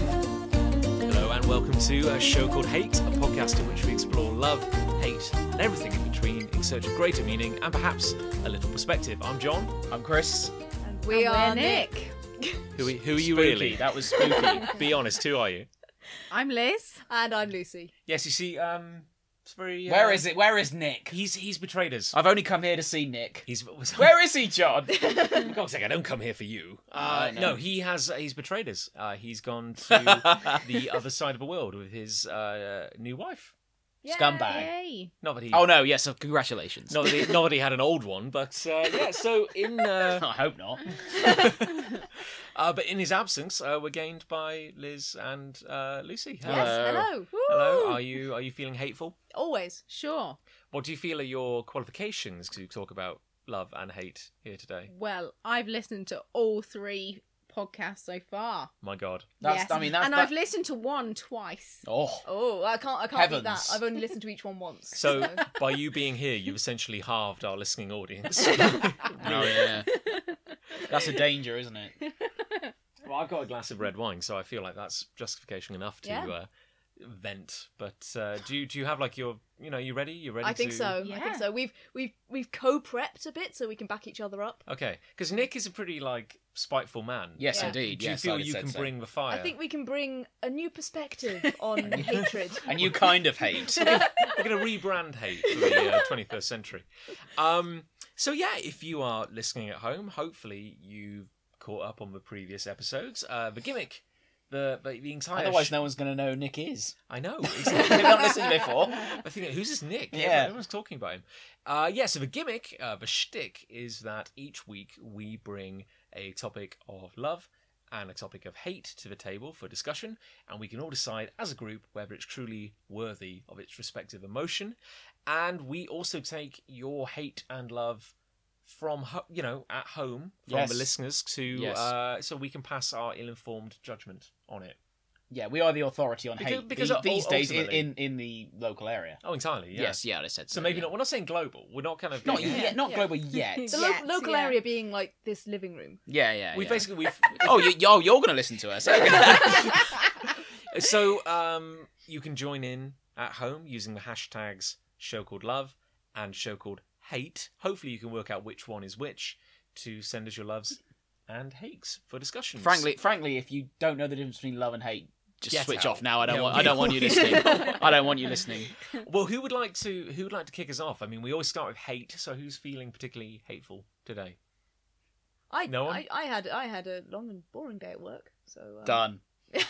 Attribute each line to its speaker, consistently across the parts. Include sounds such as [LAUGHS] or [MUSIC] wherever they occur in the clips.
Speaker 1: Hello, and welcome to a show called Hate, a podcast in which we explore love, hate, and everything in between in search of greater meaning and perhaps a little perspective. I'm John.
Speaker 2: I'm Chris.
Speaker 3: We
Speaker 4: And we're
Speaker 3: are Nick.
Speaker 1: Who, are- who are you
Speaker 2: Spooky.
Speaker 1: really?
Speaker 2: That
Speaker 1: [LAUGHS]
Speaker 2: was spooky.
Speaker 1: Be honest, who are you?
Speaker 4: I'm Liz.
Speaker 3: And I'm Lucy.
Speaker 1: Yes, you see, um, it's very. Uh,
Speaker 2: Where is it? Where is Nick?
Speaker 1: He's he's betrayed us.
Speaker 2: I've only come here to see Nick.
Speaker 1: He's [LAUGHS] was,
Speaker 2: Where is
Speaker 1: [LAUGHS]
Speaker 2: he, John?
Speaker 1: For God's sake, I don't come here for you. Uh,
Speaker 2: I know.
Speaker 1: no, he has he's betrayed us. Uh, he's
Speaker 2: [LAUGHS]
Speaker 1: gone to the other side of the world with his uh, new wife.
Speaker 2: Scumbag.
Speaker 4: Yay.
Speaker 1: Not that he.
Speaker 2: Oh no! Yes, uh,
Speaker 1: [LAUGHS]
Speaker 2: congratulations.
Speaker 1: Not that he, not that he had an old one, but uh, yeah. So in uh,
Speaker 2: I hope not.
Speaker 1: Uh, but in his absence, uh, we're gained by Liz and uh, Lucy.
Speaker 2: Hello.
Speaker 3: Yes, hello.
Speaker 1: Hello.
Speaker 3: Woo.
Speaker 1: Are you are you feeling hateful?
Speaker 3: Always.
Speaker 4: Sure.
Speaker 1: What do you feel are your qualifications to talk about love and hate here today?
Speaker 4: Well, I've listened to all three podcasts so far.
Speaker 1: My God.
Speaker 2: That's.
Speaker 4: yes.
Speaker 2: I mean, that's.
Speaker 4: and
Speaker 2: that-
Speaker 4: I've listened to one twice.
Speaker 2: oh,
Speaker 3: Oh, I can't. I can't beat that.
Speaker 2: Heavens.
Speaker 3: I've only listened to each one once.
Speaker 1: So
Speaker 3: [LAUGHS]
Speaker 1: by you being here, you've essentially halved our listening
Speaker 3: [LAUGHS]
Speaker 1: audience. [LAUGHS] Oh,
Speaker 2: no, yeah. [LAUGHS] That's a danger, isn't it?
Speaker 1: well, I've got a glass of red wine, so I feel like that's justification enough to
Speaker 3: Yeah.
Speaker 1: uh, vent. But uh, do you do you have like your you know you ready? You ready?
Speaker 3: I think
Speaker 1: to-
Speaker 3: so. I
Speaker 4: Yeah.
Speaker 3: think so. We've we've we've co-prepped a bit so we can back each other up.
Speaker 1: Okay, because Nick is a pretty like spiteful man.
Speaker 2: Yes,
Speaker 3: Yeah.
Speaker 2: indeed.
Speaker 1: Do you
Speaker 2: yes,
Speaker 1: feel
Speaker 2: I'd
Speaker 1: you
Speaker 2: said
Speaker 1: can
Speaker 2: so.
Speaker 1: bring the fire?
Speaker 3: I think we can bring a new perspective
Speaker 2: [LAUGHS]
Speaker 3: on hatred.
Speaker 1: [LAUGHS]
Speaker 2: A new kind of hate.
Speaker 1: We're going to rebrand hate for the
Speaker 2: [LAUGHS]
Speaker 1: uh, 21st century. Um, so, yeah, if you are listening at home, hopefully you've caught up on the previous episodes. Uh, the gimmick, the the, the entire.
Speaker 2: Otherwise,
Speaker 1: sh-
Speaker 2: no one's going to know who Nick is.
Speaker 1: I know.
Speaker 2: They've [LAUGHS]
Speaker 1: Exactly.
Speaker 2: not listened before.
Speaker 1: I think who's this Nick?
Speaker 2: Yeah.
Speaker 1: Everyone- everyone's talking about him. Uh, yeah, so the gimmick, uh, the shtick, is that each week we bring a topic of love and a topic of hate to the table for discussion, and we can all decide as a group whether it's truly worthy of its respective emotion. And we also take your hate and love from ho- you know at home from
Speaker 2: Yes.
Speaker 1: the listeners to
Speaker 2: Yes.
Speaker 1: uh, so we can pass our ill-informed judgment on it.
Speaker 2: Yeah, we are the authority on
Speaker 1: Because-
Speaker 2: hate
Speaker 1: because
Speaker 2: these,
Speaker 1: ul-
Speaker 2: these days in,
Speaker 1: ultimately-
Speaker 2: in in the local area.
Speaker 1: Oh, entirely. Yeah.
Speaker 2: Yes, yeah, I said so.
Speaker 1: So maybe
Speaker 2: yeah.
Speaker 1: not. We're not saying global. We're not kind of
Speaker 2: Not
Speaker 1: Yeah.
Speaker 3: Yeah.
Speaker 2: yet. Not
Speaker 3: Yeah.
Speaker 2: global yet.
Speaker 3: The
Speaker 2: yeah,
Speaker 3: lo-
Speaker 4: Yes,
Speaker 3: local
Speaker 4: yeah.
Speaker 3: area being like this living room.
Speaker 2: yeah.
Speaker 1: We
Speaker 2: yeah.
Speaker 1: basically we've
Speaker 2: [LAUGHS] Oh, you, oh, you're going to listen to us.
Speaker 1: [LAUGHS]
Speaker 2: [LAUGHS]
Speaker 1: so um you can join in at home using the hashtags show called love and show called hate. Hopefully you can work out which one is which to send us your loves and hates for discussion.
Speaker 2: frankly, frankly, if you don't know the difference between love and hate, just
Speaker 1: Get out.
Speaker 2: switch off now. I don't
Speaker 1: Yeah,
Speaker 2: want.
Speaker 1: we-
Speaker 2: I don't want you listening. [LAUGHS] I don't want you listening.
Speaker 1: [LAUGHS] Well, who would like to who would like to kick us off? I mean, we always start with hate. So who's feeling particularly hateful today?
Speaker 3: I,
Speaker 1: No one?
Speaker 3: I [LAUGHS] I had I had a long and
Speaker 2: [LAUGHS]
Speaker 3: boring day at work. So
Speaker 4: uh,
Speaker 3: um,
Speaker 2: Done.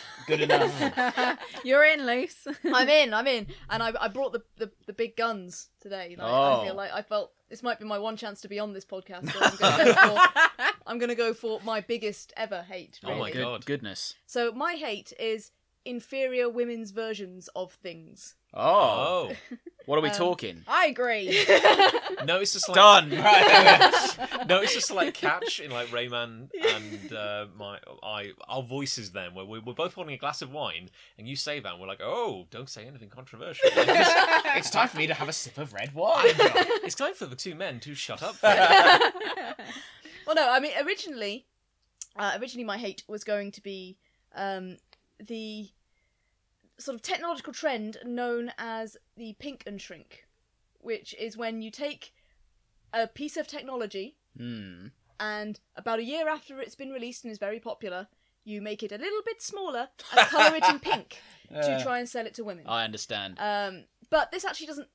Speaker 2: [LAUGHS] Good enough.
Speaker 4: [LAUGHS] You're in,
Speaker 3: [LAUGHS]
Speaker 4: Luce.
Speaker 3: [LAUGHS] I'm in, I'm in, and I, I brought the, the, the big guns today. Like,
Speaker 2: Oh.
Speaker 3: I feel like I felt this might be my one chance to be on this podcast. So I'm gonna go
Speaker 1: [LAUGHS]
Speaker 3: for, I'm gonna go for my biggest ever hate.
Speaker 1: Oh
Speaker 3: Really.
Speaker 1: my
Speaker 2: Good,
Speaker 1: God.
Speaker 2: Goodness.
Speaker 3: So my hate is inferior women's versions of things.
Speaker 2: Oh, [LAUGHS] what are we
Speaker 3: Um,
Speaker 2: talking?
Speaker 4: I
Speaker 3: [LAUGHS]
Speaker 4: agree.
Speaker 1: notice the slight
Speaker 2: Done. [LAUGHS] Right.
Speaker 1: notice the slight catch in like Rayman and uh, my I our voices then where we're, we're both holding a glass of wine and you say that and we're like oh don't say anything controversial.
Speaker 2: it's time for me to have a sip of [LAUGHS] red
Speaker 1: [LAUGHS]
Speaker 2: wine.
Speaker 1: It's time for the two men to shut up.
Speaker 3: Well, no, I mean originally, uh, originally my hate was going to be um, the sort of technological trend known as the pink and shrink, which is when you take a piece of technology
Speaker 2: Hmm.
Speaker 3: and about a year after it's been released and is very popular, you make it a little bit smaller and colour it in pink to
Speaker 2: Uh,
Speaker 3: try and sell it to women.
Speaker 2: I understand.
Speaker 3: Um, but this actually doesn't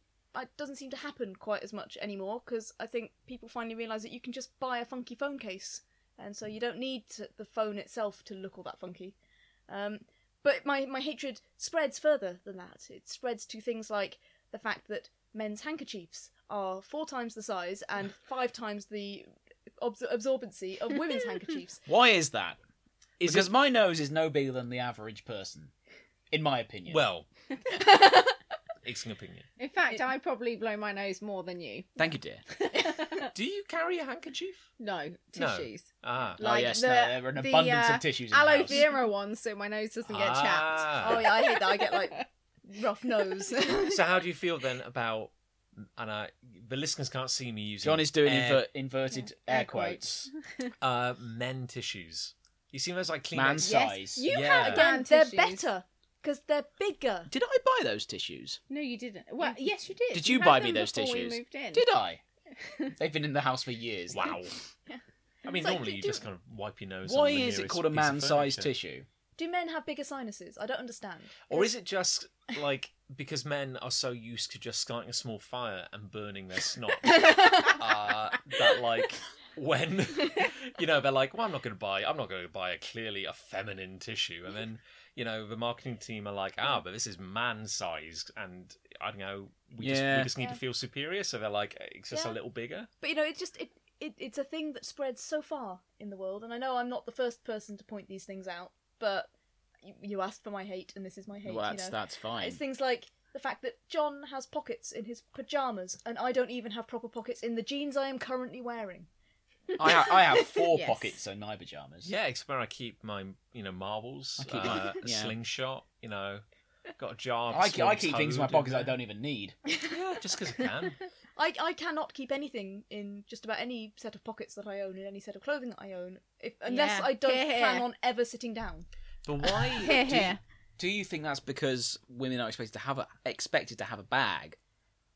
Speaker 3: it doesn't seem to happen quite as much anymore because I think people finally realise that you can just buy a funky phone case, and so you don't need to, the phone itself to look all that funky. Um, but my my hatred spreads further than that. It spreads to things like the fact that men's handkerchiefs are four times the size and five times the abs- absorbency of women's handkerchiefs.
Speaker 2: Why is that?
Speaker 1: Is
Speaker 2: because
Speaker 1: it
Speaker 2: my nose is no bigger than the average person, in my opinion. [LAUGHS]
Speaker 1: well? it's an opinion.
Speaker 4: In fact, I probably blow my nose more than you.
Speaker 2: thank you, dear.
Speaker 1: Do you carry a handkerchief?
Speaker 4: no, tissues.
Speaker 1: Ah,
Speaker 2: oh
Speaker 4: Like
Speaker 2: yes,
Speaker 4: the-
Speaker 2: no, there are an
Speaker 4: the,
Speaker 2: abundance
Speaker 4: uh,
Speaker 2: of tissues. In the
Speaker 4: Aloe
Speaker 2: house.
Speaker 4: vera ones, so my nose doesn't get
Speaker 2: [LAUGHS]
Speaker 4: chapped.
Speaker 3: Oh
Speaker 1: Ah.
Speaker 3: yeah, I hate that. I get like rough nose.
Speaker 1: So how do you feel then about? And I, the listeners can't see me using
Speaker 2: John is doing
Speaker 1: air-
Speaker 2: inver- inverted
Speaker 4: Yeah,
Speaker 2: air,
Speaker 4: air
Speaker 2: quotes.
Speaker 1: uh, men tissues. You see those like clean.
Speaker 2: Man size.
Speaker 4: You
Speaker 1: Yeah.
Speaker 4: had
Speaker 3: Again,
Speaker 4: hand
Speaker 3: they're
Speaker 4: tissues.
Speaker 3: better because they're bigger.
Speaker 2: Did I buy those tissues?
Speaker 4: No, you didn't. Well, yes, you did.
Speaker 2: Did you
Speaker 4: had
Speaker 2: buy me
Speaker 4: them
Speaker 2: those
Speaker 4: before
Speaker 2: tissues?
Speaker 4: We moved in.
Speaker 2: Did I? They've been in the house for years.
Speaker 1: Wow. [LAUGHS] I mean,
Speaker 3: It's like,
Speaker 1: normally
Speaker 3: do-
Speaker 1: you
Speaker 3: do-
Speaker 1: just kind of wipe your nose.
Speaker 2: Why
Speaker 1: on the
Speaker 2: is it
Speaker 1: nearest
Speaker 2: called a
Speaker 1: piece of furniture?
Speaker 2: man-sized tissue?
Speaker 3: Do men have bigger sinuses? I don't understand.
Speaker 1: Or is it just like because men are so used to just starting a small fire and burning their
Speaker 3: [LAUGHS]
Speaker 1: snot uh, that like when [LAUGHS] you know they're like, well, I'm not going to buy, I'm not going to buy a clearly a feminine tissue, and then you know the marketing team are like, ah, but this is man-sized, and I don't know, we just
Speaker 2: Yeah.
Speaker 1: we just need to
Speaker 3: Yeah.
Speaker 1: feel superior, so they're like, it's just a
Speaker 3: Yeah.
Speaker 1: little bigger.
Speaker 3: But you know, it just it, it it's a thing that spreads so far in the world, and I know I'm not the first person to point these things out, but you, you asked for my hate, and this is my hate.
Speaker 2: well,
Speaker 3: you
Speaker 2: that's
Speaker 3: know,
Speaker 2: that's fine.
Speaker 3: it's things like the fact that John has pockets in his pajamas, and I don't even have proper pockets in the jeans I am currently wearing.
Speaker 2: I, ha- I have four
Speaker 4: Yes.
Speaker 2: pockets, so nine pajamas.
Speaker 1: Yeah, it's where I keep my you know marbles,
Speaker 2: I keep-
Speaker 1: uh, a
Speaker 2: yeah.
Speaker 1: slingshot, you know, got a jar. Of
Speaker 2: I, ke- I keep
Speaker 1: small
Speaker 2: things in my
Speaker 1: toad in
Speaker 2: pockets I
Speaker 1: there.
Speaker 2: don't even need.
Speaker 1: Yeah, just because I
Speaker 2: [LAUGHS]
Speaker 1: can.
Speaker 3: I, I cannot keep anything in just about any set of pockets that I own in any set of clothing that I own, if, unless
Speaker 4: Yeah.
Speaker 3: I
Speaker 4: [LAUGHS]
Speaker 3: don't
Speaker 4: Hear, hear.
Speaker 3: plan on ever sitting down.
Speaker 1: But why?
Speaker 4: Here,
Speaker 1: do you-
Speaker 4: here.
Speaker 2: Do you think that's because women are expected to have a expected to have a bag?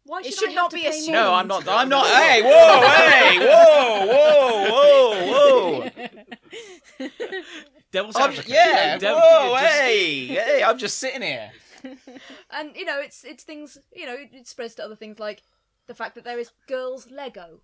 Speaker 3: Why
Speaker 4: It
Speaker 3: should,
Speaker 4: should
Speaker 3: I have
Speaker 4: not
Speaker 3: to
Speaker 4: be a
Speaker 3: pay
Speaker 4: sin.
Speaker 3: more
Speaker 2: No,
Speaker 3: than
Speaker 2: I'm not.
Speaker 3: to-
Speaker 2: I'm not. [LAUGHS] Hey, whoa, hey, whoa, whoa, whoa, whoa.
Speaker 1: Devil's
Speaker 2: I'm,
Speaker 1: advocate.
Speaker 2: yeah,
Speaker 1: No, devil-
Speaker 2: whoa,
Speaker 1: just-
Speaker 2: hey, hey, I'm just sitting here.
Speaker 3: And you know, it's it's things. You know, it, it spreads to other things like the fact that there is girls Lego,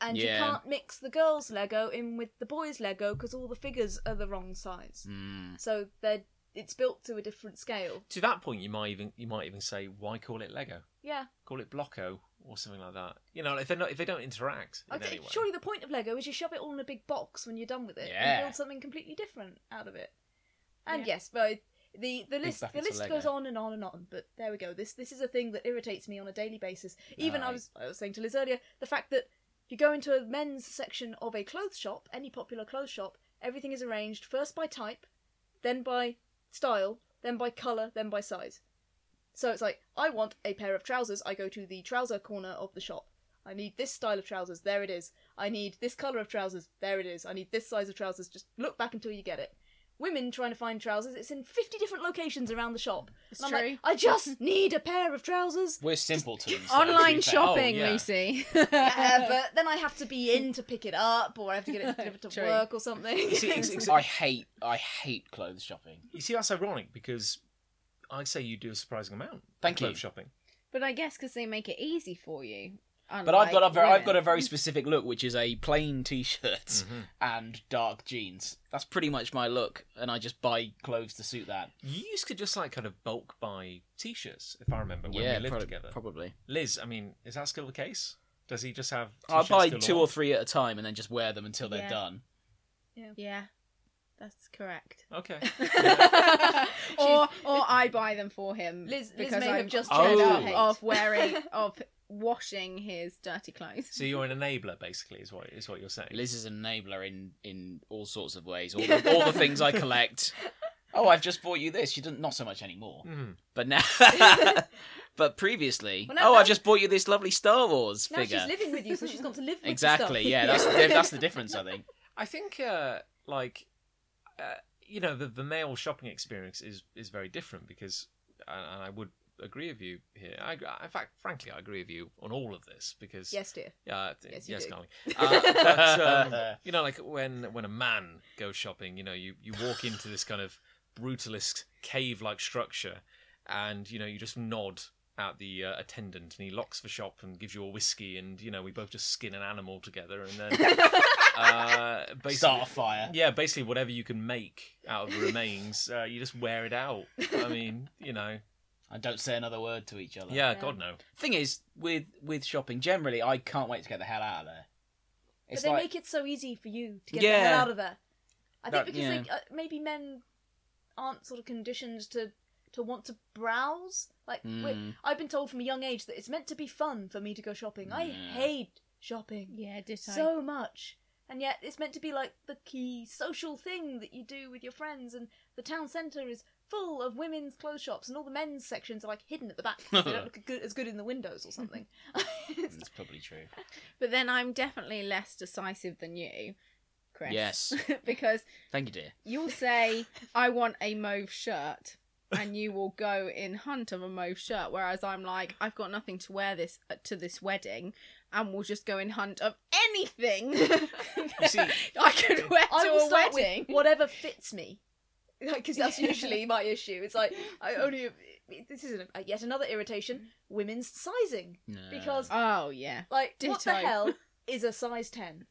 Speaker 3: and
Speaker 2: Yeah.
Speaker 3: you can't mix the girls Lego in with the boys Lego because all the figures are the wrong size.
Speaker 2: Hmm.
Speaker 3: So they're it's built to a different scale.
Speaker 1: To that point, you might even you might even say, why call it Lego?
Speaker 3: Yeah,
Speaker 1: Call it Blocko or something like that. You know, if they're not if they don't interact in
Speaker 3: I think-
Speaker 1: any way.
Speaker 3: surely the point of Lego is you shove it all in a big box when you're done with it
Speaker 2: Yeah.
Speaker 3: and build something completely different out of it. And
Speaker 4: Yeah.
Speaker 3: yes, but the the list the
Speaker 2: buckets of
Speaker 3: list
Speaker 2: Lego.
Speaker 3: goes on and on and on. But there we go. This this is a thing that irritates me on a daily basis. Even I
Speaker 2: Right.
Speaker 3: was I was saying to Liz earlier the fact that if you go into a men's section of a clothes shop, any popular clothes shop, everything is arranged first by type, then by style, then by color, then by size. So it's like, I want a pair of trousers. I go to the trouser corner of the shop. I need this style of trousers. There it is. I need this color of trousers. There it is. I need this size of trousers. Just look back until you get it. Women trying to find trousers. It's in 50 different locations around the shop.
Speaker 4: It's
Speaker 3: And I'm like,
Speaker 4: true.
Speaker 2: [LAUGHS]
Speaker 3: I just need a pair of trousers.
Speaker 2: We're simpletons. though, to
Speaker 4: Online
Speaker 2: be fair.
Speaker 4: shopping,
Speaker 1: yeah.
Speaker 2: [LAUGHS]
Speaker 4: Lucy.
Speaker 3: Yeah, uh, but then I have to be in to pick it up, or I have
Speaker 2: [LAUGHS]
Speaker 3: to get it delivered to
Speaker 4: True.
Speaker 3: work or something.
Speaker 1: see,
Speaker 3: [LAUGHS]
Speaker 1: it's- it's-
Speaker 2: I hate, I hate clothes shopping.
Speaker 1: You see, that's ironic because I say you do a surprising amount. of
Speaker 2: Thank you.
Speaker 1: clothes Shopping.
Speaker 4: But I guess because they make it easy for you.
Speaker 2: But I've got a very, I've got a very specific look, which is a plain T-shirt
Speaker 1: Mm-hmm.
Speaker 2: and dark jeans. That's pretty much my look, and I just buy clothes to suit that.
Speaker 1: You used to just like kind of bulk buy t-shirts, if I remember, when we lived
Speaker 2: prob-
Speaker 1: together.
Speaker 2: probably.
Speaker 1: Liz, I mean, is that still the case? Does he just have?
Speaker 2: I
Speaker 1: t-shirts
Speaker 2: buy
Speaker 1: galore?
Speaker 2: two or three at a time and then just wear them until they're
Speaker 4: Yeah.
Speaker 2: done.
Speaker 4: Yeah, that's correct.
Speaker 1: Okay.
Speaker 3: [LAUGHS]
Speaker 4: or or I buy them for him.
Speaker 3: Liz- Liz
Speaker 4: because
Speaker 3: may
Speaker 4: I'm
Speaker 3: have just
Speaker 4: fed
Speaker 2: Oh.
Speaker 4: up
Speaker 2: tried
Speaker 4: [LAUGHS]
Speaker 2: out.
Speaker 4: of wearing of washing his dirty [LAUGHS] clothes.
Speaker 1: So you're an enabler, basically, is what is what you're saying.
Speaker 2: Liz is an enabler in in all sorts of ways. All the, all the things I collect. Oh, I've just bought you this. You didn't not so much anymore,
Speaker 1: Mhm.
Speaker 2: but now. [LAUGHS] but previously,
Speaker 3: Well, now-
Speaker 2: oh,
Speaker 3: now-
Speaker 2: I've just bought you this lovely Star Wars
Speaker 3: now
Speaker 2: figure.
Speaker 3: she's living with you, so she's
Speaker 2: [LAUGHS]
Speaker 3: got to live with the
Speaker 2: exactly.
Speaker 3: stuff.
Speaker 2: Yeah, that's the, that's the difference. I [LAUGHS] think.
Speaker 1: I think, uh, like, uh, you know, the, the male shopping experience is is very different because, and, and I would agree with you here. I, I- in fact, frankly, I agree with you on all of this because,
Speaker 3: Yes, dear.
Speaker 1: uh, yes,
Speaker 3: Yes, you
Speaker 1: yes,
Speaker 3: do.
Speaker 1: darling. Uh, but, um,
Speaker 2: [LAUGHS]
Speaker 1: you know, like when when a man goes shopping, you know, you you walk into this kind of brutalist cave-like structure, and you know, you just nod at the uh, attendant, and he locks the shop and gives you a whiskey, and you know, we both just skin an animal together, and then uh, basically.
Speaker 2: Start a fire.
Speaker 1: Yeah, basically whatever you can make out of the remains, uh, you just wear it out. I mean, you know,
Speaker 2: and don't say another word to each other.
Speaker 1: Yeah,
Speaker 3: Yeah.
Speaker 1: God no.
Speaker 2: Thing is, with with shopping generally, I can't wait to get the hell out of there.
Speaker 3: But
Speaker 2: It's
Speaker 3: they
Speaker 2: like
Speaker 3: make it so easy for you to get the
Speaker 2: Yeah.
Speaker 3: hell out of there. I think
Speaker 2: That-
Speaker 3: because
Speaker 2: yeah.
Speaker 3: like uh, maybe men aren't sort of conditioned to to want to browse. Like we-
Speaker 2: Mm.
Speaker 3: I've been told from a young age that it's meant to be fun for me to go shopping. I
Speaker 2: Yeah.
Speaker 3: hate shopping
Speaker 4: Yeah, did I?
Speaker 3: so much. And yet, it's meant to be like the key social thing that you do with your friends. And the town centre is full of women's clothes shops, and all the men's sections are like hidden at the back. 'cause they don't look good, as good in the windows or something. [LAUGHS] It's-
Speaker 2: it's probably true.
Speaker 4: But then I'm definitely less decisive than you, Chris.
Speaker 3: [LAUGHS]
Speaker 2: Yes.
Speaker 4: [LAUGHS] because
Speaker 2: Thank you, dear.
Speaker 4: you'll say, I want a mauve shirt, and you will go in hunt of a mauve shirt, whereas I'm like, I've got nothing to wear this uh, to this wedding, and we'll just go in hunt of
Speaker 2: [LAUGHS]
Speaker 4: anything
Speaker 2: see-
Speaker 4: [LAUGHS] I could wear to
Speaker 3: I will
Speaker 4: a
Speaker 3: start
Speaker 4: wedding.
Speaker 3: with whatever fits me, because that's usually my issue. It's like I only this is a, yet another irritation: women's sizing. Because-
Speaker 4: Oh, yeah.
Speaker 3: Like what the
Speaker 4: Ditto.
Speaker 3: hell is a size ten?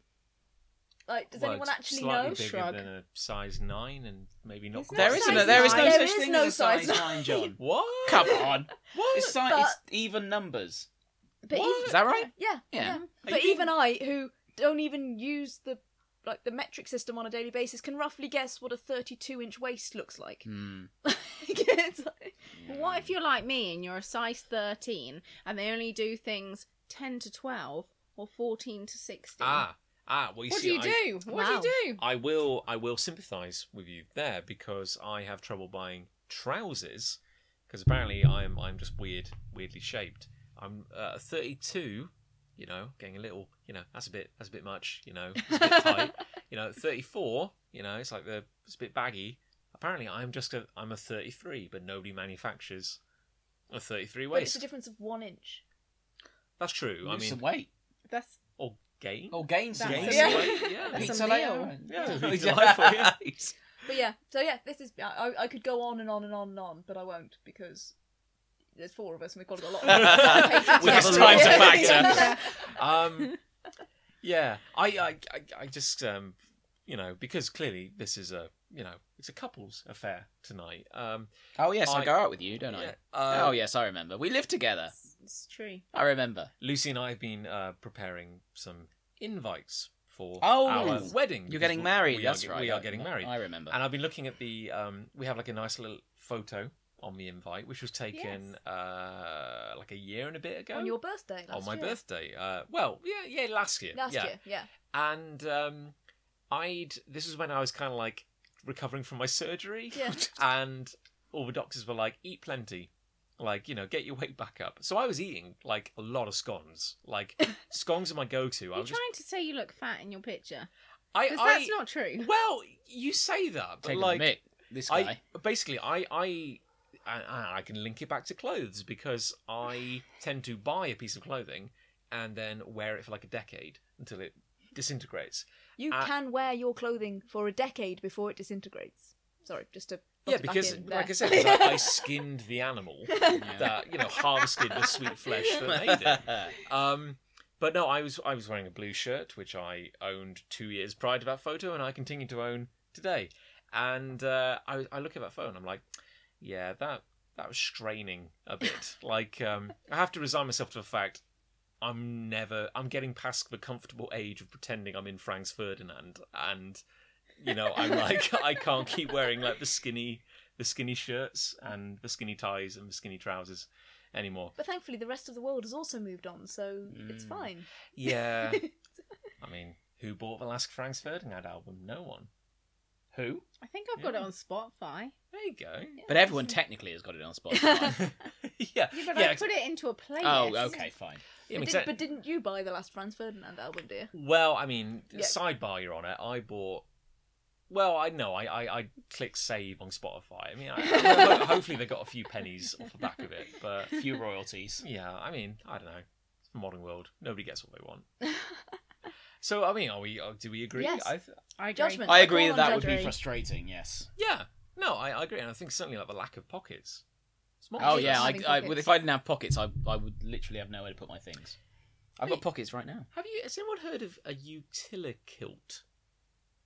Speaker 3: Like, does
Speaker 1: Well,
Speaker 3: anyone
Speaker 1: it's
Speaker 3: actually
Speaker 1: slightly
Speaker 3: know?
Speaker 1: bigger
Speaker 4: Shrug.
Speaker 1: than a size nine, and maybe not.
Speaker 4: It's
Speaker 1: quite
Speaker 2: there
Speaker 4: no
Speaker 1: a
Speaker 2: is
Speaker 4: size
Speaker 2: no,
Speaker 1: size
Speaker 2: there is
Speaker 1: nine.
Speaker 2: no
Speaker 3: There
Speaker 2: such
Speaker 3: is
Speaker 2: thing
Speaker 3: no
Speaker 2: as a size
Speaker 3: size
Speaker 2: nine, John.
Speaker 3: [LAUGHS]
Speaker 1: What?
Speaker 2: Come on, it's, si- it's
Speaker 3: But-
Speaker 2: even numbers.
Speaker 3: But even,
Speaker 2: Is that right?
Speaker 3: yeah,
Speaker 2: Yeah.
Speaker 3: yeah.
Speaker 2: you
Speaker 3: But even I, who don't even use the like the metric system on a daily basis, can roughly guess what a thirty-two inch waist looks like.
Speaker 2: Hmm.
Speaker 1: Mm.
Speaker 3: [LAUGHS] It's like-
Speaker 4: What if you're like me and you're a size 13 and they only do things 10 to 12 or 14 to 16?
Speaker 1: Ah, ah. Well, you
Speaker 4: what
Speaker 1: see,
Speaker 4: do you
Speaker 1: I,
Speaker 4: do? What
Speaker 3: Wow.
Speaker 4: do you do?
Speaker 1: I will I will sympathise with you there because I have trouble buying trousers because apparently I'm I'm just weird weirdly shaped. I'm uh, 32, you know, getting a little, you know, that's a bit that's a bit much, you know, it's a bit tight. you know, 34, you know, it's like the it's a bit baggy. Apparently I'm just a I'm a 33, but nobody manufactures a 33
Speaker 3: but it's
Speaker 1: waist.
Speaker 3: a difference of one inch.
Speaker 1: That's true. I
Speaker 2: Lose
Speaker 1: mean,
Speaker 2: some weight
Speaker 1: [LAUGHS]
Speaker 4: That's
Speaker 1: or gain.
Speaker 2: or gain some
Speaker 4: That's
Speaker 2: weight?
Speaker 4: a-
Speaker 1: yeah.
Speaker 4: That's a
Speaker 1: yeah.
Speaker 2: Pizza
Speaker 4: meal.
Speaker 2: later.
Speaker 1: Yeah, [LAUGHS] it'd be
Speaker 2: [LAUGHS]
Speaker 3: [LAUGHS]
Speaker 1: delightful, yeah.
Speaker 3: But yeah, so yeah, this is. I, I- I could go on and on and on and on, but I won't because there's four of us and we've got a lot
Speaker 1: [LAUGHS]
Speaker 3: of patrons.
Speaker 1: We have
Speaker 3: Yeah.
Speaker 1: time to
Speaker 4: [LAUGHS]
Speaker 3: Yeah.
Speaker 1: factor.
Speaker 3: [LAUGHS] Yeah. [LAUGHS]
Speaker 1: um, yeah, I, I, I, I just, um, you know, because clearly this is a, you know, it's a couples affair tonight. Um,
Speaker 2: Oh yes, I,
Speaker 1: I-
Speaker 2: go out with you, don't I?
Speaker 1: yeah, uh,
Speaker 2: oh yes, I remember. We live together.
Speaker 4: it's, it's true.
Speaker 2: I
Speaker 1: Mm,
Speaker 2: remember.
Speaker 1: Lucy and I have been uh, preparing some invites for
Speaker 2: Oh,
Speaker 1: our
Speaker 2: yes.
Speaker 1: wedding.
Speaker 2: You're
Speaker 1: because
Speaker 2: getting
Speaker 1: we-
Speaker 2: married.
Speaker 1: we are
Speaker 2: that's
Speaker 1: ge-
Speaker 2: right.
Speaker 1: We
Speaker 2: I-
Speaker 1: are getting married,
Speaker 2: I remember.
Speaker 1: and I've been looking at the. Um, we have like a nice little photo on the invite, which was taken uh, like a year and a bit ago
Speaker 3: On your birthday.
Speaker 1: on
Speaker 3: last
Speaker 1: my
Speaker 3: year.
Speaker 1: birthday. Uh, well, yeah, yeah, last year.
Speaker 3: Last
Speaker 1: yeah.
Speaker 3: year, yeah.
Speaker 1: and um, I'd this was when I was kind of like recovering from my surgery,
Speaker 3: Yeah.
Speaker 1: [LAUGHS] and all the doctors were like, "Eat plenty." Like you know, get your weight back up. So I was eating like a lot of scones. Like scones are my go-to. I
Speaker 4: You're
Speaker 1: was just,
Speaker 4: trying to say you look fat in your picture.
Speaker 1: I,
Speaker 4: Because
Speaker 1: I
Speaker 4: that's not true.
Speaker 1: well, you say that, but
Speaker 2: Taking
Speaker 1: like
Speaker 2: the mick, this guy.
Speaker 1: [LAUGHS] I basically I I I I can link it back to clothes because I tend to buy a piece of clothing and then wear it for like a decade until it disintegrates.
Speaker 3: You
Speaker 1: Uh,
Speaker 3: can wear your clothing for a decade before it disintegrates. Sorry, just to.
Speaker 1: Yeah,
Speaker 3: put it back
Speaker 1: because
Speaker 3: in there.
Speaker 1: like I said, 'cause
Speaker 3: [LAUGHS]
Speaker 1: I, I skinned the animal
Speaker 2: Yeah.
Speaker 1: [LAUGHS] that you know harvested the sweet flesh that
Speaker 2: [LAUGHS]
Speaker 1: made it. Um, but no, I was I was wearing a blue shirt which I owned two years prior to that photo, and I continue to own today. And uh, I I look at that photo and I'm like, yeah, that that was straining a bit. like um, I have to resign myself to the fact. I'm never. I'm getting past the comfortable age of pretending I'm in Franz Ferdinand, and you know, I'm like, I can't keep wearing like the skinny, the skinny shirts and the skinny ties and the skinny trousers anymore.
Speaker 3: But thankfully, the rest of the world has also moved on, so it's
Speaker 2: Mm.
Speaker 3: fine. [LAUGHS]
Speaker 1: Yeah. I mean, who bought the last Franz Ferdinand album? No one. Who?
Speaker 4: I think I've got it on Spotify.
Speaker 1: There you go.
Speaker 3: [LAUGHS]
Speaker 1: [LAUGHS]
Speaker 2: but everyone technically has got it on Spotify.
Speaker 1: yeah.
Speaker 4: Yeah, but I
Speaker 1: yeah.
Speaker 4: put it into a playlist.
Speaker 2: oh, okay, fine.
Speaker 1: I mean,
Speaker 3: But,
Speaker 1: exa-
Speaker 3: did, not you buy the last Franz Ferdinand album, dear?
Speaker 1: well, I mean,
Speaker 3: Yeah.
Speaker 1: sidebar, Your Honour. I bought. Well, I know. I, I, I click save on Spotify. I mean, I, I
Speaker 3: [LAUGHS]
Speaker 1: ho- hopefully they got a few pennies off the back of it. But
Speaker 2: Few
Speaker 3: [LAUGHS]
Speaker 2: royalties.
Speaker 1: yeah, I mean, I don't know. It's the modern world. Nobody gets what they want.
Speaker 3: [LAUGHS]
Speaker 1: so, I mean, are we? uh, Do we agree?
Speaker 3: Yes.
Speaker 1: I th-
Speaker 4: I agree.
Speaker 3: Judgment.
Speaker 2: I
Speaker 3: Like
Speaker 2: agree that
Speaker 3: all
Speaker 2: that
Speaker 3: on
Speaker 2: would be
Speaker 3: Juddery.
Speaker 2: frustrating. Yes.
Speaker 1: yeah. No, I, I agree, and I think certainly like the lack of pockets. It's more
Speaker 2: Oh
Speaker 3: Just
Speaker 2: yeah, I, I,
Speaker 3: having pockets.
Speaker 2: well, if I didn't have pockets, I, I would literally have nowhere to put my things. I've got
Speaker 1: Wait.
Speaker 2: pockets right now.
Speaker 1: Have you? Has anyone heard of a utilikilt?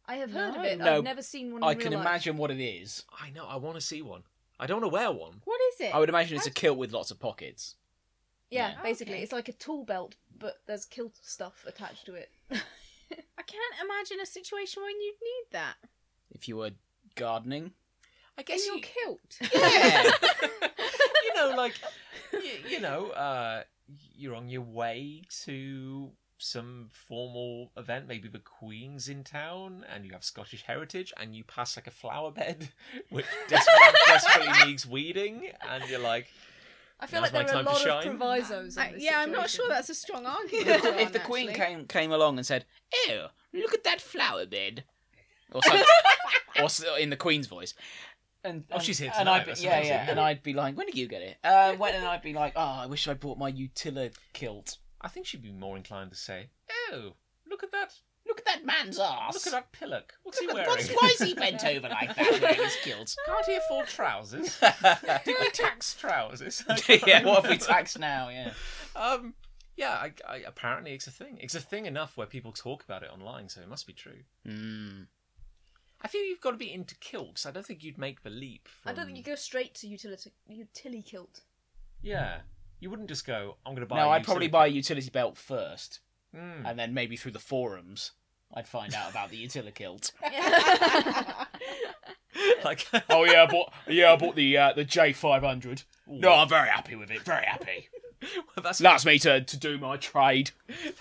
Speaker 3: I have heard of
Speaker 4: No.
Speaker 3: it.
Speaker 2: No,
Speaker 3: I've never seen one. In
Speaker 2: I
Speaker 3: real
Speaker 2: can
Speaker 3: life.
Speaker 2: imagine what it is.
Speaker 1: I know. I want to see one. I I don't want to wear one.
Speaker 4: What is it?
Speaker 2: I would imagine it's a kilt with lots of pockets.
Speaker 3: Yeah,
Speaker 4: Yeah.
Speaker 3: basically,
Speaker 4: Okay.
Speaker 3: it's like a tool belt, but there's kilt stuff attached to it.
Speaker 4: I can't imagine a situation when you'd need that.
Speaker 2: If you were gardening,
Speaker 1: I
Speaker 4: In
Speaker 1: guess
Speaker 4: your
Speaker 1: you,
Speaker 4: kilt.
Speaker 2: [LAUGHS] yeah,
Speaker 1: you know, like you, you know, uh, you're on your way to some formal event. Maybe the Queen's in town, and you have Scottish heritage, and you pass like a flower bed [LAUGHS] which desperately, desperately needs weeding, and you're like,
Speaker 3: I feel
Speaker 1: Now's
Speaker 3: like
Speaker 1: my
Speaker 3: there are
Speaker 1: time
Speaker 3: a
Speaker 1: to
Speaker 3: lot of
Speaker 1: shine.
Speaker 3: provisos.
Speaker 4: I-
Speaker 3: in this
Speaker 4: yeah, I'm not
Speaker 3: situation.
Speaker 4: sure that's a strong argument.
Speaker 2: if
Speaker 4: John,
Speaker 2: the, if the queen
Speaker 4: actually.
Speaker 2: came came along and said, "Ew, look at that flower bed," or [LAUGHS] so, or so, in the queen's voice, and,
Speaker 1: Oh,
Speaker 2: and-
Speaker 1: she's here
Speaker 2: and
Speaker 1: tonight,
Speaker 2: I'd be-
Speaker 1: that's
Speaker 2: yeah,
Speaker 1: amazing.
Speaker 2: yeah, and I'd be like, "When did you get it?" Uh, when and I'd be like, "Oh, I wish I bought my utilla kilt.
Speaker 1: I think she'd be more inclined to say, "Oh, look at that!
Speaker 2: Look at that man's
Speaker 1: Look
Speaker 2: ass.
Speaker 1: at that pillock! What's he
Speaker 2: Look
Speaker 1: wearing?
Speaker 2: at- What's why is he bent over like that [LAUGHS] wearing his kilt?"
Speaker 1: [LAUGHS] Can't he afford trousers?
Speaker 2: [LAUGHS]
Speaker 1: Did we tax [LAUGHS] trousers?
Speaker 2: yeah, what if [LAUGHS] we tax now? Yeah.
Speaker 1: Um, yeah, I, I, apparently it's a thing. It's a thing enough where people talk about it online, so it must be true.
Speaker 2: Mm.
Speaker 1: I feel you've got to be into kilts. I don't think you'd make the leap. From...
Speaker 3: I don't think you go straight to utility utility kilt.
Speaker 1: Yeah, you wouldn't just go. I'm going to buy.
Speaker 2: No,
Speaker 1: a
Speaker 2: I'd probably
Speaker 1: utility
Speaker 2: buy a utility belt Hmm. first,
Speaker 1: kit." Mm.
Speaker 2: and then maybe through the forums, I'd find out about the utila kilt.
Speaker 1: Hmm.
Speaker 2: [LAUGHS]
Speaker 1: [LAUGHS] like,
Speaker 2: oh yeah, I bought yeah, I bought the uh, the J five hundred.
Speaker 1: no,
Speaker 2: I'm very happy with it.
Speaker 1: [LAUGHS]
Speaker 2: Very [LAUGHS] happy.
Speaker 1: that's,
Speaker 2: Allows me to, to do my trade.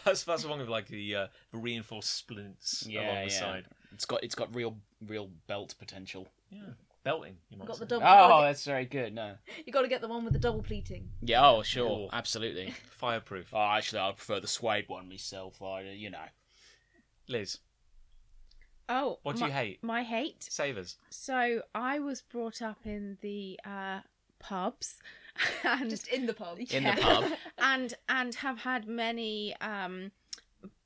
Speaker 1: that's that's one of like the uh, the reinforced splints
Speaker 2: Yeah,
Speaker 1: along the
Speaker 2: yeah.
Speaker 1: side.
Speaker 2: It's got it's got real real belt potential.
Speaker 1: Yeah, belting. You might
Speaker 3: Got the
Speaker 1: say.
Speaker 3: double.
Speaker 2: Oh, that's very good. No.
Speaker 3: You got to get the one with the double pleating.
Speaker 2: Yeah. Oh, sure.
Speaker 1: Oh.
Speaker 2: Absolutely.
Speaker 1: Fireproof.
Speaker 2: Oh, actually, I prefer the suede one myself. I you know.
Speaker 1: Liz,
Speaker 4: [LAUGHS] Oh,
Speaker 1: what do
Speaker 4: my,
Speaker 1: you hate?
Speaker 4: My hate.
Speaker 1: Savers.
Speaker 4: So I was brought up in the uh, pubs, [LAUGHS] and
Speaker 3: Just in the pub.
Speaker 2: In the
Speaker 4: Yeah.
Speaker 2: pub.
Speaker 3: [LAUGHS]
Speaker 4: and and have had many um,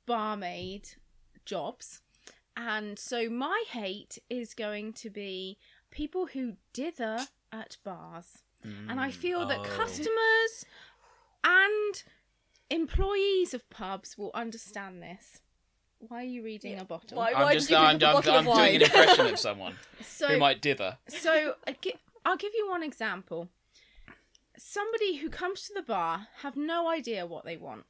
Speaker 4: barmaid jobs, and so my hate is going to be people who dither at bars, and
Speaker 2: Mm,
Speaker 4: I feel that
Speaker 1: Oh.
Speaker 4: customers and employees of pubs will understand this. Why are you reading
Speaker 3: Yeah.
Speaker 4: a bottle?
Speaker 3: Why-
Speaker 2: I'm
Speaker 3: did
Speaker 2: just
Speaker 3: you
Speaker 2: I'm,
Speaker 3: drink a
Speaker 2: I'm,
Speaker 3: bottle
Speaker 2: I'm
Speaker 3: of
Speaker 2: doing an
Speaker 3: wine?
Speaker 2: impression of someone
Speaker 4: So
Speaker 2: who might dither.
Speaker 4: So I gi- I'll give you one example. Somebody who comes to the bar have no idea what they want,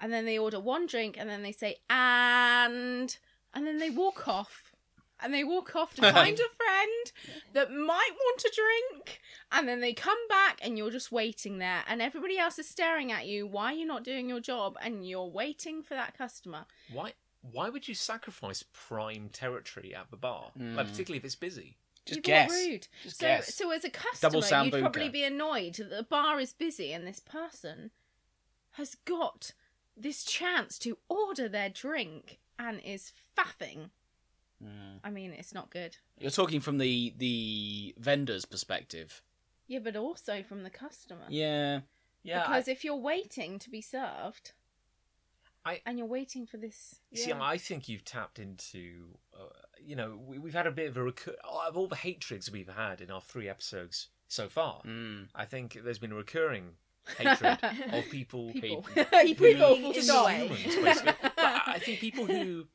Speaker 4: and then they order one drink, and then they say and, and then they walk off, and they walk off
Speaker 2: [LAUGHS]
Speaker 4: to find a friend that might want a drink, and then they come back, and you're just waiting there, and everybody else is staring at you. Why are you not doing your job? And you're waiting for that customer.
Speaker 1: Why? Why would you sacrifice prime territory at the bar,
Speaker 2: Mm.
Speaker 1: like, particularly if it's busy?
Speaker 2: Just
Speaker 4: People are
Speaker 2: guess.
Speaker 4: Rude.
Speaker 2: Just
Speaker 4: So,
Speaker 2: guess.
Speaker 4: so as a customer,
Speaker 2: Double
Speaker 4: you'd
Speaker 2: Sambuca.
Speaker 4: probably be annoyed that the bar is busy and this person has got this chance to order their drink and is faffing.
Speaker 2: Mm.
Speaker 4: I mean, it's not good.
Speaker 2: You're talking from the the vendor's perspective.
Speaker 4: Yeah, but also from the customer.
Speaker 2: Yeah.
Speaker 1: Yeah, I-
Speaker 4: because if you're waiting to be served,
Speaker 1: I-
Speaker 4: and you're waiting for this,
Speaker 1: See,
Speaker 4: yeah.
Speaker 1: I think you've tapped into, uh, you know, we, we've had a bit of a recur out of all the hatreds we've had in our three episodes so far.
Speaker 2: Mm.
Speaker 1: I think there's been a recurring
Speaker 4: [LAUGHS]
Speaker 1: hatred of people, [LAUGHS]
Speaker 4: people, [LAUGHS]
Speaker 3: People
Speaker 4: People,
Speaker 3: being
Speaker 4: full
Speaker 1: just
Speaker 4: stop.
Speaker 3: annoying.
Speaker 1: humans, basically. but I I think people who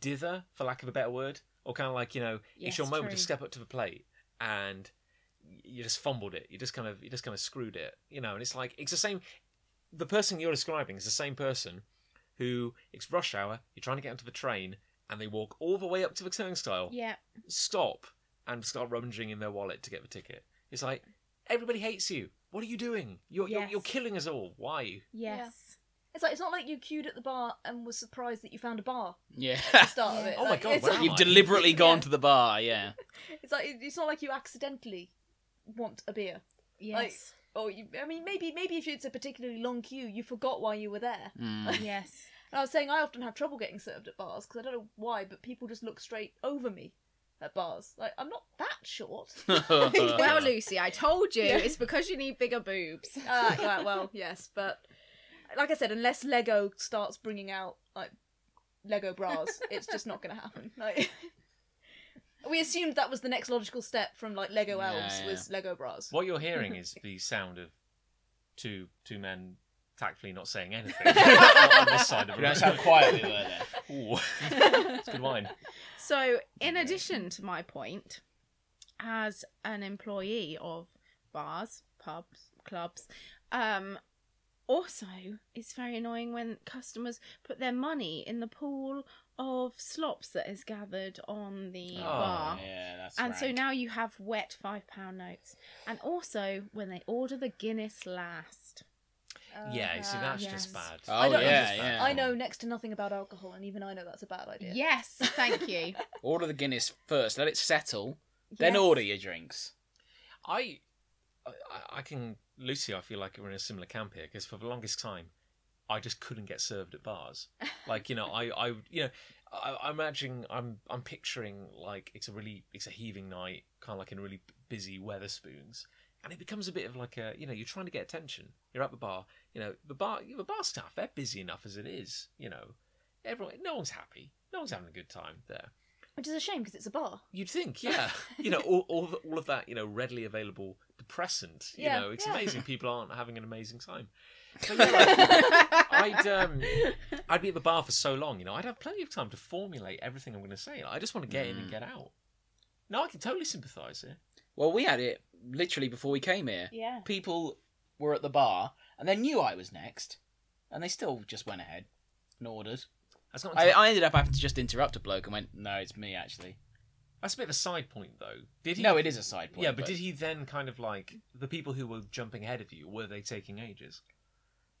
Speaker 1: dither, for lack of a better word, or kind of like you know, it's
Speaker 4: [LAUGHS] Yes,
Speaker 1: your moment
Speaker 4: true.
Speaker 1: to step up to the plate, and you just fumbled it. You just kind of you just kind of screwed it, you know. And it's like it's the same. The person you're describing is the same person who it's rush hour. You're trying to get onto the train, and they walk all the way up to the turnstile,
Speaker 4: yeah,
Speaker 1: stop, and start rummaging in their wallet to get the ticket. It's like everybody hates you. What are you doing? You're you're,
Speaker 4: Yes.
Speaker 1: you're killing us all. Why?
Speaker 4: yes,
Speaker 3: It's like it's not like you queued at the bar and was surprised that you found a bar
Speaker 2: Yeah.
Speaker 3: at the start of it.
Speaker 1: Oh my
Speaker 3: Like,
Speaker 1: God,
Speaker 3: It's,
Speaker 1: wow.
Speaker 2: [LAUGHS]
Speaker 3: like,
Speaker 2: You've deliberately
Speaker 3: Yeah.
Speaker 2: gone to the bar. Yeah.
Speaker 3: it's like it's not like you accidentally want a beer.
Speaker 4: yes,
Speaker 3: Or you, I mean, maybe maybe if it's a particularly long queue, you forgot why you were there.
Speaker 2: Mm. [LAUGHS]
Speaker 4: yes.
Speaker 3: And I was saying I often have trouble getting served at bars because I don't know why, but people just look straight over me at bars. Like I'm not that short. [LAUGHS]
Speaker 4: [LAUGHS] Well, Lucy, I told you
Speaker 3: Yeah.
Speaker 4: it's because you need bigger boobs.
Speaker 3: Uh, yeah, well, yes, but like I said, unless Lego starts bringing out like Lego bras, it's just not going to happen. [LAUGHS] Like, we assumed that was the next logical step from like Lego
Speaker 2: Yeah,
Speaker 3: elves
Speaker 2: yeah.
Speaker 3: was Lego bras.
Speaker 1: What you're hearing
Speaker 4: [LAUGHS]
Speaker 1: is the sound of two two men tactfully not saying
Speaker 4: [LAUGHS]
Speaker 1: anything [LAUGHS] on this side of the room.
Speaker 2: You know, that's how quiet we were there. [LAUGHS]
Speaker 3: [LAUGHS]
Speaker 1: Ooh. [LAUGHS] it's good wine.
Speaker 4: So, in addition to my point, as an employee of bars, pubs, clubs, um, also it's very annoying when customers put their money in the pool of slops that is gathered on the
Speaker 1: Oh,
Speaker 4: bar.
Speaker 2: Yeah, that's
Speaker 4: And so
Speaker 2: rank.
Speaker 4: now you have wet five pound notes. And also when they order the Guinness last.
Speaker 1: yeah, see, that's
Speaker 4: yes.
Speaker 1: just bad.
Speaker 2: Oh,
Speaker 3: Oh, I don't
Speaker 2: yeah,
Speaker 3: understand.
Speaker 2: yeah.
Speaker 3: I know next to nothing about alcohol, and even I know that's a bad idea.
Speaker 4: Yes, thank you.
Speaker 2: Order the Guinness first. Let it settle.
Speaker 4: [LAUGHS]
Speaker 2: Then
Speaker 4: Yes.
Speaker 2: order your drinks.
Speaker 1: I, I, I can, Lucy. I feel like we're in a similar camp here because for the longest time, I just couldn't get served at
Speaker 3: [LAUGHS]
Speaker 1: bars. Like you know, I, I, you know, I, I imagine I'm, I'm picturing like it's a really, it's a heaving night, kind of like in really busy Weatherspoons, and it becomes a bit of like a, you know, you're trying to get attention. You're at the bar, you know, the bar, the bar staff, they're busy enough as it is. You know, everyone, no one's happy, no one's having a good time there.
Speaker 3: Which is a shame because it's a bar.
Speaker 1: You'd think,
Speaker 2: [LAUGHS]
Speaker 1: yeah, you know, all all, the, all of that, you know, readily available depressant. You
Speaker 3: Yeah,
Speaker 1: know, it's
Speaker 3: yeah.
Speaker 1: amazing people aren't having an amazing time.
Speaker 2: [LAUGHS]
Speaker 1: But yeah, like, I'd um, I'd be at the bar for so long, you know, I'd have plenty of time to formulate everything I'm going to say. I just want to get in and
Speaker 2: Mm.
Speaker 1: get out. No, I can totally sympathise here.
Speaker 2: Well, we had it literally before we came here.
Speaker 4: yeah.
Speaker 2: People were at the bar and they knew I was next, and they still just went ahead and ordered.
Speaker 1: That's not.
Speaker 2: I,
Speaker 1: enti-
Speaker 2: I ended up having to just interrupt a bloke and went, "No, it's me actually."
Speaker 1: That's a bit of a side point, though. Did he?
Speaker 2: No, it is a side point.
Speaker 1: Yeah, but did he then kind of like the people who were jumping ahead of you? Were they taking ages?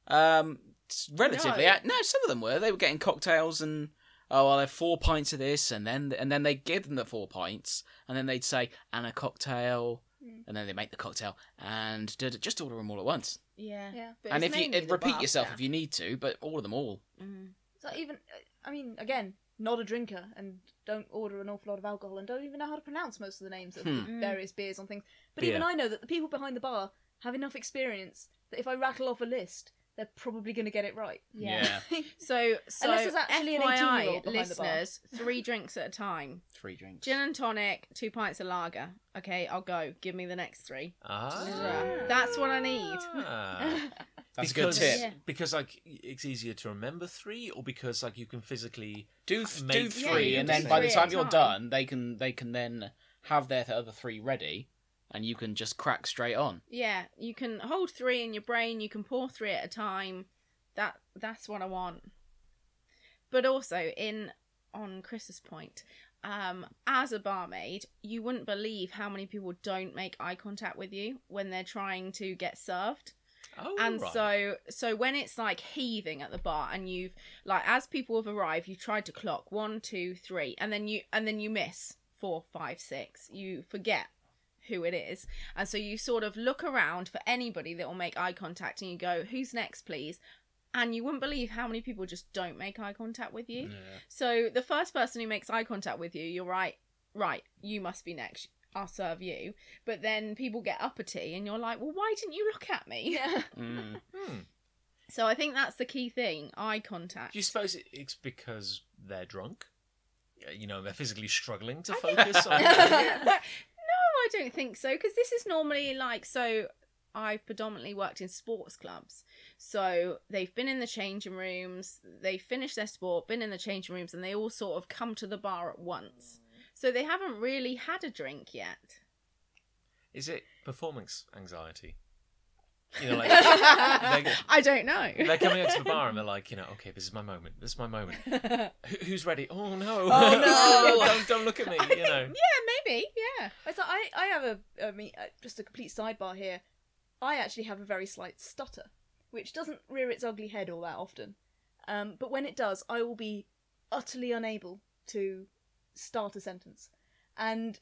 Speaker 2: Um, s- relatively.
Speaker 1: No.
Speaker 2: uh, No. some of them were. They were getting cocktails and oh, I'll have four pints of this, and then and then they'd give them the four pints, and then they'd say and a cocktail,
Speaker 3: Mm.
Speaker 2: and then they make the cocktail and da- da- just order them all at once.
Speaker 4: Yeah.
Speaker 3: Yeah.
Speaker 4: But
Speaker 2: and
Speaker 4: it's
Speaker 2: if you
Speaker 4: mainly
Speaker 2: and
Speaker 4: the
Speaker 2: repeat
Speaker 4: bar
Speaker 2: yourself
Speaker 4: staff.
Speaker 2: if you need to, but order them all.
Speaker 4: Mm.
Speaker 3: So even, I mean, again, not a drinker and don't order an awful lot of alcohol and don't even know how to pronounce most of the names of
Speaker 2: Hmm.
Speaker 4: Mm.
Speaker 3: the various beers on things. But
Speaker 1: Beer.
Speaker 3: even I know that the people behind the bar have enough experience that if I rattle off a list, they're probably going to get it right.
Speaker 4: Yeah.
Speaker 3: [LAUGHS]
Speaker 2: Yeah.
Speaker 4: So, so
Speaker 3: Unless there's actually an
Speaker 4: FYI,
Speaker 3: 18-year-old behind the bar.
Speaker 4: listeners, three drinks at a time.
Speaker 2: Three drinks.
Speaker 4: Gin and tonic, two pints of lager. Okay, I'll go. Give me the next three.
Speaker 1: Ah.
Speaker 4: That's what I need.
Speaker 1: Ah.
Speaker 2: Uh, That's
Speaker 1: because,
Speaker 2: a good tip.
Speaker 4: Yeah.
Speaker 1: Because like it's easier to remember three, or because like you can physically.
Speaker 2: Do th-
Speaker 1: Make
Speaker 2: do
Speaker 1: three
Speaker 2: three,
Speaker 1: at
Speaker 2: and
Speaker 1: a
Speaker 2: then by the
Speaker 4: time.
Speaker 2: time you're
Speaker 4: Time.
Speaker 2: done, they can they can then have their other three ready, and you can just crack straight on.
Speaker 4: Yeah, you can hold three in your brain. You can pour three at a time. That that's what I want. But also in on Chris's point, um, as a barmaid, you wouldn't believe how many people don't make eye contact with you when they're trying to get served.
Speaker 1: Oh,
Speaker 4: and
Speaker 1: right.
Speaker 4: so so when it's like heaving at the bar and you've like as people have arrived you've tried to clock one two three and then you and then you miss four five six you forget who it is and so you sort of look around for anybody that will make eye contact and you go who's next please and you wouldn't believe how many people just don't make eye contact with you so the first person who makes eye contact with you, you're right, right, you must be next. I'll serve you. But then people get uppity and you're like, well, why didn't you look at me?
Speaker 3: Yeah.
Speaker 2: Mm.
Speaker 1: Hmm.
Speaker 4: So I think that's the key thing eye contact.
Speaker 1: Do you suppose it- it's because they're drunk? Yeah, You know, they're physically struggling to focus
Speaker 3: [LAUGHS]
Speaker 1: on.
Speaker 4: [LAUGHS] no, I don't think so because this is normally like so. I've predominantly worked in sports clubs, so they've been in the changing rooms. They finished their sport, been in the changing rooms, and they all sort of come to the bar at once. So they haven't really had a drink yet.
Speaker 1: Is it performance anxiety? You
Speaker 4: [LAUGHS]
Speaker 1: know, like They-
Speaker 4: I don't know.
Speaker 1: they're coming up to the bar and they're like, you know, okay, this is my moment. This is my
Speaker 3: [LAUGHS]
Speaker 1: moment. Who, who's ready? Oh no!
Speaker 3: Oh,
Speaker 1: [LAUGHS]
Speaker 3: no.
Speaker 1: don't, don't look at me.
Speaker 4: I
Speaker 1: you
Speaker 3: [LAUGHS]
Speaker 1: know.
Speaker 4: think- Maybe,
Speaker 2: [LAUGHS]
Speaker 4: yeah.
Speaker 3: So I, I have a, I mean, uh, just a complete sidebar here. I actually have a very slight stutter, which doesn't rear its ugly head all that often. Um, but when it does, I will be utterly unable to start a sentence. And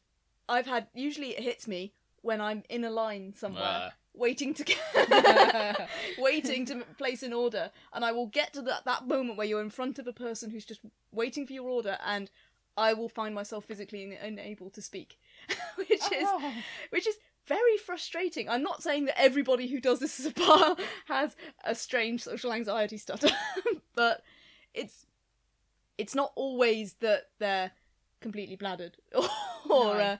Speaker 3: I've had, usually it hits me when I'm in a line somewhere,
Speaker 2: Uh.
Speaker 3: waiting
Speaker 4: [LAUGHS]
Speaker 3: to get, [LAUGHS] waiting to place an order. And I will get to that, that moment where you're in front of a person who's just waiting for your order and I will find myself physically un- unable to speak, [LAUGHS] which is
Speaker 4: Oh.
Speaker 3: which is very frustrating. I'm not saying that everybody who does this as a bar [LAUGHS] has a strange social anxiety stutter, [LAUGHS] but it's it's not always that they're completely bladdered [LAUGHS] or. Uh,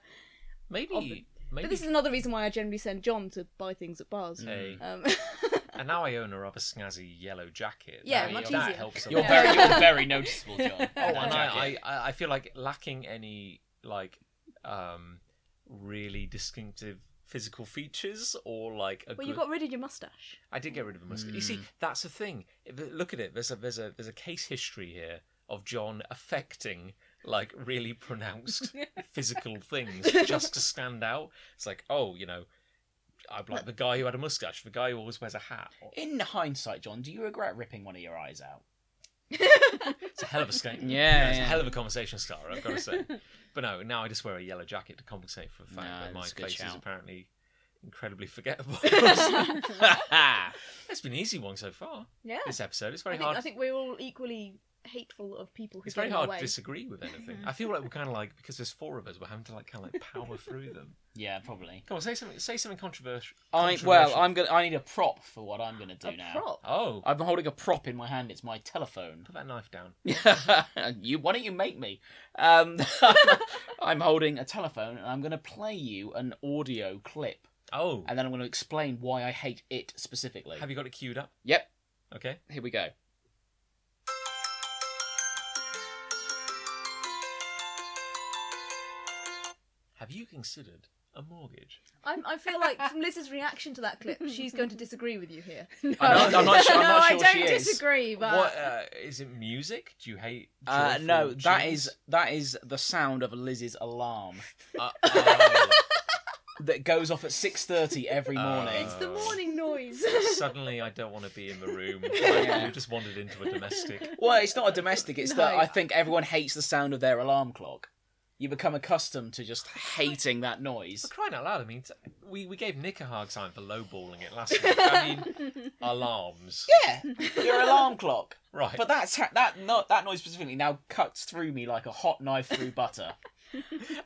Speaker 1: Maybe. Maybe. Mm.
Speaker 3: but this is another reason why I generally send John to buy things at bars.
Speaker 1: Hey.
Speaker 3: Um, [LAUGHS]
Speaker 1: And now I own a rather snazzy yellow jacket.
Speaker 3: Yeah,
Speaker 1: that,
Speaker 3: much
Speaker 1: that
Speaker 3: easier.
Speaker 1: helps a
Speaker 2: You're
Speaker 1: lot.
Speaker 2: very, [LAUGHS] you're very
Speaker 3: [LAUGHS]
Speaker 2: noticeable, John.
Speaker 1: Oh, and I, I, I feel like lacking any like um really distinctive physical features or like a
Speaker 3: Well,
Speaker 1: good...
Speaker 3: you got rid of your mustache.
Speaker 1: I did get rid of a musket. You see, that's the thing. If- Look at it. There's a there's a there's a case history here of John affecting like really
Speaker 3: [LAUGHS]
Speaker 1: pronounced physical things just to stand out. It's like, oh, you know, I'm like the guy who had a mustache, the guy who always wears a hat.
Speaker 2: In hindsight, John, do you regret ripping one of your eyes [LAUGHS] out?
Speaker 1: It's a hell of a skate.
Speaker 2: [LAUGHS] Yeah,
Speaker 1: it's a
Speaker 2: yeah.
Speaker 1: hell of a conversation starter. I've got to
Speaker 2: [LAUGHS]
Speaker 1: say. But no, now I just wear a yellow jacket to compensate for the fact
Speaker 2: No,
Speaker 1: that my
Speaker 2: that's a good
Speaker 1: face is
Speaker 2: shout.
Speaker 1: apparently incredibly
Speaker 2: [LAUGHS]
Speaker 1: forgettable. [LAUGHS] it's been an easy one so far.
Speaker 3: Yeah.
Speaker 1: This episode. It's
Speaker 3: I
Speaker 1: very
Speaker 3: think,
Speaker 1: hard.
Speaker 3: I think we're all equally hateful of people who
Speaker 1: It's
Speaker 3: get
Speaker 1: very
Speaker 3: in our
Speaker 1: hard
Speaker 3: way.
Speaker 1: to disagree with
Speaker 2: [LAUGHS]
Speaker 1: anything. I feel like we're kind of like because there's four of us, we're having to like kind of like power through them.
Speaker 2: Yeah, probably.
Speaker 1: Come on, say something. Say something controversial.
Speaker 2: I well, I'm gonna. I need a prop for what I'm gonna do
Speaker 3: a
Speaker 2: now.
Speaker 3: prop.
Speaker 1: Oh,
Speaker 2: I'm holding a prop in my hand. It's my telephone.
Speaker 1: put that knife down.
Speaker 2: [LAUGHS] you. Why don't you make me? Um, [LAUGHS] I'm holding a telephone, and I'm gonna play you an audio clip,
Speaker 1: Oh,
Speaker 2: and then I'm gonna explain why I hate it specifically.
Speaker 1: have you got it queued up?
Speaker 2: Yep.
Speaker 1: Okay.
Speaker 2: Here we go.
Speaker 1: Have you considered a mortgage?
Speaker 3: I'm, I feel like from Liz's reaction to that clip, she's going to disagree with you here.
Speaker 2: I'm not- I'm
Speaker 3: [LAUGHS]
Speaker 2: not sure-
Speaker 4: [LAUGHS]
Speaker 2: I'm
Speaker 4: no,
Speaker 2: not
Speaker 4: I
Speaker 2: sure
Speaker 4: don't
Speaker 2: she is.
Speaker 4: disagree, but
Speaker 1: what uh, is it? Music? Do you hate?
Speaker 2: Uh,
Speaker 1: joyful
Speaker 2: no, that
Speaker 1: tunes?
Speaker 2: is that is the sound of Liz's alarm
Speaker 1: Uh, oh,
Speaker 2: that goes off at six thirty every morning.
Speaker 3: It's the morning noise.
Speaker 1: suddenly, I don't want to be in the room. Like,
Speaker 2: Yeah.
Speaker 1: You just wandered into a domestic.
Speaker 2: Well, it's not a domestic. It's
Speaker 4: No.
Speaker 2: that I think everyone hates the sound of their alarm clock. You become accustomed to just hating that noise.
Speaker 1: For crying out loud, I mean, t- we, we gave Nick a hard time for lowballing it last week. I mean, alarms.
Speaker 2: Yeah,
Speaker 4: [LAUGHS]
Speaker 2: your alarm clock.
Speaker 1: Right.
Speaker 2: But that's ha- that no, that noise specifically now cuts through me like a hot knife through butter.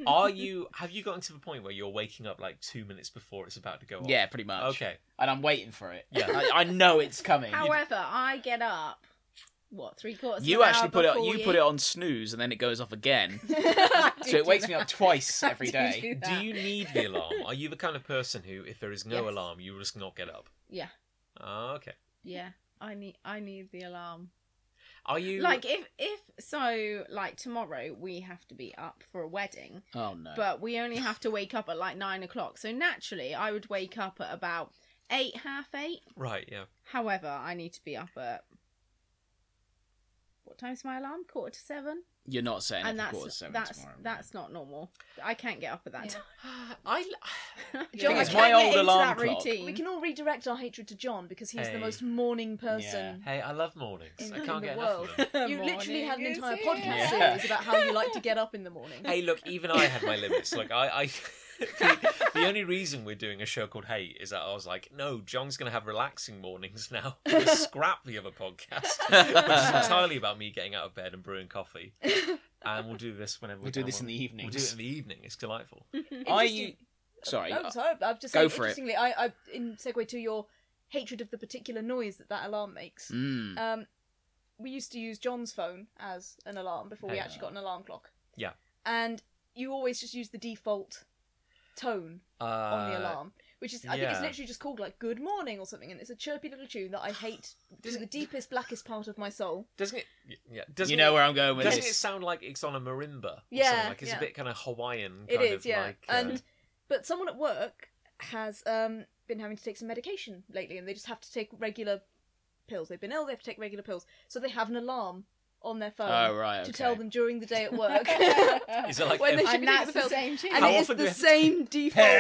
Speaker 1: Are you? Have you gotten to the point where you're waking up like two minutes before it's about to go off?
Speaker 2: [LAUGHS] yeah, pretty much.
Speaker 1: Okay.
Speaker 2: and I'm waiting for it.
Speaker 1: Yeah.
Speaker 2: I, I know it's coming.
Speaker 4: however, I get up. What three quarters?
Speaker 2: you actually put it
Speaker 4: [LAUGHS]
Speaker 2: you put it on snooze and then it goes off again, so it wakes me
Speaker 4: [LAUGHS]
Speaker 2: up twice every day.
Speaker 1: Do you need the alarm? Are you the kind of person who, if there is no
Speaker 4: Yes.
Speaker 1: alarm, you will just not get up?
Speaker 4: Yeah.
Speaker 1: Ah, okay.
Speaker 4: Yeah, I need I need the alarm.
Speaker 1: Are you
Speaker 4: Like if if so, like tomorrow we have to be up for a wedding,
Speaker 2: Oh no.
Speaker 4: but we only have to wake up at like nine o'clock. So naturally, I would wake up at about eight, half eight.
Speaker 1: right? Yeah.
Speaker 4: However, I need to be up at what time's my alarm? Quarter to seven,
Speaker 2: You're not setting
Speaker 4: and
Speaker 2: up at
Speaker 4: that's
Speaker 2: quarter to seven
Speaker 4: that's
Speaker 2: tomorrow.
Speaker 4: that's not normal. I can't get up at that
Speaker 3: Yeah.
Speaker 4: time.
Speaker 1: I
Speaker 3: [LAUGHS]
Speaker 4: John,
Speaker 3: Thing
Speaker 4: I
Speaker 3: is,
Speaker 4: can't
Speaker 3: my
Speaker 4: get
Speaker 2: old
Speaker 4: into
Speaker 2: alarm
Speaker 4: that
Speaker 2: clock-
Speaker 4: routine.
Speaker 3: we can all redirect our hatred to John because he's
Speaker 1: Hey.
Speaker 3: the most morning person.
Speaker 1: hey, I love mornings.
Speaker 3: In,
Speaker 1: I
Speaker 3: in
Speaker 1: can't
Speaker 3: the
Speaker 1: get
Speaker 3: world.
Speaker 1: enough of them.
Speaker 3: You literally had an entire podcast
Speaker 2: here. Yeah.
Speaker 3: series about how you like to get up in the morning.
Speaker 1: Hey, look, even I have my limits. Like I, [LAUGHS] I the, the only reason we're doing a show called Hey is that I was like, no, John's going to have relaxing mornings now. [LAUGHS] We'll scrap the other podcast, which
Speaker 2: [LAUGHS]
Speaker 1: is entirely about me getting out of bed and brewing coffee, and we'll do this whenever we
Speaker 2: We'll do
Speaker 1: can.
Speaker 2: this in the
Speaker 1: We'll do it
Speaker 2: evenings.
Speaker 1: in the evening. It's delightful.
Speaker 4: [LAUGHS]
Speaker 2: I
Speaker 3: Interesting.
Speaker 2: u- sorry.
Speaker 3: Oh, sorry. I've just
Speaker 2: Go
Speaker 3: said,
Speaker 2: for it.
Speaker 3: interestingly, I, I in segue to your hatred of the particular noise that that alarm makes.
Speaker 2: Mm.
Speaker 3: Um, we used to use John's phone as an alarm before we
Speaker 1: Hey.
Speaker 3: actually got an alarm clock.
Speaker 1: Yeah.
Speaker 3: And you always just use the default tone
Speaker 1: Uh,
Speaker 3: on the alarm, which is I think it's
Speaker 1: yeah.
Speaker 3: literally just called like "Good Morning" or something, and it's a chirpy little tune that I hate
Speaker 1: Does
Speaker 3: to the
Speaker 1: it-
Speaker 3: deepest, blackest part of my soul.
Speaker 1: Doesn't it? Yeah. Doesn't
Speaker 2: You know
Speaker 1: it,
Speaker 2: where I'm going with
Speaker 1: Doesn't
Speaker 2: this.
Speaker 1: it sound like it's on a marimba? or
Speaker 3: Yeah,
Speaker 1: something? like it's
Speaker 3: yeah.
Speaker 1: a bit kind of Hawaiian.
Speaker 3: It
Speaker 1: Kind
Speaker 3: is,
Speaker 1: of
Speaker 3: yeah.
Speaker 1: Like, uh,
Speaker 3: and but someone at work has um been having to take some medication lately, and they just have to take regular pills. They've been ill; they have to take regular pills, so they have an alarm on their phone
Speaker 2: Oh, right, okay.
Speaker 3: to tell them during the day at work.
Speaker 1: [LAUGHS]
Speaker 3: [LAUGHS]
Speaker 1: is it like
Speaker 3: when they
Speaker 1: every-
Speaker 3: should
Speaker 4: and
Speaker 3: be
Speaker 4: that's the
Speaker 3: taking pills.
Speaker 4: same [LAUGHS] tune.
Speaker 3: And
Speaker 1: How
Speaker 3: it is
Speaker 1: often do we
Speaker 3: the
Speaker 1: have to-
Speaker 3: same default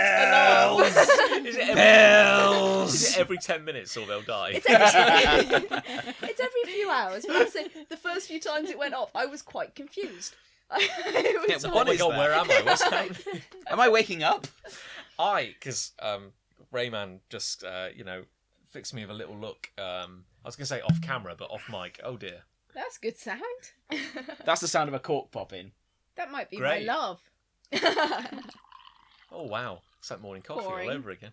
Speaker 1: [LAUGHS]
Speaker 3: alarm.
Speaker 1: is it every, is it every ten minutes or they'll die?
Speaker 3: It's
Speaker 1: [LAUGHS]
Speaker 3: every, [LAUGHS] it's every few hours. But I'd say the first few times it went off, I was quite confused. [LAUGHS] it was
Speaker 2: Yeah,
Speaker 1: oh
Speaker 3: like-
Speaker 1: my
Speaker 2: is
Speaker 1: god,
Speaker 2: that?
Speaker 1: where am I? What's happening?
Speaker 2: Am I waking up?
Speaker 1: [LAUGHS] I, because um, Rayman just, uh, you know, fixed me with a little look. Um, I was going to say off camera, but off mic. Oh dear.
Speaker 4: That's good sound.
Speaker 2: That's the sound of a cork popping.
Speaker 4: That might be
Speaker 1: Great.
Speaker 4: my
Speaker 3: [LAUGHS]
Speaker 4: love.
Speaker 1: Oh wow. It's like morning coffee
Speaker 4: Boring.
Speaker 1: all over again.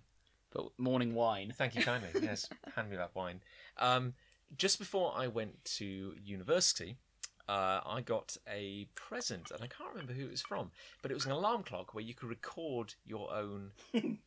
Speaker 2: But morning wine.
Speaker 1: Thank you
Speaker 3: [LAUGHS]
Speaker 1: kindly. Yes, hand me that wine. Um, just before I went to university, uh, I got a present, and I can't remember who it was from, but it was an alarm clock where you could record your own.
Speaker 4: [LAUGHS]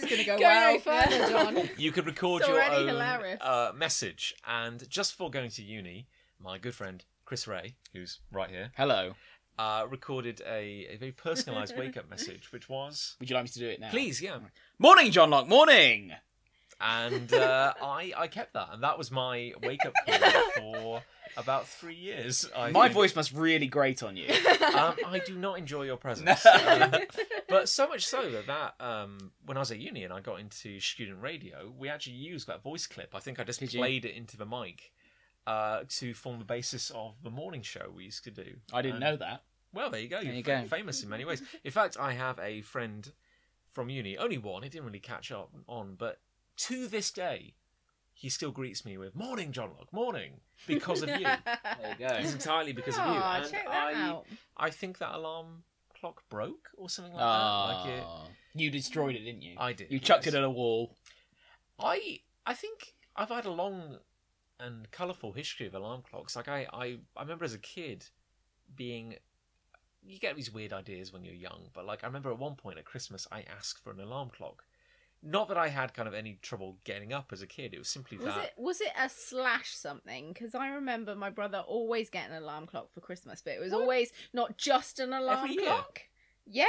Speaker 4: This is going to go,
Speaker 3: Go
Speaker 4: well.
Speaker 3: no
Speaker 4: [LAUGHS]
Speaker 3: further,
Speaker 4: Yeah.
Speaker 3: John.
Speaker 1: You could record
Speaker 4: It's
Speaker 1: your
Speaker 4: already
Speaker 1: own
Speaker 4: hilarious.
Speaker 1: uh, message. And just before going to uni, my good friend Chris Ray, who's right here,
Speaker 2: Hello.
Speaker 1: uh, recorded a, a very
Speaker 4: [LAUGHS]
Speaker 1: personalised wake up message, which was,
Speaker 2: Would you like me to do it now?
Speaker 1: please, yeah.
Speaker 2: Morning, John Locke. Morning.
Speaker 1: And uh, I, I kept that. And that was my wake
Speaker 2: [LAUGHS]
Speaker 1: up call for about three years. I
Speaker 2: My
Speaker 1: think.
Speaker 2: voice must really grate on you.
Speaker 1: Um, I do not enjoy your presence.
Speaker 2: [LAUGHS] No.
Speaker 1: Uh, but so much so that, that um, when I was at uni and I got into student radio, we actually used that voice clip. I think I just
Speaker 2: Did you?
Speaker 1: played it into the mic uh, to form the basis of the morning show we used to do.
Speaker 2: I didn't
Speaker 1: And-
Speaker 2: know that.
Speaker 1: Well, there you go.
Speaker 2: There
Speaker 1: You're
Speaker 2: you
Speaker 1: fa-
Speaker 2: go.
Speaker 1: famous in many ways. In fact, I have a friend from uni, only one, it didn't really catch up on, but to this day, he still greets me with morning, John Locke, morning, because of you.
Speaker 2: There you
Speaker 1: It's
Speaker 2: go.
Speaker 1: entirely because of you.
Speaker 4: Aw,
Speaker 1: And
Speaker 4: check
Speaker 1: I,
Speaker 4: that out.
Speaker 1: I think that alarm clock broke or something like that. Like it,
Speaker 2: Ah, you destroyed it, didn't you?
Speaker 1: I did.
Speaker 2: You chucked
Speaker 1: yes.
Speaker 2: it at a wall.
Speaker 1: I I think I've had a long and colourful history of alarm clocks. Like I, I, I remember as a kid being you get these weird ideas when you're young, but like I remember at one point at Christmas I asked for an alarm clock. Not that I had kind of any trouble getting up as a kid. It was simply
Speaker 4: Was
Speaker 1: that
Speaker 4: it was it a slash something? Because I remember my brother always getting an alarm clock for Christmas, but it was always not just an alarm
Speaker 1: Every year?
Speaker 4: clock. Yeah,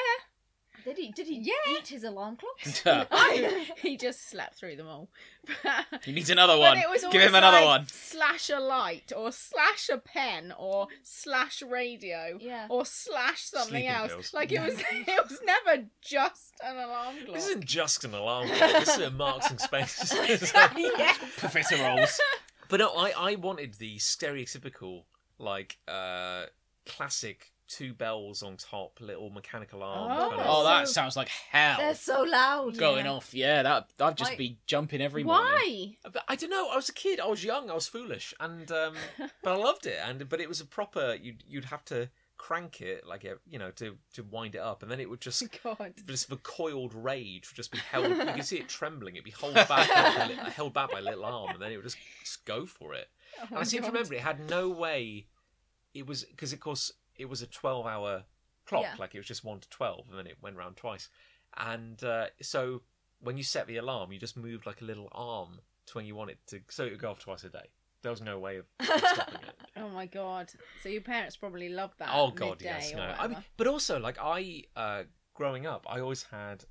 Speaker 3: Did he? Did he
Speaker 4: Yeah.
Speaker 3: eat his alarm clock? [LAUGHS] Oh.
Speaker 4: I, [LAUGHS] he just slept through them all. [LAUGHS] But
Speaker 2: he needs another one.
Speaker 4: it was
Speaker 2: Give him
Speaker 4: always
Speaker 2: another
Speaker 4: like,
Speaker 2: one.
Speaker 4: Slash a light, or slash a pen, or slash radio, [LAUGHS]
Speaker 3: Yeah.
Speaker 4: or slash something
Speaker 1: Sleeping
Speaker 4: else.
Speaker 1: pills.
Speaker 4: Like it was, [LAUGHS] it was never just an alarm clock.
Speaker 1: This isn't just an
Speaker 4: [LAUGHS]
Speaker 1: alarm clock. This is a Marks and Spencer's.
Speaker 2: Professor Rolls.
Speaker 1: [LAUGHS] But no, I, I wanted the stereotypical, like, uh, classic two bells on top, little mechanical arm.
Speaker 4: Oh.
Speaker 1: kind of-
Speaker 2: Oh, that
Speaker 3: So-
Speaker 2: sounds like hell.
Speaker 3: They're so loud.
Speaker 2: going
Speaker 3: Yeah.
Speaker 2: off. Yeah, that I'd just
Speaker 3: Why-
Speaker 2: be jumping every morning. [LAUGHS]
Speaker 4: Why?
Speaker 1: But I don't know. I was a kid. I was young. I was foolish, and um, but I loved it. And but it was a proper. You'd you'd have to crank it like a- you know to to wind it up, and then it would
Speaker 3: [LAUGHS]
Speaker 1: just
Speaker 4: [LAUGHS] God.
Speaker 1: just the coiled rage would just be held. you could see it trembling. It'd be held back, by the li- held back by little arm, and then it would just, just go for it.
Speaker 4: Oh
Speaker 1: And I
Speaker 4: my
Speaker 1: seem to
Speaker 4: God.
Speaker 1: remember it had no way. It was because of course it was a twelve-hour clock,
Speaker 3: Yeah.
Speaker 1: like it was just one to twelve, and then it went round twice. And uh, so when you set the alarm, you just moved like a little arm to when you want it to, so it would go off twice a day. There was no way of stopping it.
Speaker 4: Oh my god! So your parents probably loved that.
Speaker 1: Oh god,
Speaker 4: midday
Speaker 1: yes,
Speaker 4: or
Speaker 1: no. I
Speaker 4: whatever.
Speaker 1: mean, but also like I, uh, growing up, I always had,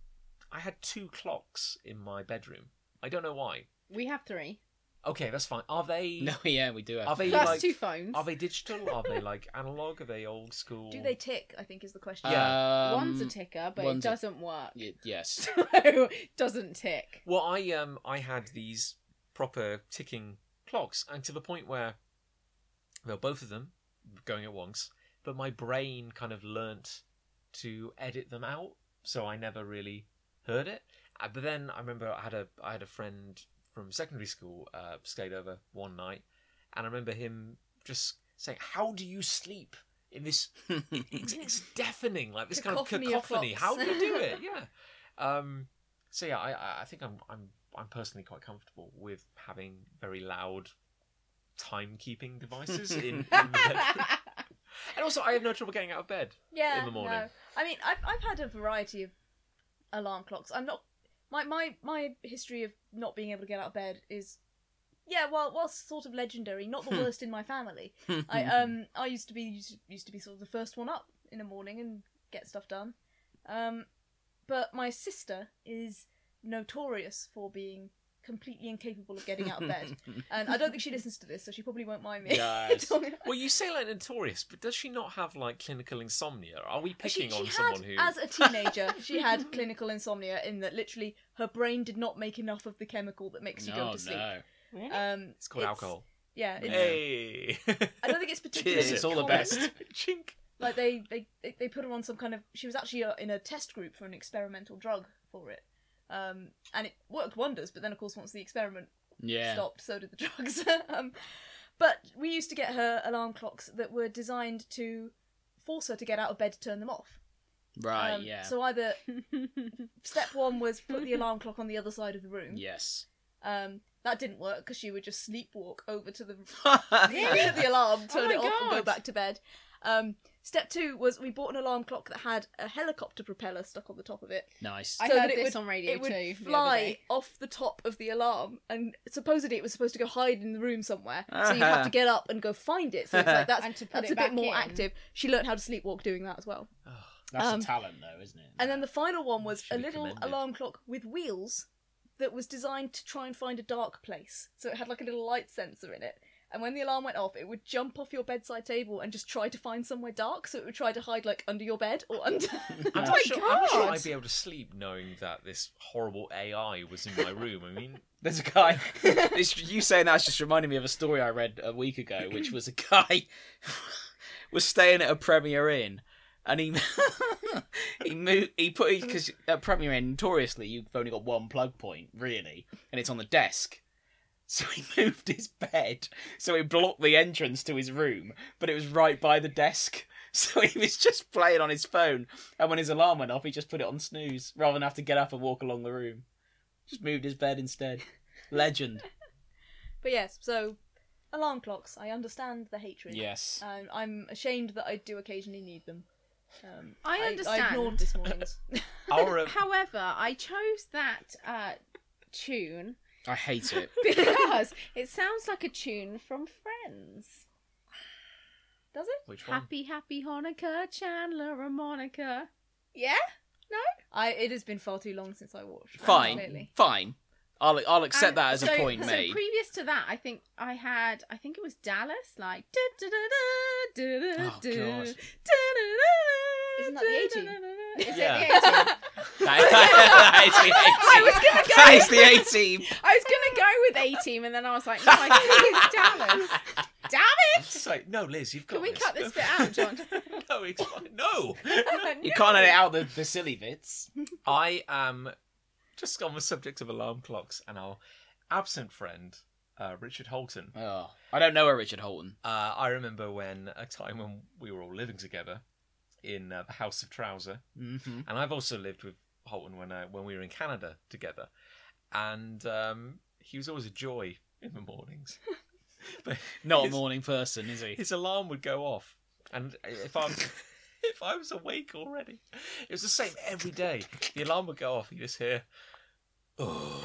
Speaker 1: I had two clocks in my bedroom. I don't know why.
Speaker 4: we have three.
Speaker 1: Okay, that's fine. Are they?
Speaker 2: No, yeah, we do. Have
Speaker 1: Are they
Speaker 4: That's
Speaker 1: like?
Speaker 4: two phones.
Speaker 1: Are they digital? Are they like analog? Are they old school? [LAUGHS]
Speaker 3: [LAUGHS] Do they tick? I think is the question.
Speaker 2: Yeah.
Speaker 4: one's a ticker, but it
Speaker 2: um, one's a-
Speaker 4: doesn't work.
Speaker 2: Y- yes.
Speaker 4: [LAUGHS] So it doesn't tick.
Speaker 1: [LAUGHS] Well, I um I had these proper ticking clocks, and to the point where, well, both of them going at once, but my brain kind of learnt to edit them out, so I never really heard it. Uh, but then I remember I had a I had a friend from secondary school uh, stayed over one night, and I remember him just saying, "How do you sleep in this it's, it's deafening, like this kind of
Speaker 3: Cacophony of
Speaker 1: cacophony.
Speaker 3: clocks.
Speaker 1: How do you do
Speaker 3: [LAUGHS]
Speaker 1: it? Yeah. Um, so yeah, I- I, I think I'm I'm I'm personally quite comfortable with having very loud timekeeping devices in, in the bedroom.
Speaker 3: [LAUGHS]
Speaker 1: and also I have no trouble getting out of bed.
Speaker 3: yeah,
Speaker 1: in the morning.
Speaker 3: No. I mean, I've I've had a variety of alarm clocks. I'm not my my my history of not being able to get out of bed is yeah, well, well, sort of legendary. Not the
Speaker 1: Hmm.
Speaker 3: worst in
Speaker 1: [LAUGHS]
Speaker 3: my family. [LAUGHS]
Speaker 2: [LAUGHS]
Speaker 3: I um I used to be used, used to be sort of the first one up in the morning and get stuff done. Um, but my sister is notorious for being completely incapable of getting out
Speaker 1: [LAUGHS]
Speaker 3: of bed, and I don't think she listens to this, so she probably won't mind [LAUGHS] me.
Speaker 2: Yes.
Speaker 3: talking about-
Speaker 1: Well, you say like notorious, but does she not have like clinical insomnia? Are we picking
Speaker 3: she,
Speaker 1: on
Speaker 3: she
Speaker 1: someone
Speaker 3: had,
Speaker 1: who?
Speaker 3: as a teenager,
Speaker 2: [LAUGHS]
Speaker 3: she had clinical insomnia in that literally her brain did not make enough of the chemical that makes you
Speaker 2: no,
Speaker 3: go to sleep.
Speaker 2: no.
Speaker 3: [LAUGHS] Um,
Speaker 1: It's called alcohol.
Speaker 3: Yeah, it's, [LAUGHS]
Speaker 1: Hey,
Speaker 3: I don't think it's particularly.
Speaker 2: Cheers, it's all the
Speaker 3: common.
Speaker 2: best.
Speaker 1: [LAUGHS] Chink.
Speaker 3: Like they, they they- they put her on some kind of. She was actually uh, in a test group for an experimental drug for it, um, and it worked wonders. But then, of course, once the experiment
Speaker 2: Yeah.
Speaker 3: stopped, so did the [LAUGHS] drugs. um, but we used to get her alarm clocks that were designed to force her to get out of bed to turn them off.
Speaker 2: Right.
Speaker 3: Um,
Speaker 2: yeah.
Speaker 3: So either step one was put
Speaker 4: [LAUGHS]
Speaker 3: the alarm clock on the other side of the room. [LAUGHS]
Speaker 2: Yes.
Speaker 3: Um, that didn't work because she would just sleepwalk over to the
Speaker 2: yeah.
Speaker 4: [LAUGHS]
Speaker 3: [LAUGHS] the alarm, turn
Speaker 4: Oh my
Speaker 3: it off, and go
Speaker 4: God.
Speaker 3: back to bed. Um, Step two was we bought an alarm clock that had a helicopter propeller stuck on the top of it.
Speaker 2: Nice.
Speaker 4: I
Speaker 3: so
Speaker 4: heard
Speaker 3: that it
Speaker 4: this
Speaker 3: would,
Speaker 4: on radio
Speaker 3: it would
Speaker 4: too.
Speaker 3: fly off the top of the alarm, and supposedly it was supposed to go hide in the room somewhere. So you'd have
Speaker 2: Uh-huh.
Speaker 3: to get up and go find it. So it's like that's,
Speaker 4: And to put
Speaker 3: that's
Speaker 4: it
Speaker 3: a bit
Speaker 4: back in.
Speaker 3: more active. She learned how to sleepwalk doing that as well.
Speaker 2: That's
Speaker 3: um,
Speaker 2: a talent, though, isn't it?
Speaker 3: And then the final one was
Speaker 1: Should
Speaker 3: a
Speaker 1: be
Speaker 3: little
Speaker 1: commended.
Speaker 3: alarm clock with wheels that was designed to try and find a dark place. So it had like a little light sensor in it. And when the alarm went off, it would jump off your bedside table and just try to find somewhere dark. So it would try to hide like under your bed or
Speaker 1: [LAUGHS]
Speaker 3: under.
Speaker 1: I'm,
Speaker 4: Oh
Speaker 1: not
Speaker 4: my
Speaker 1: sure, I'm not sure
Speaker 4: God.
Speaker 1: I'd be able to sleep knowing that this horrible AI was in my room. I mean, [LAUGHS]
Speaker 2: There's a guy. this, you saying that's just reminded me of a story I read a week ago, which was a guy [LAUGHS] was staying at a Premier Inn, and he [LAUGHS] he moved he put because at Premier Inn notoriously you've only got one plug point really, and it's on the desk. So he [LAUGHS] moved his bed so it blocked the entrance to his room, but it was right by the desk. [LAUGHS] So he was just playing on his phone, and when his alarm went off, he just put it on snooze rather than have to get up and walk along the room. Just moved his bed instead. Legend.
Speaker 3: but yes, so alarm clocks. I understand the hatred.
Speaker 2: Yes.
Speaker 3: Um, I'm ashamed that I do occasionally need them. Um,
Speaker 4: I
Speaker 3: I,
Speaker 4: understand.
Speaker 3: ignored
Speaker 4: [LAUGHS]
Speaker 3: this morning's.
Speaker 1: our, uh,
Speaker 4: However, I chose that uh, tune
Speaker 2: I
Speaker 4: [LAUGHS]
Speaker 2: hate it.
Speaker 4: because it sounds like a tune from Friends.
Speaker 3: Does it?
Speaker 1: which [LAUGHS] one?
Speaker 4: Happy, happy Hanukkah, Chandler and Monica. Yeah?
Speaker 3: I it has been far too long since I watched.
Speaker 2: Fine.
Speaker 3: Clearly.
Speaker 2: Fine. I'll I'll accept
Speaker 4: And
Speaker 2: that as
Speaker 4: so-
Speaker 2: a point
Speaker 4: so
Speaker 2: made.
Speaker 4: previous to that, I think I had, I think it was Dallas, like. da da da da da
Speaker 2: Oh,
Speaker 4: da
Speaker 2: God.
Speaker 4: Isn't
Speaker 3: Isn't that the 18?
Speaker 4: [LAUGHS] Is
Speaker 1: Yeah.
Speaker 4: it the
Speaker 2: [LAUGHS]
Speaker 4: 18?
Speaker 2: that,
Speaker 4: [LAUGHS]
Speaker 2: is, that is the
Speaker 4: I was
Speaker 2: 18.
Speaker 4: gonna go.
Speaker 2: That is the 18.
Speaker 4: I was gonna go with A Team, and then I was like, no, I think it's Dallas.
Speaker 2: [LAUGHS]
Speaker 4: Damn it!
Speaker 2: Oh,
Speaker 1: It's like, no, Liz, you've got
Speaker 4: Can we
Speaker 1: this.
Speaker 4: cut this bit
Speaker 1: [LAUGHS]
Speaker 4: out, John? [LAUGHS]
Speaker 1: no, it's fine. No!
Speaker 2: You can't edit out the, the silly bits.
Speaker 1: I am just on the subject of alarm clocks and our absent friend, uh, Richard Holton.
Speaker 2: Oh, I don't know a Richard Holton.
Speaker 1: Uh, I remember when a time when we were all living together in uh, the House of Trouser,
Speaker 2: Mm-hmm.
Speaker 1: and I've also lived with Holton when I, when we were in Canada together, and um, he was always a joy in the mornings. but
Speaker 2: Not a
Speaker 1: his,
Speaker 2: morning person, is [LAUGHS] he?
Speaker 1: his alarm would go off, and if I'm if I was awake already, it was the same every day. The alarm would go off, you just hear. Oh.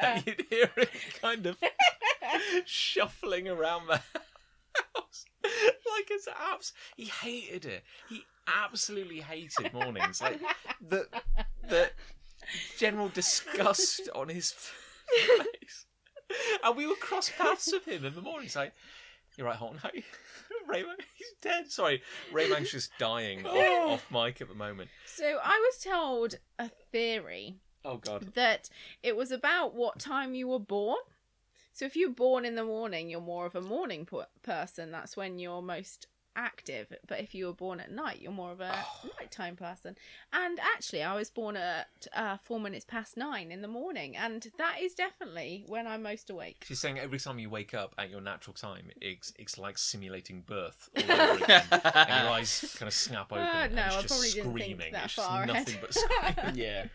Speaker 1: and [LAUGHS] you'd hear it kind of shuffling around the house [LAUGHS] like it's abs. He hated it. He absolutely hated mornings. Like the the general
Speaker 4: [LAUGHS]
Speaker 1: disgust on his face. And we would cross paths with him in the morning. He's like, "You're right, Horton. How you? [LAUGHS] Rayman, he's dead. Sorry, Rayman's just dying
Speaker 4: Oh.
Speaker 1: off, off mic at the moment.
Speaker 4: So I was told a theory
Speaker 1: Oh
Speaker 2: [LAUGHS]
Speaker 1: God.
Speaker 4: that it was about what time you were born. So if you're born in the morning, you're more of a morning per- person. That's when you're most active. But if you were born at night, you're more of a nighttime person. And actually, I was born at uh, four minutes past nine in the morning, and that is definitely when I'm
Speaker 1: [LAUGHS]
Speaker 4: most awake. [LAUGHS]
Speaker 1: She's saying every time you wake up at your natural time, it's it's like simulating birth all over
Speaker 4: [LAUGHS]
Speaker 1: again. and your eyes kind of snap open.
Speaker 4: Uh,
Speaker 1: and
Speaker 4: no,
Speaker 1: it's
Speaker 4: I
Speaker 1: just
Speaker 4: probably didn't
Speaker 1: screaming.
Speaker 4: think that
Speaker 1: it's just
Speaker 4: far ahead.
Speaker 1: nothing
Speaker 4: [LAUGHS]
Speaker 1: but screaming.
Speaker 2: yeah.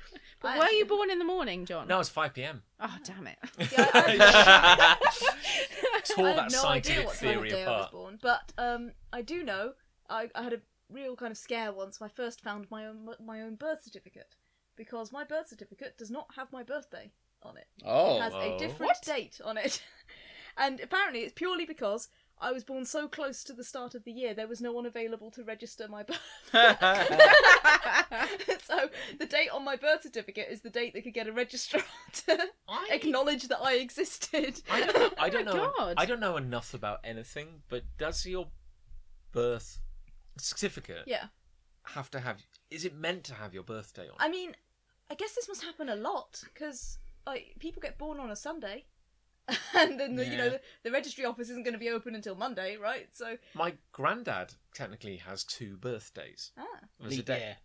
Speaker 4: But were you born in the morning, John?
Speaker 1: No, it's 5 p.m.
Speaker 4: Oh damn it!
Speaker 3: Yeah, I-
Speaker 1: [LAUGHS]
Speaker 3: I-
Speaker 1: Tore
Speaker 3: [LAUGHS] I
Speaker 1: that
Speaker 3: have no idea
Speaker 1: scientific
Speaker 3: what time of
Speaker 1: theory
Speaker 3: day I was
Speaker 1: apart.
Speaker 3: born, but um, I do know I, I had a real kind of scare once. When I first found my own my own birth certificate because my birth certificate does not have my birthday on it.
Speaker 2: Oh.
Speaker 3: it
Speaker 2: [LAUGHS]
Speaker 3: has
Speaker 1: whoa.
Speaker 3: a different date on it, [LAUGHS] and apparently it's purely because I was born so close to the start of the year there was no one available to register
Speaker 1: [LAUGHS]
Speaker 3: my birth. [LAUGHS] so the date on my birth certificate is the date they could get a registrar [LAUGHS] to
Speaker 1: I,
Speaker 3: acknowledge that I existed. [LAUGHS]
Speaker 1: I don't, I don't
Speaker 4: Oh my
Speaker 1: know.
Speaker 4: God.
Speaker 1: I don't know enough about anything, but does your birth certificate
Speaker 3: Yeah.
Speaker 1: have to have? Is it meant to have your birthday on?
Speaker 3: I mean, I guess this must happen a lot because like people get born on a Sunday, [LAUGHS] and then the, you know
Speaker 2: Yeah.
Speaker 3: the, the registry office isn't going to be open until Monday, right? So
Speaker 1: My granddad technically has two birthdays.
Speaker 3: ah,
Speaker 1: There's a
Speaker 2: Leap
Speaker 1: day-
Speaker 2: year.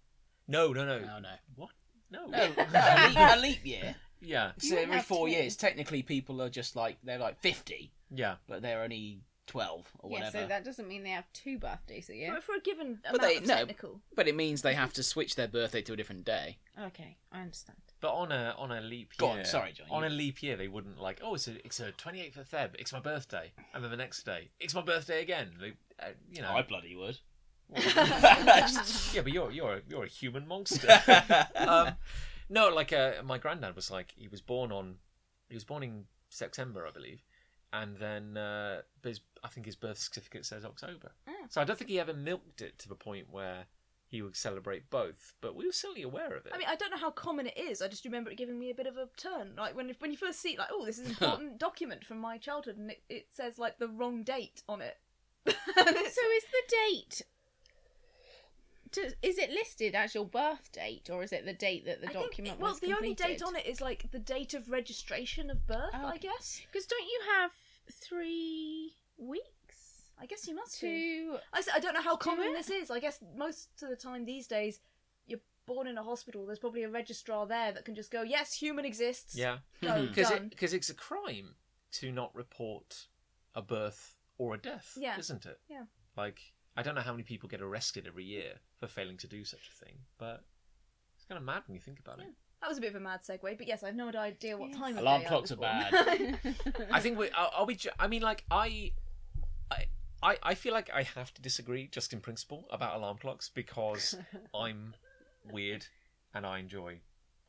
Speaker 1: No, no, no.
Speaker 2: Oh, no.
Speaker 1: What? No.
Speaker 2: No,
Speaker 4: [LAUGHS]
Speaker 2: no, a leap, a leap year.
Speaker 1: [LAUGHS] Yeah,
Speaker 2: So
Speaker 4: You won't
Speaker 2: every
Speaker 4: have
Speaker 2: four
Speaker 4: 10.
Speaker 2: years, technically, people are just like they're like fifty,
Speaker 1: yeah.
Speaker 2: but they're only twelve or
Speaker 4: yeah,
Speaker 2: whatever.
Speaker 4: so that doesn't mean they have two birthdays a year.
Speaker 3: but for a given
Speaker 2: But
Speaker 3: amount
Speaker 2: they-
Speaker 3: of
Speaker 2: no.
Speaker 3: [LAUGHS] technical,
Speaker 2: But it means they have to switch their birthday to a different day.
Speaker 4: Okay, I understand.
Speaker 1: But on a on a leap
Speaker 2: Go
Speaker 1: year,
Speaker 2: on, sorry, John,
Speaker 1: On
Speaker 2: you-
Speaker 1: a leap year, they wouldn't like. Oh, it's a it's a twenty eighth of Feb. It's my birthday, and then the next day, it's my birthday again. They, uh, you know.
Speaker 2: I bloody would.
Speaker 1: yeah, but you're you're a, you're a human
Speaker 2: [LAUGHS]
Speaker 1: monster.
Speaker 3: [LAUGHS]
Speaker 1: um, no, like uh, my granddad was like he was born on he was born in September, I believe, and then uh, his, I think his birth certificate says October.
Speaker 3: Ah.
Speaker 1: So I don't think he ever milked it to the point where he would celebrate both. But we were certainly aware of it.
Speaker 3: I mean, I don't know how common it is. I just remember it giving me a bit of a turn. Like when when you first see, it, like, oh, this is [LAUGHS] an important document from my childhood, and it, it says like the wrong date on it. [LAUGHS]
Speaker 4: So is the date? Does, is it listed as your birth date, or is it the date that the
Speaker 3: I think
Speaker 4: document
Speaker 3: it- well,
Speaker 4: was
Speaker 3: the only date on it is like the date of registration of birth.
Speaker 4: Oh.
Speaker 3: I guess.
Speaker 4: Because don't you have three weeks
Speaker 3: I guess you must be.
Speaker 4: to?
Speaker 3: I, s- I don't know how
Speaker 4: Do
Speaker 3: common
Speaker 4: it.
Speaker 3: this is. I guess most of the time these days, you're born in a hospital. There's probably a registrar there that can just go, yes, human exists.
Speaker 1: yeah,
Speaker 3: Go,
Speaker 1: because
Speaker 3: done.
Speaker 1: because it's a crime to not report a birth or a death,
Speaker 3: Yeah.
Speaker 1: isn't it?
Speaker 3: Yeah.
Speaker 1: Like I don't know how many people get arrested every year for failing to do such a thing, but it's kind of mad when you think about it.
Speaker 3: That was a bit of a mad segue, but yes, I've no idea what time. of
Speaker 2: Alarm
Speaker 3: day I
Speaker 2: clocks
Speaker 3: was
Speaker 2: are
Speaker 3: born. [LAUGHS]
Speaker 1: I think we. Are, are we? ju- I mean, like I, I, I I feel like I have to disagree, just in principle, about alarm clocks because I'm weird and I enjoy,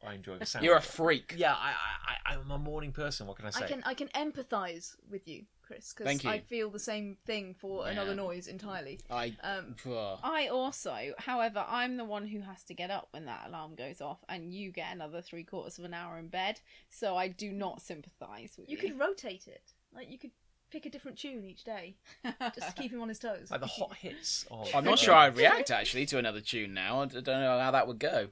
Speaker 1: I enjoy the sound.
Speaker 2: [LAUGHS] You're a freak.
Speaker 1: yeah. I, I, I, I'm a morning person. What can I say?
Speaker 3: I can I can empathise with you, Chris,
Speaker 2: Thank
Speaker 3: because
Speaker 2: you.
Speaker 3: I feel the same thing for
Speaker 2: Yeah.
Speaker 3: another noise entirely.
Speaker 2: I.
Speaker 3: Um,
Speaker 2: Bruh.
Speaker 4: [LAUGHS] I also, however, I'm the one who has to get up when that alarm goes off, and you get another three quarters of an hour in bed. So I do not sympathise with you.
Speaker 3: you could rotate it, like you could pick a different tune each day,
Speaker 4: [LAUGHS]
Speaker 3: just to keep him on his toes.
Speaker 1: Like the hot hits. Of,
Speaker 2: [SIGHS] I'm not sure I'd react actually to another tune now. I d- don't know how that would go.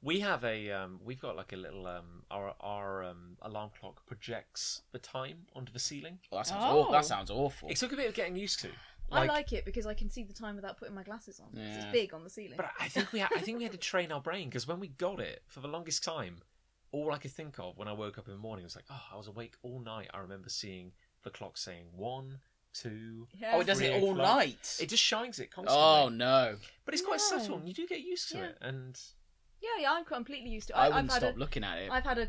Speaker 1: We have a um, we've got like a little um, our our um, alarm clock projects the time onto the ceiling.
Speaker 2: Well, that sounds
Speaker 4: Oh.
Speaker 2: awful. That sounds awful.
Speaker 1: It took a bit of getting used to.
Speaker 3: [LAUGHS] I like it because I can see the time without putting my glasses on. 'cause
Speaker 2: Yeah.
Speaker 3: It's big on the ceiling.
Speaker 1: But I- I think we had, I think we had to train our brain because when we got it for the longest time, all I could think of when I woke up in the morning was like, oh, I was awake all night. I remember seeing the clock saying one, two.
Speaker 3: Yeah.
Speaker 2: Oh, it does it
Speaker 1: Three
Speaker 2: all
Speaker 1: o'clock.
Speaker 2: night.
Speaker 1: It just shines it constantly.
Speaker 2: Oh no!
Speaker 1: but it's quite
Speaker 4: No.
Speaker 1: subtle, and you do get used to
Speaker 3: Yeah.
Speaker 1: it. And
Speaker 3: Yeah, yeah, I'm completely used to it.
Speaker 2: I,
Speaker 3: I, have
Speaker 2: wouldn't
Speaker 3: had
Speaker 2: stop
Speaker 3: a,
Speaker 2: looking at it.
Speaker 3: I've had a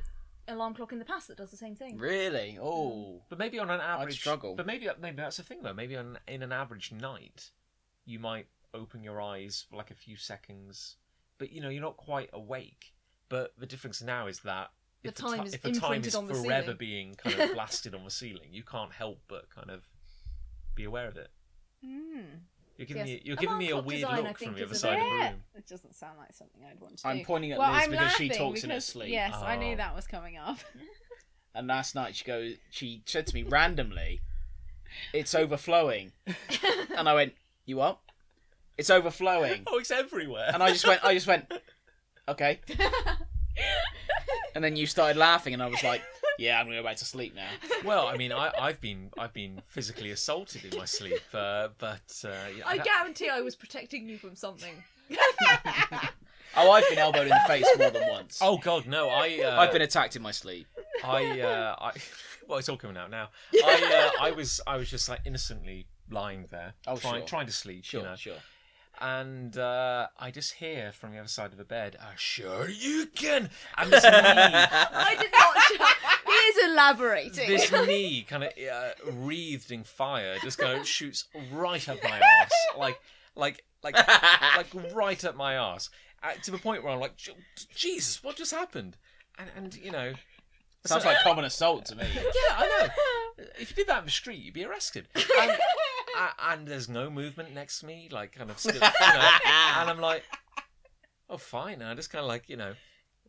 Speaker 3: alarm clock in the past that does the same thing. [LAUGHS]
Speaker 2: Really? Oh,
Speaker 1: but maybe on an average
Speaker 2: struggle.
Speaker 1: But maybe that- maybe that's the thing though. Maybe on in an average night, you might open your eyes for like a few seconds, but you know you're not quite awake. But the difference now is that
Speaker 3: The
Speaker 1: if
Speaker 3: time
Speaker 1: ti-
Speaker 3: is
Speaker 1: if the time
Speaker 3: imprinted
Speaker 1: is
Speaker 3: on the
Speaker 1: forever
Speaker 3: ceiling.
Speaker 1: being kind
Speaker 3: [LAUGHS]
Speaker 1: of blasted on the ceiling, you can't help but kind of be aware of it.
Speaker 4: Mm.
Speaker 1: You're giving
Speaker 3: Yes.
Speaker 1: me you're giving
Speaker 3: Alarm
Speaker 1: me a
Speaker 3: clock
Speaker 1: weird
Speaker 3: design, I
Speaker 1: look from
Speaker 3: think,
Speaker 1: the
Speaker 3: is
Speaker 1: other
Speaker 3: a
Speaker 1: side of the
Speaker 4: Yeah,
Speaker 1: room.
Speaker 4: it doesn't sound like something I'd want to
Speaker 2: I'm
Speaker 4: do.
Speaker 2: pointing at
Speaker 4: well,
Speaker 2: Liz
Speaker 4: I'm
Speaker 2: because she
Speaker 4: laughing
Speaker 2: talks in her
Speaker 4: because-
Speaker 2: sleep.
Speaker 4: Yes, I
Speaker 1: Oh.
Speaker 4: knew that was coming up.
Speaker 2: And last night she goes, she said to me randomly, "It's overflowing," and I went, "You what? It's overflowing."
Speaker 1: Oh, it's everywhere.
Speaker 2: And I just went, I just went, okay. And then you started laughing, and I was like, yeah, I'm gonna go back to sleep now.
Speaker 1: [LAUGHS] well, I mean, I, I've been I've been physically assaulted in my sleep, uh, but uh, yeah,
Speaker 3: I
Speaker 1: that-
Speaker 3: guarantee I was protecting you from something.
Speaker 2: Oh, I've been elbowed in the face more than once.
Speaker 1: Oh God, no! I uh,
Speaker 2: I've been attacked in my sleep. [LAUGHS]
Speaker 1: I, uh, I [LAUGHS] well, it's all coming out now. I, uh, I was, I was just like innocently lying there,
Speaker 2: Oh,
Speaker 1: trying,
Speaker 2: sure.
Speaker 1: trying to sleep,
Speaker 2: Sure,
Speaker 1: you know. [LAUGHS]
Speaker 2: sure.
Speaker 1: And uh, I just hear from the other side of the bed, uh, "Sure you can," and
Speaker 2: [LAUGHS]
Speaker 1: this knee,
Speaker 3: I did not. he is elaborating.
Speaker 1: this knee, kind of uh, wreathed in fire, just go shoots right up my ass, like, like, like, like right up my ass, uh, to the point where I'm like, "Je- "Jesus, what just happened?" And, and you know,
Speaker 2: Sounds like common
Speaker 1: [LAUGHS]
Speaker 2: assault to me.
Speaker 1: Yeah, I know. If you did that in the street, you'd be arrested. And, a- and there's no movement next to me, like kind of still, you know, and I'm like, oh, fine. And I just kind of like, you know,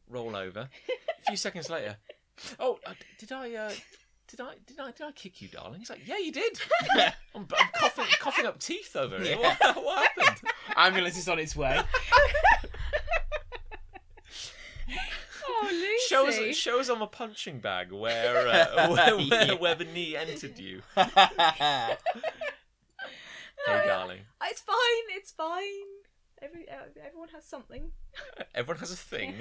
Speaker 1: roll over. A few seconds later, oh, uh, did I, uh, did I, did I, did I kick you, darling? He's like, yeah, you did. I'm, I'm coughing, coughing up teeth over it. What, what happened?
Speaker 2: Ambulance is on its way.
Speaker 1: [LAUGHS]
Speaker 4: oh, Lucy.
Speaker 1: Shows, shows on a punching bag where, uh, where, where, where the knee entered you. Hey, darling.
Speaker 3: It's fine. It's fine. Every uh, everyone has something.
Speaker 1: Everyone has a
Speaker 3: [LAUGHS]
Speaker 1: thing.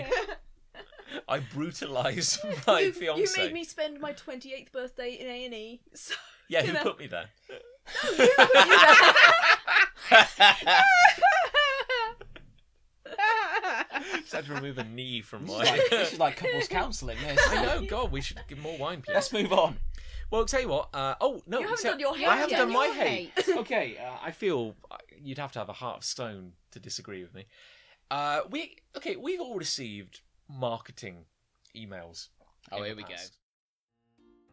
Speaker 1: I brutalised my
Speaker 3: you,
Speaker 1: fiance.
Speaker 3: you made me spend my twenty eighth birthday in A and E. So
Speaker 1: yeah, who
Speaker 3: you know.
Speaker 1: put me there? [LAUGHS] Just had to remove a knee from
Speaker 2: This
Speaker 1: mine.
Speaker 2: is like, this is like couples counselling. This.
Speaker 1: [LAUGHS] I
Speaker 3: [LAUGHS]
Speaker 1: know. God, we should give more wine, please.
Speaker 2: Let's move on.
Speaker 1: Well, tell you what. Uh, oh no,
Speaker 3: You haven't
Speaker 1: so-
Speaker 3: done your
Speaker 1: I
Speaker 3: hate
Speaker 1: have
Speaker 3: yet.
Speaker 1: done my
Speaker 4: Your
Speaker 1: hate.
Speaker 3: [LAUGHS]
Speaker 1: [LAUGHS]
Speaker 4: hate.
Speaker 1: okay, uh, I feel uh, you'd have to have a heart of stone to disagree with me. Uh, we okay. We've all received marketing emails
Speaker 2: Oh,
Speaker 1: in
Speaker 2: here
Speaker 1: the
Speaker 2: we go.
Speaker 1: past.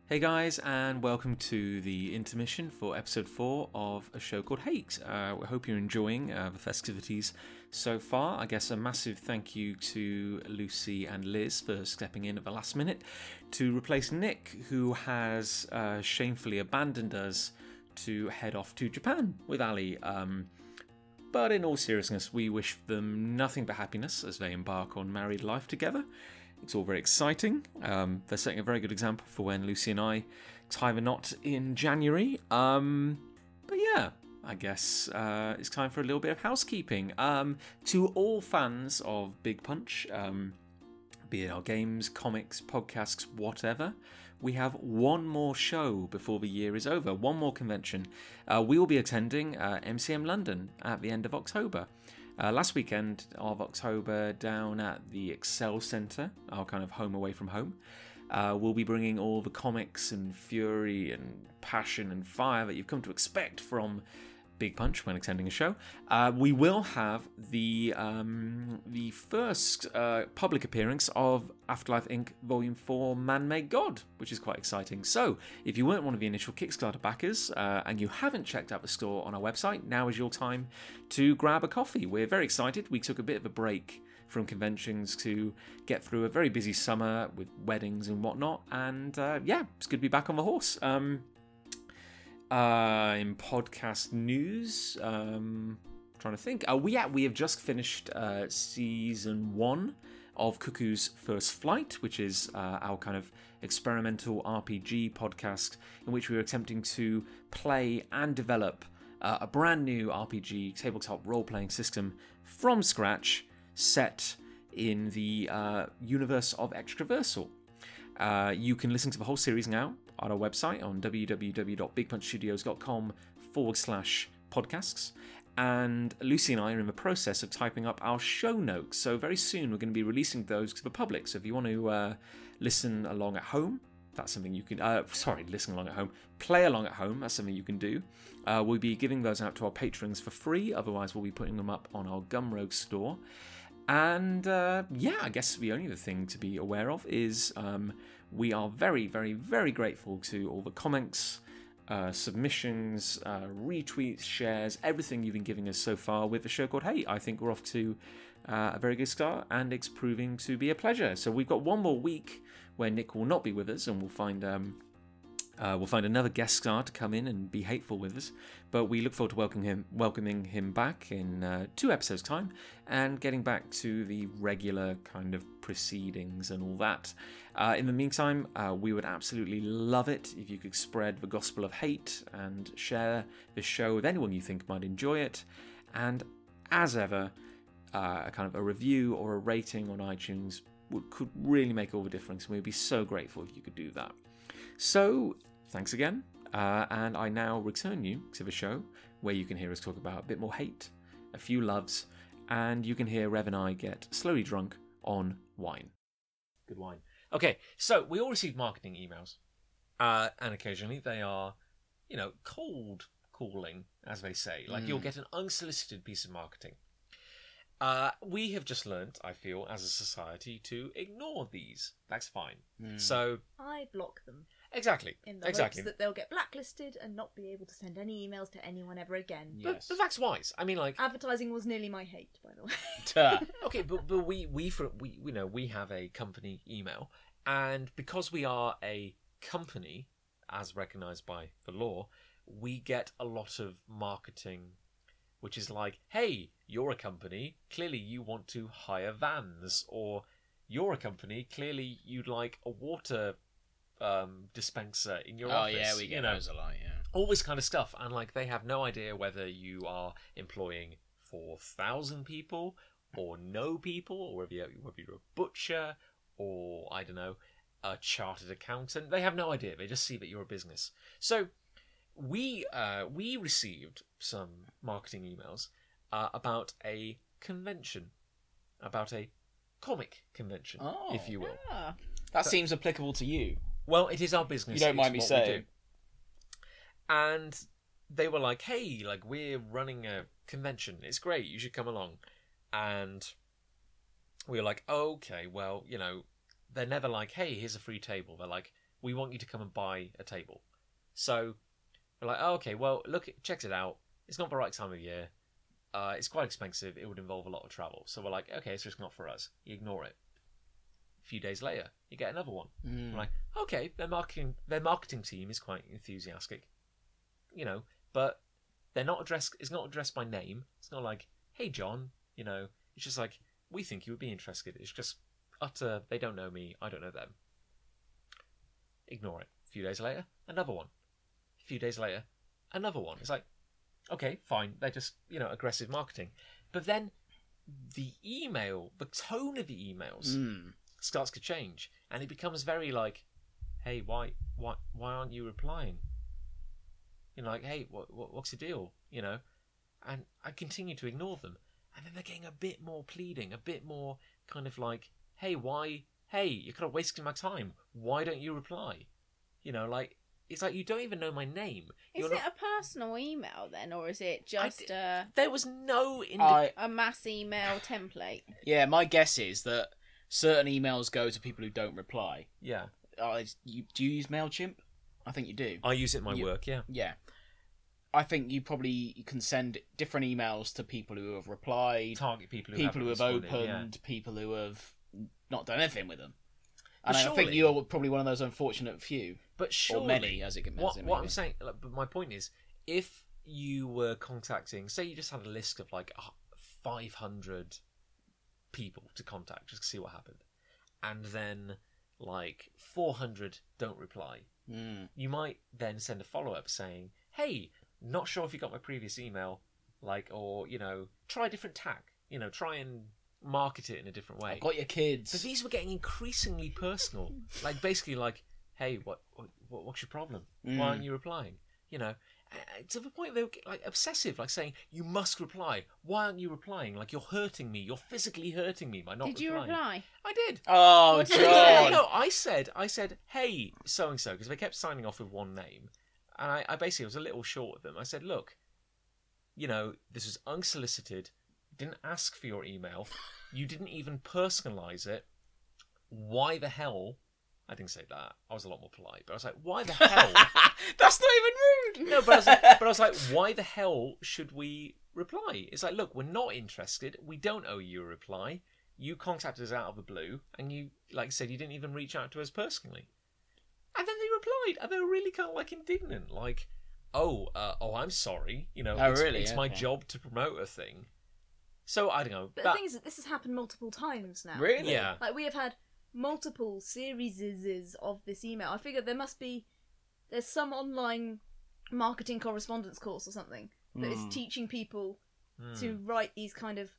Speaker 1: Hey guys, and welcome to the intermission for episode four of a show called Hate. Uh, we hope you're enjoying uh, the festivities so far. I guess a massive thank you to Lucy and Liz for stepping in at the last minute to replace Nick, who has uh, shamefully abandoned us to head off to Japan with Ali. Um, but in all seriousness, we wish them nothing but happiness as they embark on married life together. It's all very exciting. Um, they're setting a very good example for when Lucy and I tie the knot in January. Um, but yeah, I guess uh, it's time for a little bit of housekeeping. Um, to all fans of Big Punch, um, be it our games, comics, podcasts, whatever. We have one more show before the year is over, one more convention. Uh, we will be attending uh, MCM London at the end of October. Uh, last weekend of October, down at the Excel Centre, our kind of home away from home, uh, we'll be bringing all the comics and fury and passion and fire that you've come to expect from Big Punch when attending a show. Uh, we will have the um, the first uh, public appearance of Afterlife Inc. Volume Four: Man Made God, which is quite exciting. So, if you weren't one of the initial Kickstarter backers uh, and you haven't checked out the store on our website, now is your time to grab a coffee. We're very excited. We took a bit of a break from conventions to get through a very busy summer with weddings and whatnot, and uh, yeah, it's good to be back on the horse. Um, uh, in podcast news, um, trying to think. Uh, we at we have just finished uh, season one of Cuckoo's First Flight, which is uh, our kind of experimental RPG podcast in which we were attempting to play and develop uh, a brand new RPG tabletop role playing system from scratch, set in the uh, universe of Extraversal. Uh, you can listen to the whole series now on our website on www.bigpunchstudios.com forward slash podcasts. And Lucy and I are in the process of typing up our show notes. So, very soon we're going to be releasing those to the public. So, if you want to uh, listen along at home, that's something you can, uh, sorry, listen along at home, play along at home. That's something you can do. Uh, we'll be giving those out to our patrons for free. Otherwise, we'll be putting them up on our Gumroad store. And uh, yeah, I guess the only other thing to be aware of is um, we are very, very, very grateful to all the comments, uh, submissions, uh, retweets, shares, everything you've been giving us so far with the show called Hey. I think we're off to uh, a very good start and it's proving to be a pleasure. So we've got one more week where Nick will not be with us and we'll find. Um, uh, we'll find another guest star to come in and be hateful with us, but we look forward to welcoming him, welcoming him back in uh, two episodes' time and getting back to the regular kind of proceedings and all that. Uh, in the meantime, uh, we would absolutely love it if you could spread the gospel of hate and share the show with anyone you think might enjoy it. And as ever, uh, a kind of a review or a rating on iTunes would, could really make all the difference, and we'd be so grateful if you could do that. So, thanks again, uh, and I now return you to the show where you can hear us talk about a bit more hate, a few loves, and you can hear Rev and I get slowly drunk on wine. Good wine. Okay, so we all receive marketing emails, uh, and occasionally they are, you know, cold calling, as they say. Like you'll get an unsolicited piece of marketing. Uh, we have just learnt, I feel, as a society, to ignore these. That's fine.
Speaker 2: Hmm.
Speaker 1: So
Speaker 3: I block them
Speaker 1: Exactly.
Speaker 3: in the
Speaker 1: exactly.
Speaker 3: hopes that they'll get blacklisted and not be able to send any emails to anyone ever again.
Speaker 1: But,
Speaker 2: Yes.
Speaker 1: but that's wise. I mean, like,
Speaker 3: Advertising was nearly my hate, by the way.
Speaker 2: Duh.
Speaker 1: okay, but, but we we for we you know we have a company email, and because we are a company, as recognised by the law, we get a lot of marketing, which is like, hey, you're a company. Clearly, you want to hire vans, or you're a company. Clearly, you'd like a water um, dispenser in your
Speaker 2: oh
Speaker 1: office.
Speaker 2: yeah, we
Speaker 1: you
Speaker 2: get
Speaker 1: know.
Speaker 2: those a lot. Yeah.
Speaker 1: all this kind of stuff and like they have no idea whether you are employing 4000 people or no people or whether you're, whether you're a butcher or i don't know a chartered accountant they have no idea they just see that you're a business so we uh, we received some marketing emails uh, about a convention about a comic convention,
Speaker 2: Oh.
Speaker 1: if you will.
Speaker 4: Ah.
Speaker 2: That seems applicable to you.
Speaker 1: Well, it is our business.
Speaker 2: You don't
Speaker 1: it's
Speaker 2: mind me
Speaker 1: what we do.
Speaker 2: saying.
Speaker 1: And they were like, "Hey, like we're running a convention. It's great. You should come along." And we were like, "Okay, well, you know, they're never like, "Hey, here's a free table." They're like, "We want you to come and buy a table." So we're like, oh, "Okay, well, look, it checks it out. It's not the right time of year. Uh, it's quite expensive. It would involve a lot of travel." So we're like, "Okay, it's just not for us. You ignore it." A few days later, you get another one. I'm like, okay, their marketing their marketing team is quite enthusiastic, you know, but they're not addressed. It's not addressed by name. It's not like, hey, John, you know. It's just like we think you would be interested. It's just utter. They don't know me. I don't know them. Ignore it. A few days later, another one. A few days later, another one. It's like, okay, fine. They're just you know aggressive marketing, but then the email, the tone of the emails
Speaker 2: Mm.
Speaker 1: starts to change, and it becomes very like, "Hey, why, why, why aren't you replying?" You know, like, "Hey, what, what, what's the deal?" You know, and I continue to ignore them, and then they're getting a bit more pleading, a bit more kind of like, "Hey, why? Hey, you're kind of wasting my time. Why don't you reply?" You know, like it's like you don't even know my name.
Speaker 4: Is
Speaker 1: You're
Speaker 4: it
Speaker 1: not-
Speaker 4: a personal email then, or is it just
Speaker 1: di-
Speaker 4: a,
Speaker 1: there was no indi-
Speaker 2: I
Speaker 4: a mass email template?
Speaker 2: yeah, my guess is that certain emails go to people who don't reply.
Speaker 1: yeah.
Speaker 2: Uh, you, do you use Mailchimp? I think you do.
Speaker 1: I use it in my
Speaker 2: You-
Speaker 1: work. Yeah.
Speaker 2: Yeah. I think you probably can send different emails to people who have replied,
Speaker 1: Target people who
Speaker 2: people who have
Speaker 1: haven't
Speaker 2: opened,
Speaker 1: responded, yeah.
Speaker 2: people who have not done anything with them.
Speaker 1: But
Speaker 2: And I think
Speaker 1: surely-
Speaker 2: you are probably one of those unfortunate few,
Speaker 1: But surely,
Speaker 2: or many, as it can
Speaker 1: what,
Speaker 2: as it may
Speaker 1: what I'm
Speaker 2: be.
Speaker 1: saying, like, but my point is, if you were contacting, say you just had a list of like a- 500 people to contact just to see what happened, and then like 400 don't reply,
Speaker 2: Mm.
Speaker 1: you might then send a follow up saying, hey, not sure if you got my previous email, like, or, you know, try a different tack, you know, try and market it in a different way.
Speaker 2: I've got your kids.
Speaker 1: But these were getting increasingly personal. like basically, like, hey, what, what what's your problem?
Speaker 2: Mm.
Speaker 1: Why aren't you replying? You know, uh, to the point they were like obsessive, like saying you must reply. Why aren't you replying? Like you're hurting me. You're physically hurting me by not
Speaker 4: Did you
Speaker 1: replying.
Speaker 4: reply?
Speaker 1: I did.
Speaker 2: Oh,
Speaker 4: What did you
Speaker 1: No,
Speaker 4: say?
Speaker 2: John.
Speaker 1: no, I said, I said, hey, so and so, because they kept signing off with one name, and I, I basically was a little short of them. I said, look, you know, this was unsolicited. Didn't ask for your email. You didn't even personalize it. Why the hell? I didn't say that. I was a lot more polite, but I was like, why
Speaker 2: [LAUGHS]
Speaker 1: the hell?
Speaker 2: That's not even rude.
Speaker 1: no, but I,
Speaker 2: [LAUGHS]
Speaker 1: was like, but I was like, why the hell should we reply? It's like, look, we're not interested. We don't owe you a reply. You contacted us out of the blue, and you, like I said, you didn't even reach out to us personally. And then they replied, and they were really kind of like indignant, like, oh, uh, oh, I'm sorry. You know,
Speaker 2: Oh,
Speaker 1: it's,
Speaker 2: really?
Speaker 1: it's my
Speaker 2: Okay.
Speaker 1: job to promote a thing. So I don't know.
Speaker 3: But
Speaker 1: that-
Speaker 3: the thing is that this has happened multiple times now.
Speaker 2: Really?
Speaker 1: yeah,
Speaker 3: Like we have had multiple serieses of this email. I figure there must be there's some online marketing correspondence course or something that is
Speaker 2: Hmm.
Speaker 3: teaching people
Speaker 1: Hmm.
Speaker 3: to write these kind of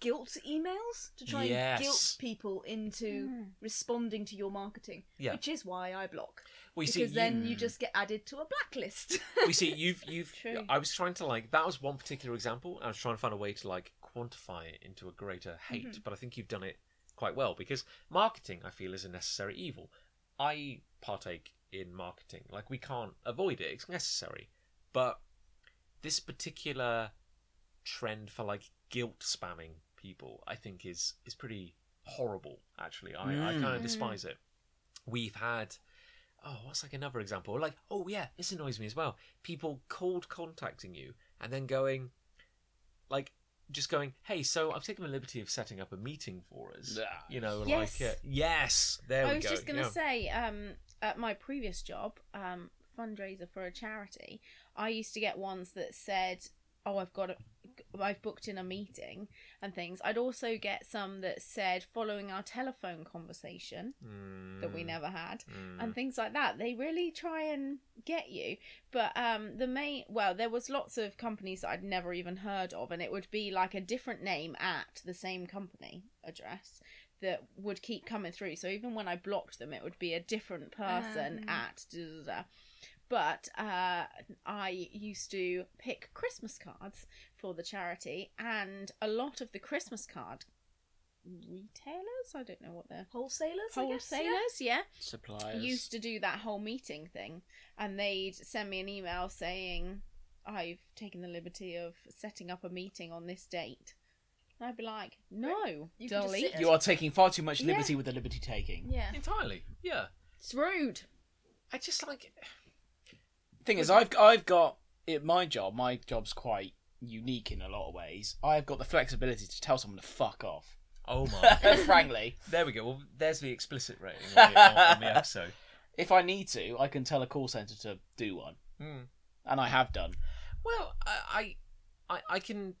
Speaker 3: guilt emails to try
Speaker 1: Yes.
Speaker 3: and guilt people into
Speaker 4: Hmm.
Speaker 3: responding to your marketing.
Speaker 1: Yeah.
Speaker 3: Which is why I block.
Speaker 1: we
Speaker 3: because
Speaker 1: see. Hmm. you-
Speaker 3: then you just get added to
Speaker 4: [LAUGHS]
Speaker 3: a blacklist.
Speaker 1: [LAUGHS] we see you've you've
Speaker 4: True.
Speaker 1: i was trying to like that was one particular example i was trying to find a way to like quantify it into a greater hate but i think you've done it quite well because marketing i feel is a necessary evil i partake in marketing like we can't avoid it it's necessary but this particular trend for like guilt spamming people i think is is pretty horrible actually i, I
Speaker 2: Mm.
Speaker 1: kind of
Speaker 4: Mhm.
Speaker 1: despise it we've had oh what's like another example like oh yeah this annoys me as well people cold contacting you and then going like just going hey so i've taken the liberty of setting up a meeting for us
Speaker 2: Ah.
Speaker 1: you know
Speaker 4: Yes.
Speaker 1: like uh, yes there
Speaker 4: I
Speaker 1: we
Speaker 4: was
Speaker 1: go
Speaker 4: just going to
Speaker 1: yeah.
Speaker 4: say, um, at my previous job, um, fundraiser for a charity, I used to get ones that said, "Oh, I've got, a, I've booked in a meeting and things." I'd also get some that said, "Following our telephone conversation that we
Speaker 1: Mm,
Speaker 4: never had."
Speaker 1: mm.
Speaker 4: and things like that. They really try and get you. But um, the main, well, there was lots of companies that I'd never even heard of, and it would be like a different name at the same company address that would keep coming through. So even when I blocked them, it would be a different person
Speaker 3: Um.
Speaker 4: at da da da. But uh, I used to pick Christmas cards for the charity, and a lot of the Christmas card retailers. I don't know what they're
Speaker 3: Wholesalers? I guess, yeah?
Speaker 4: wholesalers. Yeah,
Speaker 2: Suppliers.
Speaker 4: used to do that whole meeting thing, and they'd send me an email saying, "I've taken the liberty of setting up a meeting on this date." And I'd be like, "No,
Speaker 3: You can just
Speaker 4: Dolly,
Speaker 3: sit
Speaker 2: You are taking far too much
Speaker 4: Yeah.
Speaker 2: liberty with the liberty taking.
Speaker 4: yeah,
Speaker 1: Entirely. Yeah.
Speaker 4: it's rude."
Speaker 1: I just like
Speaker 2: Thing is, I've I've got it. My job, my job's quite unique in a lot of ways. I've got the flexibility to tell someone to fuck
Speaker 3: [LAUGHS]
Speaker 2: off.
Speaker 1: Oh
Speaker 2: [LAUGHS]
Speaker 1: my.
Speaker 2: Frankly,
Speaker 1: there we go. Well, there's the explicit rating on the, on the episode.
Speaker 2: if I need to, I can tell a call center to do one,
Speaker 1: Hmm.
Speaker 2: and I have done.
Speaker 1: Well, I, I, I- I can.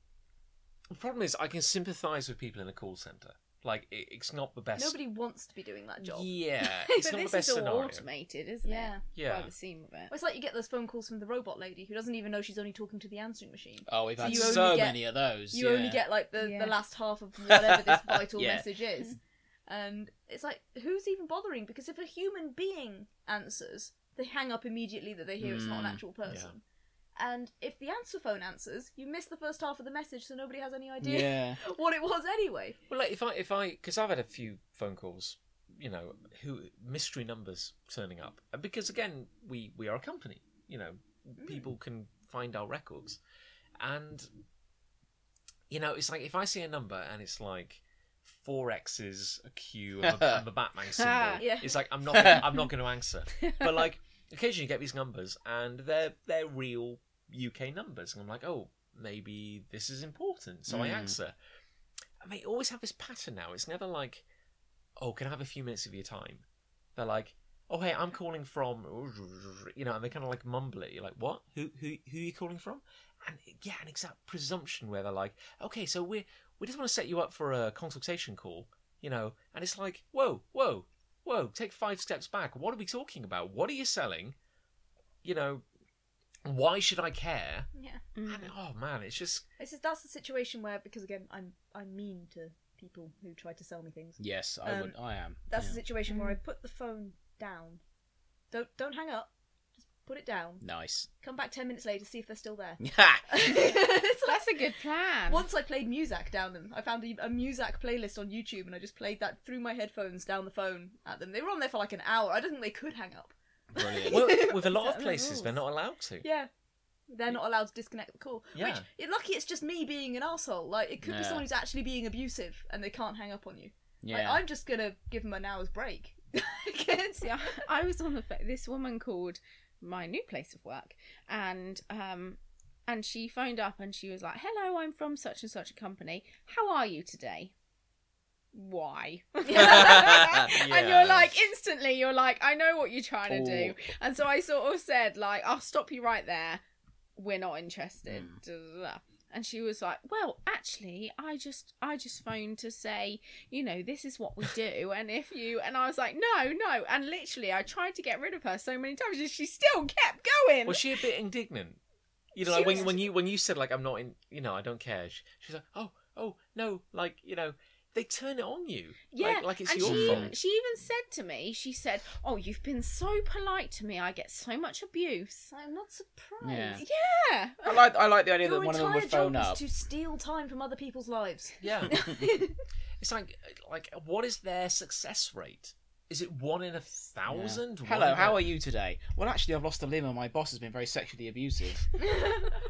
Speaker 1: The problem is, I can sympathise with people in a call centre. Like, it, it's not the best.
Speaker 3: Nobody wants to be doing that job.
Speaker 4: [LAUGHS]
Speaker 1: Yeah,
Speaker 4: but
Speaker 1: it's not the
Speaker 4: this
Speaker 1: best
Speaker 4: is all
Speaker 1: scenario.
Speaker 4: automated, isn't
Speaker 3: Yeah.
Speaker 4: it?
Speaker 1: Yeah.
Speaker 4: By the seam of
Speaker 3: Well,
Speaker 4: it.
Speaker 3: It's like you get those phone calls from the robot lady who doesn't even know she's only talking to the answering machine.
Speaker 2: Oh, we've
Speaker 3: So
Speaker 2: had
Speaker 3: you only
Speaker 2: so
Speaker 3: get-
Speaker 2: many of those.
Speaker 3: You
Speaker 2: yeah.
Speaker 3: only get like the,
Speaker 4: Yeah.
Speaker 3: the last half of whatever
Speaker 2: [LAUGHS]
Speaker 3: this vital
Speaker 2: Yeah.
Speaker 3: message is. And it's like, who's even bothering? Because if a human being answers, they hang up immediately that they hear it's not an
Speaker 2: Mm,
Speaker 3: actual person. And if the answer phone answers, you miss the first half of the message, so nobody has any idea
Speaker 2: Yeah.
Speaker 3: [LAUGHS] what it was
Speaker 2: [LAUGHS]
Speaker 3: anyway.
Speaker 1: Well, like, if I, if I, because I've had a few phone calls, you know, who mystery numbers turning up, And because again, we we are a company, you know, people can find our records, and you know, it's like if I see a number and it's like four X's, a Q, and a, and the Batman symbol,
Speaker 3: Yeah.
Speaker 1: it's like I'm not, gonna, I'm not going to answer. But like, occasionally you get these numbers, and they're they're real UK numbers, and I'm like, oh, maybe this is important, so I
Speaker 2: Mm.
Speaker 1: answer. And they always have this pattern now. It's never like, oh, can I have a few minutes of your time? They're like, oh, hey, I'm calling from, you know, and they kind of like mumble it. You're like, what? Who who who are you calling from? And yeah, an exact presumption where they're like, okay, so we we just want to set you up for a consultation call, you know, and it's like, whoa, whoa, whoa, take five steps back. What are we talking about? What are you selling? You know, why should I care?
Speaker 3: Yeah.
Speaker 4: Mm.
Speaker 1: And, oh man, it's
Speaker 4: [LAUGHS]
Speaker 1: just
Speaker 3: This is that's the situation where because again I'm I'm mean to people who try to sell me things.
Speaker 2: Yes, I
Speaker 3: Um,
Speaker 2: would. I am.
Speaker 3: That's the
Speaker 2: yeah.
Speaker 3: situation where I
Speaker 4: Mm.
Speaker 3: put the phone down. Don't don't hang up. Just put it down.
Speaker 2: nice. [LAUGHS]
Speaker 3: Come back ten minutes later, see if they're still there. [LAUGHS]
Speaker 4: So
Speaker 3: It's like-
Speaker 4: That's a good plan.
Speaker 3: once I played Muzak down them. I found a, a Muzak playlist on YouTube and I just played that through my headphones down the phone at them. They were on there for like an hour. I don't think they could hang up.
Speaker 2: Brilliant.
Speaker 1: well, with a lot
Speaker 3: Set
Speaker 1: of
Speaker 3: the
Speaker 1: places, they're not allowed to.
Speaker 3: Yeah. They're not allowed to disconnect the call. Which,
Speaker 1: Yeah.
Speaker 3: you're lucky it's just me being an asshole. Like, it could be
Speaker 2: Yeah.
Speaker 3: someone who's actually being abusive and they can't hang up on you. Like,
Speaker 2: Yeah.
Speaker 3: I'm just gonna give them an hour's break. [LAUGHS]
Speaker 4: [LAUGHS]
Speaker 2: [LAUGHS]
Speaker 3: Kids.
Speaker 4: See, I, I was on the pho- this woman called my new place of work, and um, and she phoned up and she was like, "Hello, I'm from such and such a company. How are you today?" Why?
Speaker 1: [LAUGHS]
Speaker 4: And
Speaker 1: Yeah.
Speaker 4: you're like instantly, you're like, I know what you're trying to do, and so I sort of said like, I'll stop you right there. We're not interested.
Speaker 1: Mm.
Speaker 4: Da, da, da. And she was like, "Well, actually, I just, I just phoned to say you know, this is
Speaker 1: [LAUGHS]
Speaker 4: what we do. And if you, and I was like, no, no. And literally, I tried to get rid of her so many times, and she still kept going.
Speaker 1: Was she a bit indignant? You know,
Speaker 4: She
Speaker 1: like when,
Speaker 4: was-
Speaker 1: when you when you said like I'm not in, you know, I don't care. She, she's like, oh, oh, no, like you know, they turn it on you.
Speaker 4: yeah,
Speaker 1: like, like it's
Speaker 4: and
Speaker 1: your
Speaker 4: she,
Speaker 1: fault.
Speaker 4: she even said to me, she said, "Oh, you've been so polite to me. I get so much abuse."
Speaker 3: I'm not surprised.
Speaker 2: Yeah.
Speaker 4: Yeah,
Speaker 2: I like. I like the idea
Speaker 3: Your
Speaker 2: that one of them
Speaker 3: entire
Speaker 2: would phone
Speaker 3: job
Speaker 2: up.
Speaker 3: is to steal time from other people's lives.
Speaker 2: [LAUGHS]
Speaker 4: [LAUGHS]
Speaker 1: Yeah, it's like like what is their success rate? Is it one in a thousand?
Speaker 2: Yeah. Hello, how are you today? Well, actually, I've lost a limb and my boss has been very
Speaker 1: [LAUGHS]
Speaker 2: sexually abusive.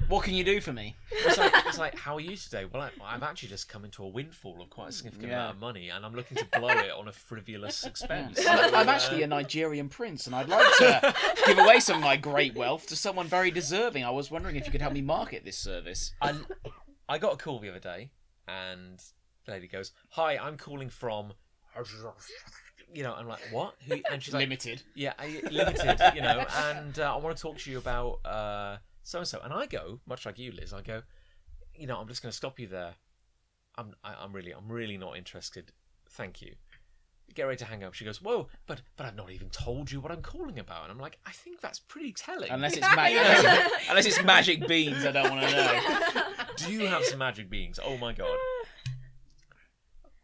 Speaker 2: what can you do for me?
Speaker 1: It's like, it's like how are you today? Well, I, I've actually just come into a windfall of quite a significant
Speaker 2: Yeah.
Speaker 1: amount of money, and I'm looking to blow it on a
Speaker 2: [LAUGHS]
Speaker 1: frivolous expense.
Speaker 2: I'm, I'm
Speaker 1: Uh,
Speaker 2: actually a Nigerian prince and I'd like
Speaker 1: [LAUGHS]
Speaker 2: to give away some of my great wealth to someone very deserving. I was wondering if you could help me market this service.
Speaker 1: I, I got a call the other day, and the lady goes, "Hi, I'm calling from," you know, I'm like, "What?" Who? And she's like,
Speaker 2: Limited.
Speaker 1: "Yeah, I, limited," you
Speaker 2: [LAUGHS]
Speaker 1: know, and uh, I want to talk to you about uh so and so. And I go, much like you, Liz, I go, you know, I'm just going to stop you there. I'm, I, I'm really, I'm really not interested. Thank you. Get ready to hang up. She goes, "Whoa, but but I've not even told you what I'm calling about." And I'm like, "I think that's pretty telling."
Speaker 2: Unless it's,
Speaker 1: [LAUGHS]
Speaker 2: ma- unless, [LAUGHS]
Speaker 3: [LAUGHS]
Speaker 2: unless it's magic beans, I don't want to know.
Speaker 1: Do you have some magic beans? Oh my
Speaker 2: [LAUGHS]
Speaker 1: god.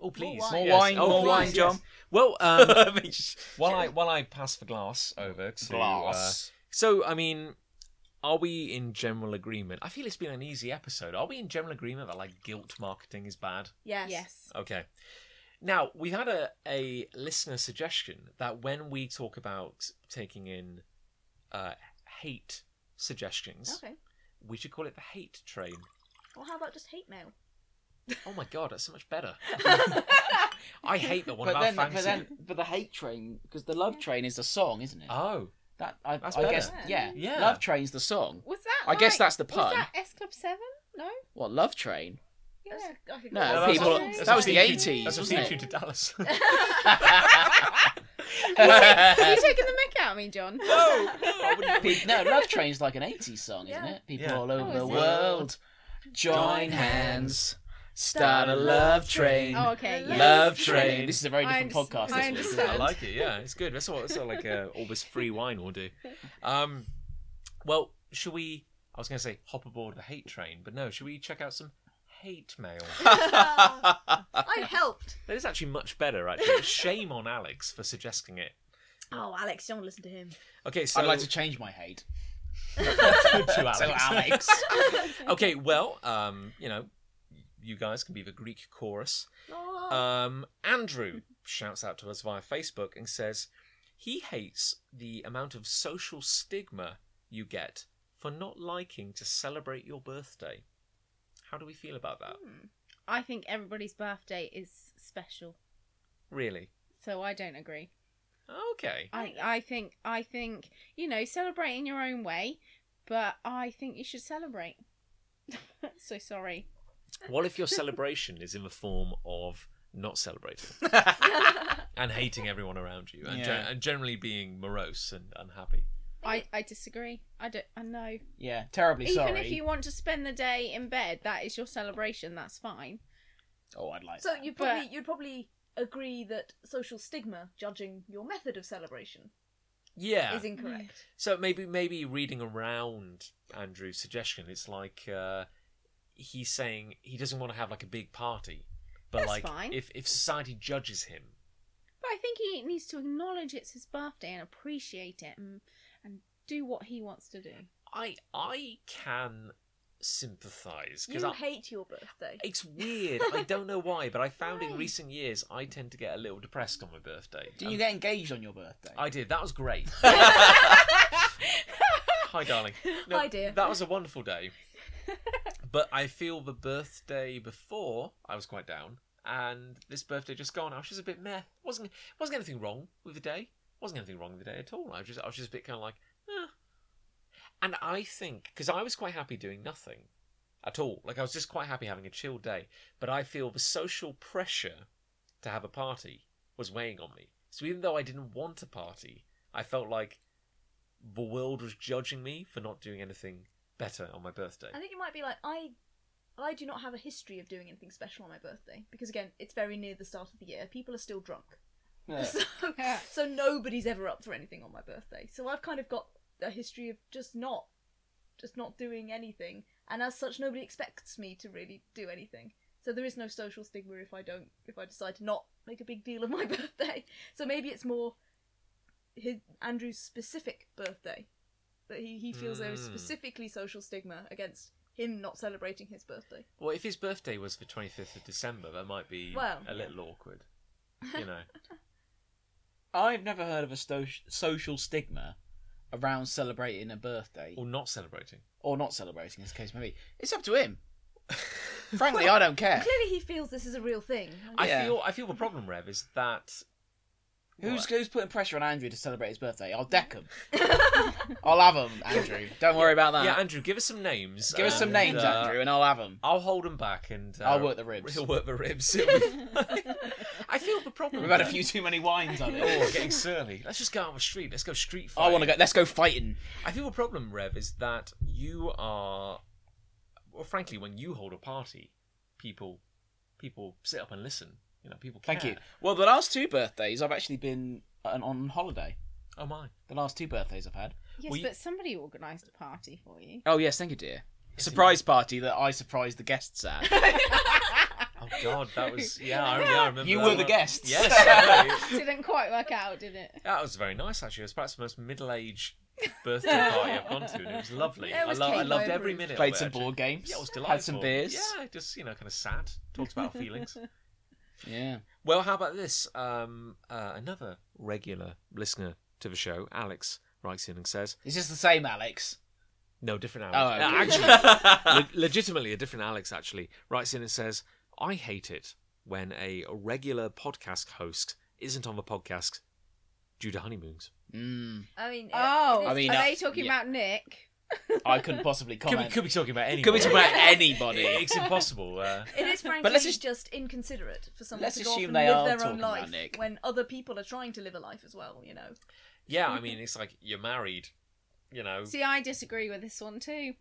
Speaker 1: Oh please,
Speaker 3: wine. More
Speaker 2: wine,
Speaker 1: oh,
Speaker 2: more
Speaker 1: please,
Speaker 2: wine,
Speaker 1: yes.
Speaker 2: John.
Speaker 1: Well,
Speaker 2: [LAUGHS]
Speaker 1: um, while I while I pass the glass over [LAUGHS] to uh,
Speaker 2: Glass.
Speaker 1: so I mean, are we in general agreement? I feel it's been an easy episode. Are we in general agreement that like guilt marketing is bad?
Speaker 3: Yes.
Speaker 4: yes.
Speaker 1: Okay. Now, we had a, a listener suggestion that when we talk about taking in uh, hate suggestions,
Speaker 3: Okay.
Speaker 1: we should call it the hate
Speaker 2: [LAUGHS]
Speaker 1: train.
Speaker 3: Well, how about just hate mail?
Speaker 1: Oh my god, that's so much
Speaker 2: [LAUGHS]
Speaker 1: better. I hate the one
Speaker 2: but
Speaker 1: about
Speaker 2: then,
Speaker 1: fantasy.
Speaker 2: but then, but the hate train because the love train is the song, isn't it?
Speaker 1: Oh,
Speaker 2: that I,
Speaker 1: that's
Speaker 2: I
Speaker 1: better.
Speaker 2: guess, yeah,
Speaker 1: Yeah.
Speaker 2: Love train's the song.
Speaker 4: Was that?
Speaker 2: I guess
Speaker 4: like-
Speaker 2: that's the pun.
Speaker 4: Was that S Club Seven? No.
Speaker 2: What Love
Speaker 1: [LAUGHS]
Speaker 2: Train? [LAUGHS]
Speaker 4: Yeah.
Speaker 3: That's- I think
Speaker 2: No,
Speaker 3: that's-
Speaker 1: that's
Speaker 2: people.
Speaker 1: a- that's
Speaker 2: that
Speaker 1: a [LAUGHS]
Speaker 2: was the
Speaker 3: [LAUGHS]
Speaker 1: theme tune-
Speaker 2: eighties,
Speaker 1: that's a
Speaker 2: wasn't
Speaker 1: theme
Speaker 2: it?
Speaker 1: tune to Dallas.
Speaker 2: [LAUGHS]
Speaker 4: [LAUGHS] Are you taking the mick out of me, John?
Speaker 1: I wouldn't be-
Speaker 2: Pe- no, Love Train's like an 80s song, isn't
Speaker 3: Yeah.
Speaker 2: it? People
Speaker 1: Yeah.
Speaker 2: all over
Speaker 4: Oh,
Speaker 2: the
Speaker 4: is it?
Speaker 2: world join hands, start a love train.
Speaker 4: Oh, okay.
Speaker 3: Love
Speaker 4: yes.
Speaker 2: Love train. This is a very
Speaker 4: I
Speaker 2: different
Speaker 4: understand.
Speaker 2: podcast.
Speaker 4: I
Speaker 2: this week, isn't
Speaker 1: I
Speaker 4: understand.
Speaker 1: like it. Yeah, it's good. That's what that's what like uh, all this free wine will do. Um, well, should we? I was going to say hop aboard the hate train, but no. Should we check out some hate
Speaker 2: [LAUGHS]
Speaker 1: mail?
Speaker 3: [LAUGHS] I helped.
Speaker 1: that is actually much better. Actually, shame on Alex for suggesting it.
Speaker 3: Oh, Alex, don't listen to him.
Speaker 1: Okay,
Speaker 2: it?
Speaker 1: so
Speaker 2: I'd like to change my [LAUGHS] hate
Speaker 1: to Alex.
Speaker 2: [LAUGHS] to Alex.
Speaker 1: [LAUGHS] okay, well, um, you know, you guys can be the Greek chorus.
Speaker 3: Oh.
Speaker 1: Um, Andrew shouts out to us via Facebook and says he hates the amount of social stigma you get for not liking to celebrate your birthday. How do we feel about that?
Speaker 4: I think everybody's birthday is special,
Speaker 1: Really?
Speaker 4: so I don't agree.
Speaker 1: Okay.
Speaker 4: I, I think I think you know celebrate in your own way, but I think you should celebrate. [LAUGHS] so sorry.
Speaker 1: What if your celebration is in the form of not celebrating
Speaker 3: [LAUGHS]
Speaker 1: and hating everyone around you and, gen-
Speaker 2: Yeah.
Speaker 1: and generally being morose and unhappy?
Speaker 4: I, I disagree. I don't. I know.
Speaker 2: yeah, terribly
Speaker 4: Even
Speaker 2: sorry.
Speaker 4: if you want to spend the day in bed, that is your celebration. That's fine.
Speaker 2: Oh, I'd like
Speaker 3: So
Speaker 2: that.
Speaker 3: you
Speaker 4: But-
Speaker 3: probably you'd probably agree that social stigma judging your method of celebration
Speaker 1: Yeah.
Speaker 3: is incorrect.
Speaker 1: So maybe maybe reading around Andrew's suggestion, it's like uh, he's saying he doesn't want to have like a big party, but
Speaker 4: That's
Speaker 1: like
Speaker 4: fine.
Speaker 1: if if society judges him,
Speaker 4: But I think he needs to acknowledge it's his birthday and appreciate it and and do what he wants to do.
Speaker 1: I I can sympathise because
Speaker 3: You hate your birthday.
Speaker 1: it's weird. I don't know why, but I found in
Speaker 4: Why?
Speaker 1: recent years I tend to get a little depressed on my birthday.
Speaker 2: Did
Speaker 1: Um,
Speaker 2: you get engaged on your birthday?
Speaker 1: I did. That was great. Hi, darling.
Speaker 3: Hi, dear.
Speaker 1: That was a wonderful day. but I feel the birthday before I was quite down, and this birthday just gone, I was just a bit meh. wasn't wasn't anything wrong with the day. wasn't anything wrong with the day at all. I was just I was just a bit kind of like, eh. and I think because I was quite happy doing nothing at all. Like I was just quite happy having a chill day. But I feel the social pressure to have a party was weighing on me. So even though I didn't want a party, I felt like the world was judging me for not doing anything better on my birthday.
Speaker 3: I think it might be like I I do not have a history of doing anything special on my birthday because again, it's very near the start of the year. People are still drunk.
Speaker 2: Yeah.
Speaker 3: [LAUGHS]
Speaker 4: [LAUGHS]
Speaker 3: So, so nobody's ever up for anything on my birthday. So I've kind of got a history of just not just not doing anything and as such nobody expects me to really do anything. So there is no social stigma if I don't if I decide to not make a big deal of my [LAUGHS] birthday. So maybe it's more his Andrew's specific birthday that he, he feels there is
Speaker 2: Hmm.
Speaker 1: Mm.
Speaker 3: specifically social stigma against him not celebrating his birthday.
Speaker 1: Well, if his birthday was the 25th of December, that might be
Speaker 3: Well,
Speaker 1: a little
Speaker 3: [LAUGHS]
Speaker 1: awkward. You know.
Speaker 2: I've never heard of a sto- social stigma around celebrating a birthday
Speaker 1: or not celebrating.
Speaker 2: or not celebrating, as the case may be. It's up to him. [LAUGHS] Frankly, I don't care.
Speaker 3: Clearly he feels this is a real thing.
Speaker 1: I
Speaker 2: Yeah.
Speaker 1: feel I feel the problem, Rev, is that
Speaker 2: Who's
Speaker 1: What?
Speaker 2: who's putting pressure on Andrew to celebrate his birthday? I'll
Speaker 1: [LAUGHS]
Speaker 2: deck him. I'll have him, Andrew. Don't worry about that.
Speaker 1: yeah, Andrew, give us some names.
Speaker 2: Uh, Give us some
Speaker 1: and,
Speaker 2: names,
Speaker 1: uh,
Speaker 2: Andrew, and I'll
Speaker 1: [LAUGHS]
Speaker 2: have him.
Speaker 1: I'll hold him back, and uh,
Speaker 2: I'll work the ribs.
Speaker 1: He'll work the ribs.
Speaker 2: [LAUGHS]
Speaker 1: I feel the problem.
Speaker 2: We've had a
Speaker 1: though-
Speaker 2: few too many wines
Speaker 1: Oh,
Speaker 2: on [LAUGHS]
Speaker 1: we're
Speaker 2: it.
Speaker 1: getting surly. Let's just go out on the street. Let's go street fight.
Speaker 2: I want to go. Let's go fighting.
Speaker 1: I feel the problem, Rev, is that you are, well, frankly, when you hold a party, people, people sit up and listen. You know, people. Care.
Speaker 2: Thank you. Well, the last two birthdays, I've actually been on, on holiday.
Speaker 1: Oh my.
Speaker 2: The last two birthdays I've had.
Speaker 4: Yes,
Speaker 1: We-
Speaker 4: but somebody organised a party for
Speaker 2: [LAUGHS]
Speaker 4: you. [LAUGHS]
Speaker 2: Oh yes, thank you, dear. Surprise party that I surprised the guests at.
Speaker 1: Oh God, that was
Speaker 2: [LAUGHS]
Speaker 1: yeah. I, yeah, I [LAUGHS] remember.
Speaker 2: You
Speaker 1: that
Speaker 2: were the
Speaker 1: one.
Speaker 2: guests.
Speaker 1: Yes. [LAUGHS] I know.
Speaker 4: Didn't quite work out, did it?
Speaker 1: That was very nice, actually. It was perhaps the most middle-aged birthday party I've gone to, and it
Speaker 2: [LAUGHS]
Speaker 1: was lovely.
Speaker 3: It was
Speaker 1: I, lo- I
Speaker 3: cake
Speaker 1: loved
Speaker 3: by
Speaker 1: every
Speaker 3: Bruce.
Speaker 1: minute.
Speaker 2: Played
Speaker 1: of it,
Speaker 2: some
Speaker 1: actually.
Speaker 2: board games.
Speaker 1: Yeah, it was delightful.
Speaker 2: Had some beers. [LAUGHS]
Speaker 1: Yeah, just you know, kind of sad. Talks about our feelings.
Speaker 2: Yeah.
Speaker 1: Well, how about this? Um, uh, another regular listener to the show, Alex, writes in and says,
Speaker 2: It's just the same, Alex.
Speaker 1: "No, different
Speaker 2: Oh,
Speaker 1: Alex. Uh, actually,
Speaker 2: actually, [LAUGHS]
Speaker 1: le- legitimately a different Alex actually writes in and says, "I hate it when a regular podcast host isn't on the podcast due to honeymoons."
Speaker 2: mm,
Speaker 3: I mean,
Speaker 4: Oh,
Speaker 3: it
Speaker 2: I
Speaker 3: is-
Speaker 2: mean,
Speaker 4: are
Speaker 2: uh,
Speaker 4: they talking
Speaker 2: yeah.
Speaker 4: about Nick?
Speaker 2: I couldn't possibly
Speaker 1: Could be,
Speaker 2: comment.
Speaker 1: could be talking about anyone.
Speaker 2: Could we talk about
Speaker 1: [LAUGHS]
Speaker 2: anybody?
Speaker 1: It's impossible. Uh,
Speaker 3: it
Speaker 2: [LAUGHS]
Speaker 3: is frankly
Speaker 2: let's
Speaker 3: just,
Speaker 2: just-
Speaker 3: inconsiderate for someone
Speaker 2: let's
Speaker 3: to go off
Speaker 2: assume
Speaker 3: and
Speaker 2: they
Speaker 3: live
Speaker 2: are
Speaker 3: their
Speaker 2: talking
Speaker 3: own
Speaker 2: about
Speaker 3: life
Speaker 2: Nick.
Speaker 3: when other people are trying to live a life as well.
Speaker 2: [LAUGHS]
Speaker 3: You know,
Speaker 1: yeah, I mean, it's like you're married. You know,
Speaker 4: See, I disagree with this one too.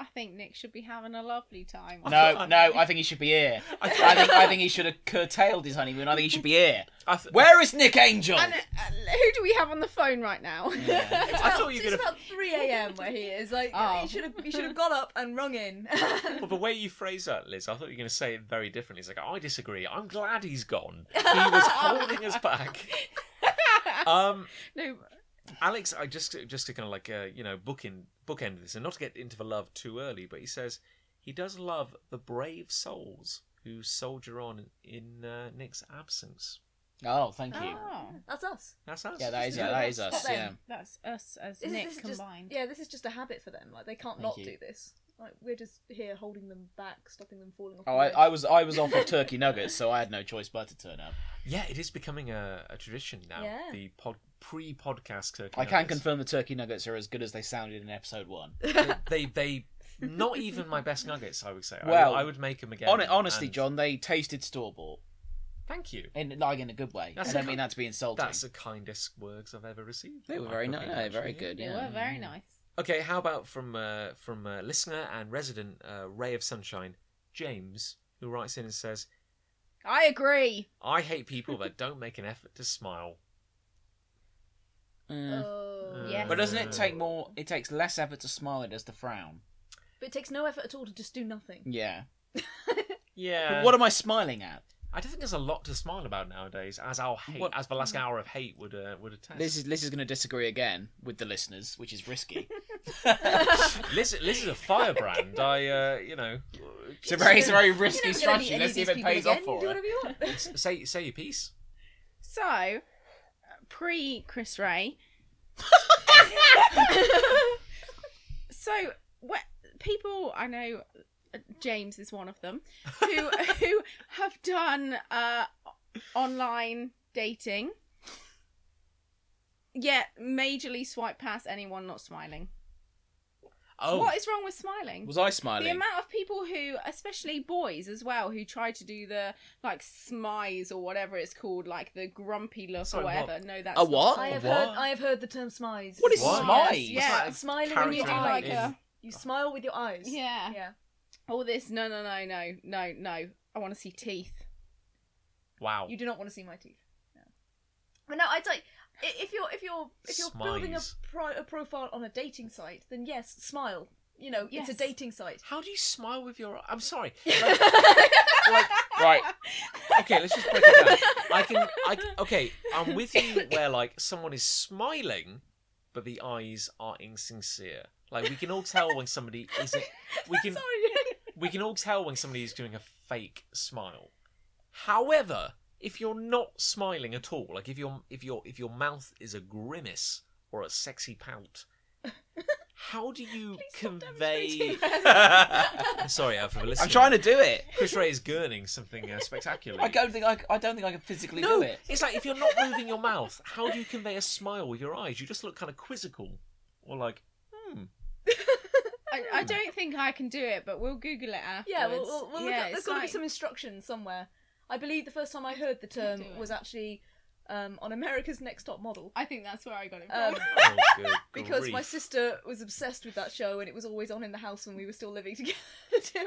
Speaker 4: I think Nick should be having a lovely time.
Speaker 2: No, no, I think he should
Speaker 1: [LAUGHS]
Speaker 2: be here. I think I think he should have curtailed his honeymoon. I think he should be here. Where is Nick Angel?
Speaker 4: And, uh, uh, who do we have on the phone right now?
Speaker 2: Yeah.
Speaker 3: it's
Speaker 1: I
Speaker 3: about,
Speaker 1: thought you were gonna-
Speaker 3: it's about three a.m. where he is. Like
Speaker 4: Oh.
Speaker 3: he should have he
Speaker 2: [LAUGHS]
Speaker 3: should have got up and rung in. [LAUGHS]
Speaker 1: Well, the way you phrase that, Liz, I thought you were going to say it very differently. It's like, I disagree. I'm glad he's gone. He was holding us back. Um,
Speaker 4: [LAUGHS] no,
Speaker 1: Alex, I just just to kind of like uh, you know bookend bookend this, and not to get into the love too early, but he says he does love the brave souls who soldier on in uh, Nick's absence.
Speaker 2: Oh, thank you.
Speaker 4: oh,
Speaker 3: That's us.
Speaker 1: That's us.
Speaker 2: Yeah, that is
Speaker 3: yeah,
Speaker 2: that is us.
Speaker 3: Stop
Speaker 2: Yeah.
Speaker 3: them.
Speaker 4: that's us as
Speaker 3: This is-
Speaker 4: Nick
Speaker 3: this is just-
Speaker 4: combined.
Speaker 3: Yeah, this is just a habit for them. Like they can't
Speaker 2: Thank
Speaker 3: not
Speaker 2: you.
Speaker 3: do this. Like we're just here holding them back, stopping them falling off.
Speaker 2: Oh,
Speaker 3: the
Speaker 2: I,
Speaker 3: edge.
Speaker 2: I was I was off of turkey nuggets, so I had no choice but to turn up.
Speaker 1: Yeah, it is becoming a, a tradition now.
Speaker 3: Yeah.
Speaker 1: The pod, pre-podcast turkey.
Speaker 2: I can
Speaker 1: nuggets.
Speaker 2: confirm the turkey nuggets are as good as they sounded in episode one.
Speaker 1: they they not even my best nuggets. I would say.
Speaker 2: Well,
Speaker 1: Well, I, would make them again.
Speaker 2: Hon- honestly,
Speaker 1: and-
Speaker 2: John, they tasted store bought,
Speaker 1: Thank you.
Speaker 2: in like in a good way.
Speaker 1: That's
Speaker 2: I don't
Speaker 1: a-
Speaker 2: mean that to be insulting.
Speaker 1: That's the kindest words I've ever received.
Speaker 2: They were
Speaker 1: I
Speaker 2: very
Speaker 1: could
Speaker 2: nice.
Speaker 1: be,
Speaker 2: No, very
Speaker 1: actually.
Speaker 2: good.
Speaker 4: they
Speaker 2: Yeah.
Speaker 4: were very nice.
Speaker 1: Okay, how about from uh, from uh, listener and resident uh, Ray of Sunshine, James, who writes in and says,
Speaker 4: I agree.
Speaker 1: "I hate people that don't make an effort to smile."
Speaker 2: Mm.
Speaker 3: Oh.
Speaker 1: Yes.
Speaker 2: But doesn't it take more? It takes less effort to smile than it does to frown.
Speaker 3: But it takes no effort at all to just do nothing.
Speaker 2: Yeah.
Speaker 1: Yeah,
Speaker 2: but what am I smiling at?
Speaker 1: I don't think there's a lot to smile about nowadays, as our hate,
Speaker 2: What-
Speaker 1: as the last hour of hate would uh, would attest. [LAUGHS]
Speaker 2: Liz is Liz is going to disagree again with the listeners, which is
Speaker 3: [LAUGHS]
Speaker 2: risky.
Speaker 1: Liz, Liz is a firebrand. I, uh, you know,
Speaker 2: It's a very, it's a very
Speaker 3: You're
Speaker 2: risky
Speaker 3: never gonna meet
Speaker 2: strategy.
Speaker 3: any
Speaker 2: Let's
Speaker 3: of
Speaker 2: see if
Speaker 3: these
Speaker 2: it
Speaker 3: people
Speaker 2: pays
Speaker 3: again.
Speaker 2: off
Speaker 3: You
Speaker 2: for
Speaker 3: do
Speaker 2: her.
Speaker 3: whatever you want.
Speaker 2: [LAUGHS]
Speaker 1: say say your piece.
Speaker 4: So, pre Chris Ray. so, what people I know, uh, James is one of them, who who have done uh, online dating. Yet, majorly swipe past anyone not smiling.
Speaker 1: Oh,
Speaker 4: What is wrong with smiling?
Speaker 2: Was I
Speaker 4: The
Speaker 2: smiling?
Speaker 4: amount of people who, especially boys as well, who try to do the like smize or whatever it's called, like the grumpy look
Speaker 1: Sorry,
Speaker 4: or
Speaker 1: what?
Speaker 4: whatever. No, that's
Speaker 2: A
Speaker 4: not-
Speaker 2: what?
Speaker 3: I have
Speaker 1: What?
Speaker 3: heard. I have heard the term smize.
Speaker 2: What is
Speaker 1: What?
Speaker 2: smize?
Speaker 4: Yeah.
Speaker 1: It's like
Speaker 3: smiling with your
Speaker 1: character
Speaker 4: Like
Speaker 3: eyes.
Speaker 1: in-
Speaker 4: a-
Speaker 3: You smile with your eyes.
Speaker 4: Yeah.
Speaker 3: Yeah.
Speaker 4: All this. No, no, no, no, no, no. I want to see teeth.
Speaker 1: wow.
Speaker 3: You do not want to see my teeth. No. But no, I'd say i- if you're if you're if you're building a,
Speaker 1: Smize.
Speaker 3: pro- a profile on a dating site, then yes, smile. You know,
Speaker 4: Yes.
Speaker 3: it's a dating
Speaker 4: [LAUGHS]
Speaker 3: site.
Speaker 1: How do you smile with your? I'm sorry.
Speaker 3: [LAUGHS]
Speaker 2: Right.
Speaker 1: okay, let's just break it down. I can, I c- okay, I'm with you where like someone is smiling, but the eyes are insincere. Like we can all tell when somebody isn't. We can
Speaker 3: Sorry.
Speaker 1: we can all tell when somebody is doing a fake smile. However, if you're not smiling at all, like if your if your if your mouth is a grimace or a sexy pout, how do you convey? [LAUGHS] Sorry, uh, for the listener.
Speaker 2: I'm trying to do it.
Speaker 1: Chris Ray is gurning something uh, spectacular.
Speaker 2: I don't think I, I don't think I can physically
Speaker 1: No,
Speaker 2: do it.
Speaker 1: it's like if you're not moving your mouth, how do you convey a smile with your eyes? You just look kind of quizzical, or like, hmm.
Speaker 4: [LAUGHS] I, I don't think I can do it, but we'll Google it afterwards.
Speaker 3: yeah, we'll, we'll, we'll look
Speaker 4: Yeah,
Speaker 3: up. There's
Speaker 4: it's
Speaker 3: got to
Speaker 4: like-
Speaker 3: be some instructions somewhere. I believe the first time I heard the term
Speaker 4: do it.
Speaker 3: was actually um, on America's Next Top Model.
Speaker 4: I think that's where I got it
Speaker 3: Um,
Speaker 4: from.
Speaker 1: Oh, good
Speaker 3: [LAUGHS] because my
Speaker 1: grief.
Speaker 3: sister was obsessed with that show and it was always on in the house when we were still living [LAUGHS] together.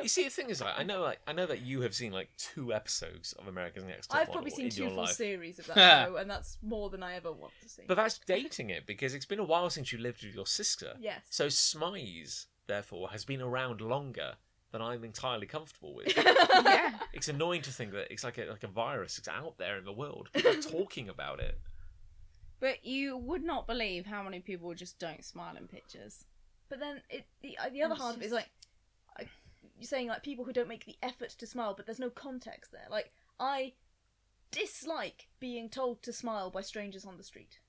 Speaker 1: You see, the thing is, like, I know, like, I know that you have seen like two episodes of America's Next Top
Speaker 3: I've
Speaker 1: Model
Speaker 3: probably seen
Speaker 1: in
Speaker 3: two
Speaker 1: your
Speaker 3: full
Speaker 1: life.
Speaker 3: series of
Speaker 1: [LAUGHS]
Speaker 3: that show, and that's more than I ever want to see.
Speaker 1: But that's dating it because it's been a while since you lived with your sister.
Speaker 3: Yes.
Speaker 1: So Smize, therefore, has been around longer than I'm entirely comfortable
Speaker 3: [LAUGHS]
Speaker 1: with.
Speaker 4: [LAUGHS] yeah.
Speaker 1: it's annoying to think that it's like a like a virus. It's out there in the world.
Speaker 3: [LAUGHS]
Speaker 1: People are talking about it.
Speaker 4: But you would not believe how many people just don't smile in pictures.
Speaker 3: But then it, the, uh, the other
Speaker 4: It's
Speaker 3: half is
Speaker 4: just-
Speaker 3: like I, you're saying like people who don't make the effort to smile, but there's no context there. Like I dislike being told to smile by strangers on the street.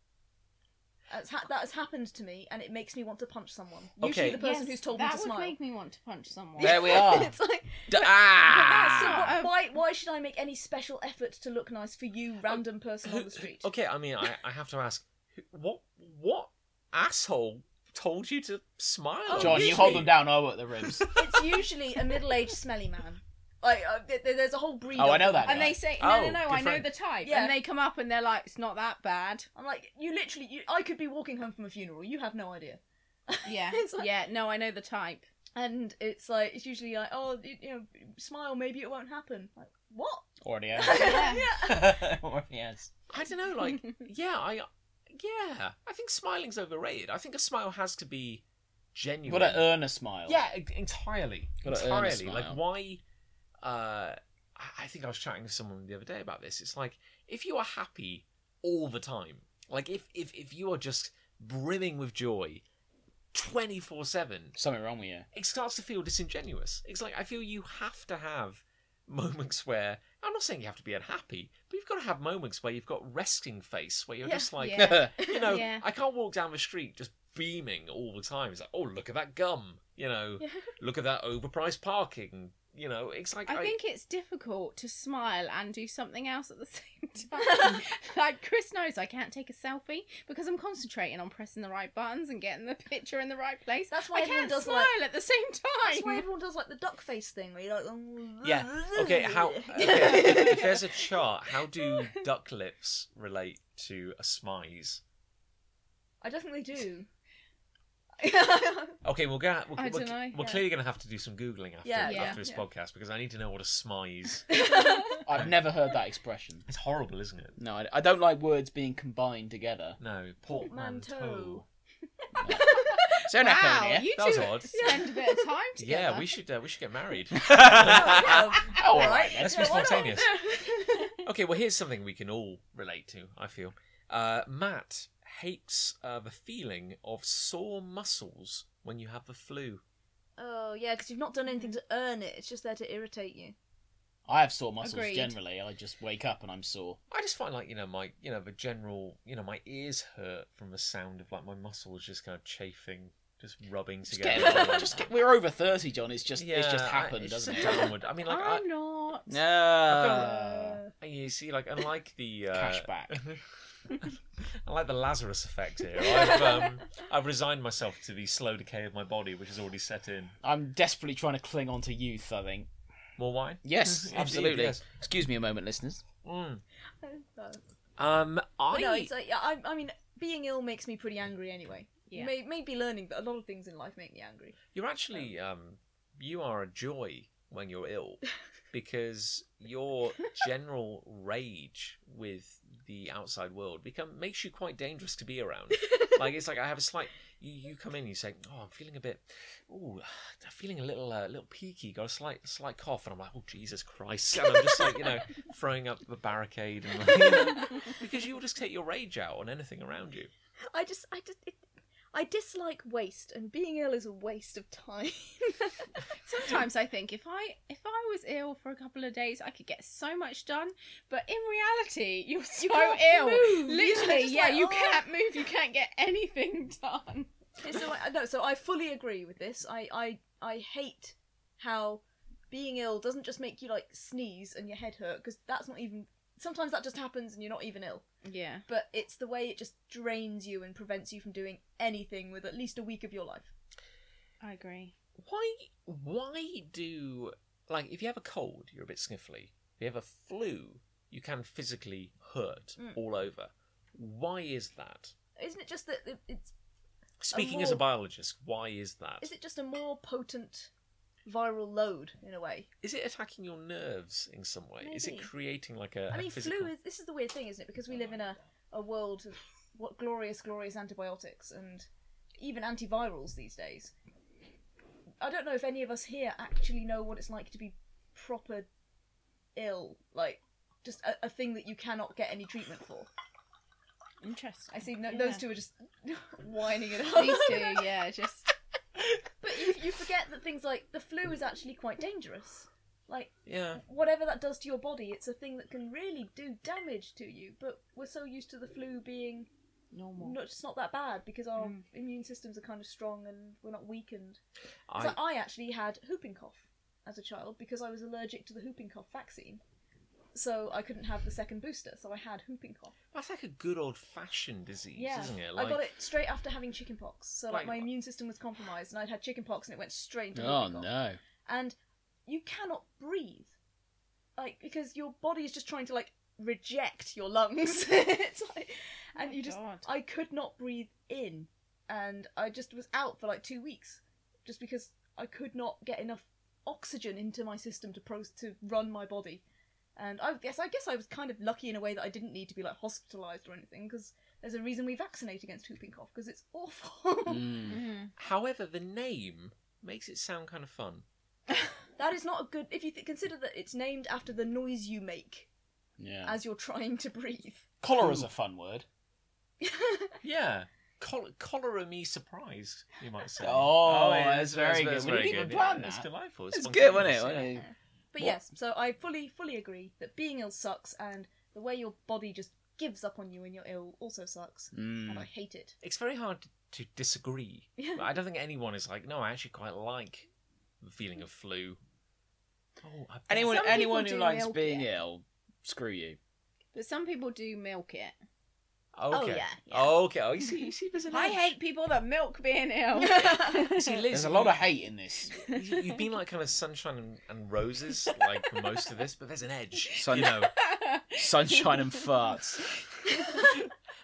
Speaker 3: That's ha- that has happened to me, and it makes me want to punch someone. Usually,
Speaker 2: Okay.
Speaker 3: the person who's told me
Speaker 4: that
Speaker 3: to
Speaker 4: would
Speaker 3: smile.
Speaker 4: make me want to punch someone.
Speaker 2: There
Speaker 4: [LAUGHS]
Speaker 2: we are.
Speaker 3: it's like,
Speaker 2: D-
Speaker 3: but that's-
Speaker 2: ah!
Speaker 3: so what-
Speaker 4: Oh,
Speaker 3: why, why should I make any special effort to look nice for you,
Speaker 1: Uh,
Speaker 3: random person
Speaker 1: [LAUGHS]
Speaker 3: on the street?
Speaker 1: Okay, I mean, I, I have to ask, who- what what asshole told you to smile?
Speaker 3: Oh,
Speaker 2: John, you
Speaker 1: Usually-
Speaker 2: hold them down. I work the
Speaker 3: [LAUGHS]
Speaker 2: ribs.
Speaker 3: It's usually a middle-aged smelly man. Like, uh, th- th- there's a whole breed.
Speaker 2: Oh,
Speaker 3: of
Speaker 2: I know
Speaker 3: them.
Speaker 2: that
Speaker 4: And
Speaker 2: guy.
Speaker 4: they say,
Speaker 1: Oh,
Speaker 4: no, no, no, I know
Speaker 1: different.
Speaker 4: the type.
Speaker 3: Yeah.
Speaker 4: And they come up and they're like, it's not that
Speaker 3: [LAUGHS]
Speaker 4: bad.
Speaker 3: I'm like, you literally, you, I could be walking home from a funeral. You have no idea.
Speaker 4: Yeah.
Speaker 3: It's like-
Speaker 4: yeah, no, I know the
Speaker 3: [LAUGHS]
Speaker 4: type.
Speaker 3: And it's like, it's usually like, oh, you, you know, smile, maybe it won't happen. Like, what?
Speaker 2: [LAUGHS] Already
Speaker 3: [LAUGHS]
Speaker 4: Yeah.
Speaker 2: has. [LAUGHS] Already has.
Speaker 1: I don't know, like, yeah, I, yeah, I think smiling's overrated. I think a smile has to be
Speaker 2: You
Speaker 1: genuine.
Speaker 2: gotta earn a smile.
Speaker 1: yeah, e- entirely,
Speaker 2: Gotta earn a
Speaker 1: entirely.
Speaker 2: smile.
Speaker 1: Like, why? Uh, I- I think I was chatting to someone the other day about this. It's like if you are happy all the time, like if if if you are just brimming with joy, twenty four seven,
Speaker 2: Something wrong with
Speaker 3: [LAUGHS]
Speaker 2: you.
Speaker 1: it starts to feel disingenuous. It's like I feel you have to have [LAUGHS] moments where I'm not saying you have to be unhappy, but you've got to have moments where you've got resting face where you're
Speaker 3: Yeah.
Speaker 1: just like,
Speaker 4: Yeah.
Speaker 1: [LAUGHS] you know,
Speaker 4: Yeah.
Speaker 1: I can't walk down the street just beaming all the time. It's like, oh, look at that gum, you know,
Speaker 3: Yeah.
Speaker 1: look at that overpriced parking, you know. It's like
Speaker 4: I think it's difficult to smile and do something else at the [LAUGHS]
Speaker 3: [LAUGHS]
Speaker 4: same time. like Chris knows I can't take a selfie because I'm concentrating on pressing the right buttons and getting the picture in the right place.
Speaker 3: That's why
Speaker 4: I
Speaker 3: everyone
Speaker 4: can't
Speaker 3: does
Speaker 4: smile at the same time.
Speaker 3: That's why everyone does like the duck face thing, where you're like, "Mm,
Speaker 1: yeah. Okay,
Speaker 4: [LAUGHS]
Speaker 3: [LAUGHS]
Speaker 1: how okay, if, if there's a chart, how do duck lips relate to a smize?
Speaker 3: I definitely do. yeah,
Speaker 1: Okay, we'll go. We'll,
Speaker 4: I
Speaker 1: we're,
Speaker 4: dunno,
Speaker 1: we're
Speaker 4: yeah.
Speaker 1: clearly going to have to do some googling after
Speaker 3: Yeah,
Speaker 4: yeah.
Speaker 1: after this
Speaker 3: Yeah.
Speaker 1: podcast because I need to know what a smize.
Speaker 2: I've never heard that expression.
Speaker 1: It's horrible, isn't it?
Speaker 2: No, I, I don't like words being combined [LAUGHS] together.
Speaker 1: No, portmanteau.
Speaker 3: Portmanteau.
Speaker 2: Is there an echo
Speaker 4: wow,
Speaker 2: in here?
Speaker 4: you
Speaker 1: That was
Speaker 4: two
Speaker 1: odd.
Speaker 4: spend a bit of time
Speaker 1: [LAUGHS]
Speaker 4: together.
Speaker 1: Yeah, we should uh, we should get
Speaker 2: [LAUGHS]
Speaker 1: married.
Speaker 2: Oh,
Speaker 3: all [LAUGHS]
Speaker 2: alright
Speaker 3: right.
Speaker 2: then.
Speaker 1: Let's be spontaneous. okay, well here's something we can all relate to. I feel uh, Matt hates uh, the feeling of sore muscles when you have the flu.
Speaker 3: Oh yeah, because you've not done anything to earn it. It's just there to irritate you.
Speaker 2: I have sore muscles
Speaker 4: Agreed.
Speaker 2: generally. I just wake up and I'm sore.
Speaker 1: I just find like you know my you know the general you know my ears hurt from the sound of like my muscles just kind of chafing, just rubbing
Speaker 2: Just
Speaker 1: together.
Speaker 2: get, [LAUGHS] just get, we're over thirty, John. It's just it's just
Speaker 1: I-
Speaker 2: happened,
Speaker 1: it's
Speaker 2: doesn't
Speaker 1: just a
Speaker 2: it?
Speaker 1: downward. I mean, like I,
Speaker 4: I'm not.
Speaker 2: [LAUGHS] No. Uh,
Speaker 1: you see, like unlike the uh,
Speaker 2: Cashback.
Speaker 1: I like the Lazarus effect here. I've, um, I've resigned myself to the slow decay of my body, which has already set in.
Speaker 2: I'm desperately trying to cling on to youth. I think.
Speaker 1: More wine?
Speaker 2: [LAUGHS] Yes,
Speaker 1: Indeed,
Speaker 2: absolutely.
Speaker 1: yes.
Speaker 2: Excuse me a moment, listeners.
Speaker 1: Mm.
Speaker 3: No.
Speaker 1: Um, I
Speaker 3: But no, it's like yeah, I, I mean, being ill makes me pretty angry anyway.
Speaker 4: Yeah.
Speaker 3: May, made me learning, but a lot of things in life make me angry.
Speaker 1: you're actually um, you are a joy when you're ill because your general rage with the outside world become makes you quite dangerous to be around. like it's like I have a slight. You, you come in, you say, "Oh, I'm feeling a bit, ooh, I'm feeling a little, uh, little peaky. Got a slight, slight cough," and I'm like, "Oh, Jesus Christ!" And I'm just like, you know, throwing up the barricade, and like, you know, because you'll just take your rage out on anything around you.
Speaker 3: I just, I just, it, I dislike waste, and being ill is a waste of time.
Speaker 4: Sometimes I think if I if I was ill for a couple of days, I could get so much done. But in reality, [LAUGHS] you're so ill.
Speaker 3: can't move. You're
Speaker 4: Literally,
Speaker 3: just
Speaker 4: yeah,
Speaker 3: like,
Speaker 4: you
Speaker 3: "Oh."
Speaker 4: can't move. You can't get anything [LAUGHS] done.
Speaker 3: so I, no, so I fully agree with this. I, I, I hate how being ill doesn't just make you like sneeze and your head hurt because that's not even. Sometimes that just happens and you're not even ill.
Speaker 4: Yeah.
Speaker 3: But it's the way it just drains you and prevents you from doing anything with at least a week of your life.
Speaker 4: I agree.
Speaker 1: why why do like if you have a cold you're a bit sniffly if you have a flu you can physically hurt
Speaker 3: Mm.
Speaker 1: all over why is that
Speaker 3: Isn't it just that it, it's?
Speaker 1: speaking as a
Speaker 3: more-
Speaker 1: biologist why is that
Speaker 3: Is it just a more potent viral load in a way?
Speaker 1: is it attacking your nerves in some way is it
Speaker 3: Maybe.
Speaker 1: creating like a
Speaker 3: I
Speaker 1: a
Speaker 3: mean,
Speaker 1: Uh, physical...
Speaker 3: flu is. This is the weird thing, isn't it? Because we live in a, a world of what glorious, glorious antibiotics and even antivirals these days. I don't know if any of us here actually know what it's like to be proper ill, like just a, a thing that you cannot get any treatment for.
Speaker 4: Interesting.
Speaker 3: I see no,
Speaker 4: Yeah.
Speaker 3: those [LAUGHS] two are just whining it [LAUGHS] up.
Speaker 4: These two, yeah, just
Speaker 3: But you, you forget that things like the flu is actually quite dangerous. Like
Speaker 1: Yeah.
Speaker 3: whatever that does to your body, it's a thing that can really do damage to you. But we're so used to the flu being
Speaker 2: Normal. Mm.
Speaker 3: not just not that bad because our immune systems are kind of strong and we're not weakened.
Speaker 1: I,
Speaker 3: So I actually had whooping cough as a child because I was allergic to the whooping cough vaccine. So I couldn't have the second booster, so I had whooping cough.
Speaker 1: that's like a good old fashioned disease,
Speaker 3: Yeah,
Speaker 1: isn't it?
Speaker 3: I got it straight after having chickenpox. So like,
Speaker 1: Like-
Speaker 3: my immune system was compromised, and I'd had chickenpox, and it went straight into
Speaker 2: Oh
Speaker 3: whooping cough.
Speaker 2: no.
Speaker 3: And you cannot breathe, like because your body is just trying to like reject your lungs. [LAUGHS] it's like, and you just,
Speaker 4: God.
Speaker 3: I could not breathe in, and I just was out for like two weeks, just because I could not get enough oxygen into my system to pro- to run my body. And I guess I guess I was kind of lucky in a way that I didn't need to be like hospitalised or anything because there's a reason we vaccinate against whooping cough because it's awful.
Speaker 2: Mm.
Speaker 1: Mm-hmm. However, the name makes it sound kind of fun.
Speaker 3: [LAUGHS] that is not a good. If you th- consider that it's named after the noise you make
Speaker 2: Yeah.
Speaker 3: as you're [LAUGHS] trying to breathe. [LAUGHS]
Speaker 2: Cholera's a fun word.
Speaker 1: Yeah. Col- cholera me surprise, you might say.
Speaker 2: Oh, that's very good. We didn't even plan
Speaker 1: It's
Speaker 2: that.
Speaker 1: delightful.
Speaker 2: It's good, wasn't it?
Speaker 1: spontaneous,
Speaker 2: Wasn't it?
Speaker 3: But
Speaker 2: What-
Speaker 3: yes, so I fully fully agree that being ill sucks, and the way your body just gives up on you when you're ill also sucks, and I
Speaker 2: Mm.
Speaker 3: hate it.
Speaker 1: It's very hard to- to disagree.
Speaker 3: Yeah.
Speaker 1: I don't think anyone is like, no, I actually quite like the feeling of flu. Oh, I
Speaker 2: Anyone,
Speaker 4: Some people
Speaker 2: anyone who
Speaker 4: do
Speaker 2: likes
Speaker 4: milk
Speaker 2: being
Speaker 4: it.
Speaker 2: ill, screw you.
Speaker 4: But some people do milk it.
Speaker 1: Okay.
Speaker 3: Oh, yeah, yeah.
Speaker 1: Okay. Oh, you see, you see, [LAUGHS] there's an
Speaker 4: I
Speaker 1: edge.
Speaker 4: hate people that milk being ill.
Speaker 1: You see, Liz,
Speaker 2: There's a lot of hate in this.
Speaker 1: you, you've been like kind of sunshine and, and roses like for most of this, but there's an [LAUGHS] edge.
Speaker 2: Sun-
Speaker 1: you know, [LAUGHS]
Speaker 2: Sunshine and farts.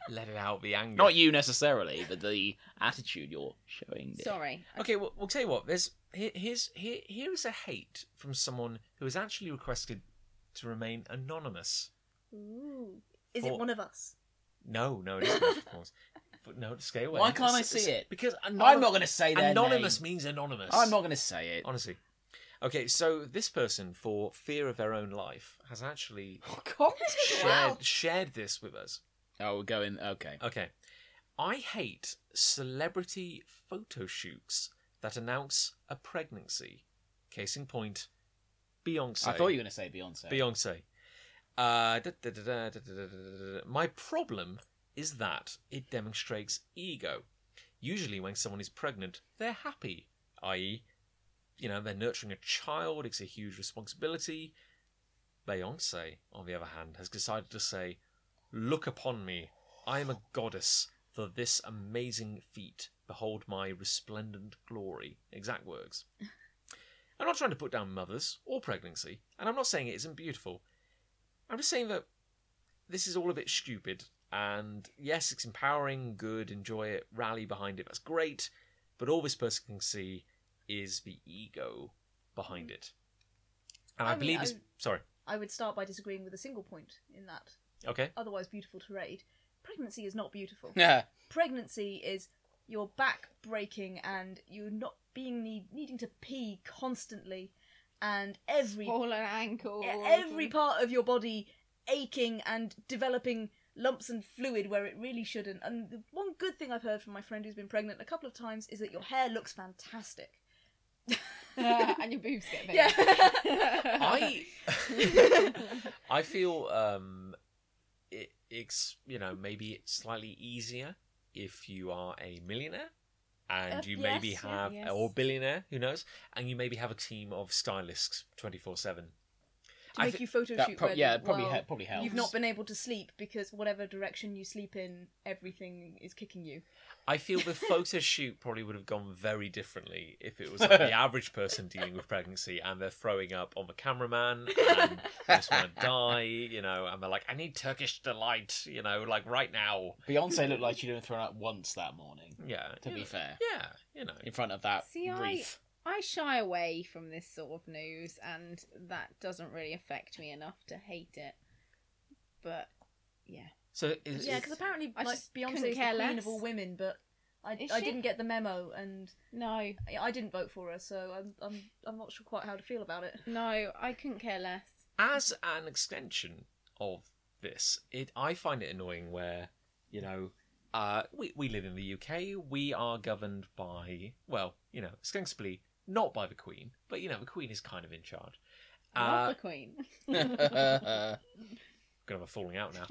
Speaker 1: let it out [LAUGHS] the anger.
Speaker 2: Not you necessarily, but the attitude you're showing.
Speaker 4: [LAUGHS]
Speaker 2: dear.
Speaker 4: Sorry.
Speaker 1: Okay, well, we'll tell you what. There's here, here's here here is a hate from someone who has actually requested to remain anonymous.
Speaker 3: Ooh. Is
Speaker 1: For-
Speaker 3: it one of us?
Speaker 1: No, no, it isn't. of
Speaker 2: [LAUGHS]
Speaker 1: course. But no, stay away.
Speaker 2: Why can't I
Speaker 1: It's-
Speaker 2: see
Speaker 1: it's-
Speaker 2: it?
Speaker 1: Because
Speaker 2: I'm
Speaker 1: anonymous,
Speaker 2: not going to say their
Speaker 1: anonymous
Speaker 2: name.
Speaker 1: means anonymous.
Speaker 2: I'm not going to say it.
Speaker 1: honestly. Okay, so this person, for fear of their own life, has actually
Speaker 2: [LAUGHS]
Speaker 1: shared shared this with us.
Speaker 2: Oh, we're going. Okay.
Speaker 1: Okay. I hate celebrity photo shoots that announce a pregnancy. Case in point, Beyonce.
Speaker 2: I thought you were going to say Beyonce.
Speaker 1: Beyonce. Uh, da- da- da- da- da- da- da- da- da- da. My problem is that it demonstrates ego. Usually, when someone is pregnant, they're happy, i.e., you know, they're nurturing a child, it's a huge responsibility. Beyonce, on the other hand, has decided to say, Look upon me, I am a goddess for this amazing feat. Behold my resplendent glory. Exact words. I'm not trying to put down mothers or pregnancy, and I'm not saying it isn't beautiful. I'm just saying that this is all a bit stupid, and yes, it's empowering, good, enjoy it, rally behind it, that's great, but all this person can see is the ego behind it. And I,
Speaker 3: I mean,
Speaker 1: believe
Speaker 3: I-
Speaker 1: it's. Sorry.
Speaker 3: I would start by disagreeing with a single point in that [LAUGHS]
Speaker 1: Okay.
Speaker 3: otherwise beautiful tirade. Pregnancy is not beautiful.
Speaker 2: [LAUGHS] Yeah.
Speaker 3: Pregnancy is your back breaking and you're not being need- needing to pee constantly, and every
Speaker 4: All an ankle.
Speaker 3: Yeah, E-, every part of your body aching and developing lumps and fluid where it really shouldn't. And the one good thing I've heard from my friend who's been pregnant a couple of times is that your hair looks fantastic.
Speaker 4: [LAUGHS]
Speaker 3: [LAUGHS]
Speaker 4: and your boobs get big. [LAUGHS]
Speaker 3: Yeah.
Speaker 1: I
Speaker 3: [LAUGHS]
Speaker 1: I feel um, it, it's you know maybe it's slightly easier if you are a millionaire and
Speaker 3: Uh,
Speaker 1: you
Speaker 3: yes,
Speaker 1: maybe
Speaker 3: yeah,
Speaker 1: have
Speaker 4: yes.
Speaker 1: or billionaire who knows and you maybe have a team of stylists twenty four seven.
Speaker 3: to
Speaker 1: I
Speaker 3: make
Speaker 1: thi-
Speaker 3: you photo
Speaker 2: That
Speaker 3: shoot
Speaker 2: prob-
Speaker 3: where
Speaker 2: yeah, it probably
Speaker 3: well,
Speaker 2: he- probably helps.
Speaker 3: You've not been able to sleep because whatever direction you sleep in, everything is kicking you.
Speaker 1: I feel
Speaker 3: [LAUGHS]
Speaker 1: the photo shoot probably would have gone very differently if it was like
Speaker 3: [LAUGHS]
Speaker 1: the average person dealing with pregnancy and they're throwing up on the cameraman and they just want to die, you know, and they're like, I need Turkish delight, you know, like right now.
Speaker 2: Beyonce looked like
Speaker 1: [LAUGHS]
Speaker 2: she'd only thrown up once that morning.
Speaker 1: Yeah.
Speaker 2: To
Speaker 1: you
Speaker 2: be
Speaker 1: know.
Speaker 2: fair,
Speaker 1: Yeah, you know.
Speaker 2: in front of that
Speaker 4: See,
Speaker 1: [LAUGHS]
Speaker 4: I-
Speaker 2: wreath. [LAUGHS]
Speaker 4: I shy away from this sort of news, and that doesn't really affect me enough to hate it. But yeah,
Speaker 1: So is,
Speaker 3: yeah,
Speaker 1: is-
Speaker 3: because apparently
Speaker 4: I
Speaker 3: like,
Speaker 4: just couldn't
Speaker 3: Beyonce is the
Speaker 4: care
Speaker 3: queen
Speaker 4: less.
Speaker 3: of all women, but I,
Speaker 4: Is
Speaker 3: I
Speaker 4: she?
Speaker 3: didn't get the memo and
Speaker 4: no,
Speaker 3: I- I didn't vote for her, so I'm, I'm, I'm not sure quite how to feel about it.
Speaker 4: no, I couldn't care less.
Speaker 1: as an extension of this, it I find it annoying where you know uh, we we live in the UK. We are governed by well, you know, ostensibly not by the Queen, but you know the Queen is kind of in charge,
Speaker 4: Love
Speaker 1: Uh,
Speaker 4: the Queen. [LAUGHS]
Speaker 1: gonna have a falling out now.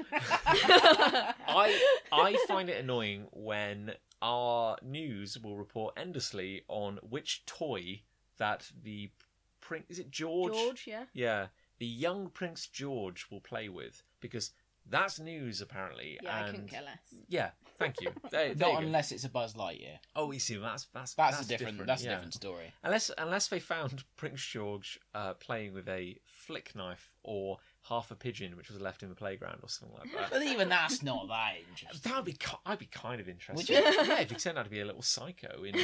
Speaker 1: I I find it annoying when our news will report endlessly on which toy that the prince is it George?
Speaker 3: George, yeah.
Speaker 1: Yeah, the young Prince George will play with because that's news apparently.
Speaker 4: Yeah, I
Speaker 1: and
Speaker 4: couldn't care less.
Speaker 1: yeah, thank
Speaker 4: [LAUGHS]
Speaker 1: you. There, there you
Speaker 2: Not
Speaker 1: go.
Speaker 2: unless it's a Buzz Lightyear.
Speaker 1: Oh, you see, that's that's
Speaker 2: That's, a different, That's
Speaker 1: yeah.
Speaker 2: a different story.
Speaker 1: Unless unless they found [LAUGHS] Prince George uh, playing with a flick knife or half a pigeon which was left in the playground or something like that.
Speaker 2: [LAUGHS] But even that's not that
Speaker 1: [LAUGHS]
Speaker 2: interesting.
Speaker 1: That would be, ki- I'd be kind of interested.
Speaker 2: Would
Speaker 1: yeah, if he turned out to be a little psycho.
Speaker 2: [LAUGHS]
Speaker 1: In, in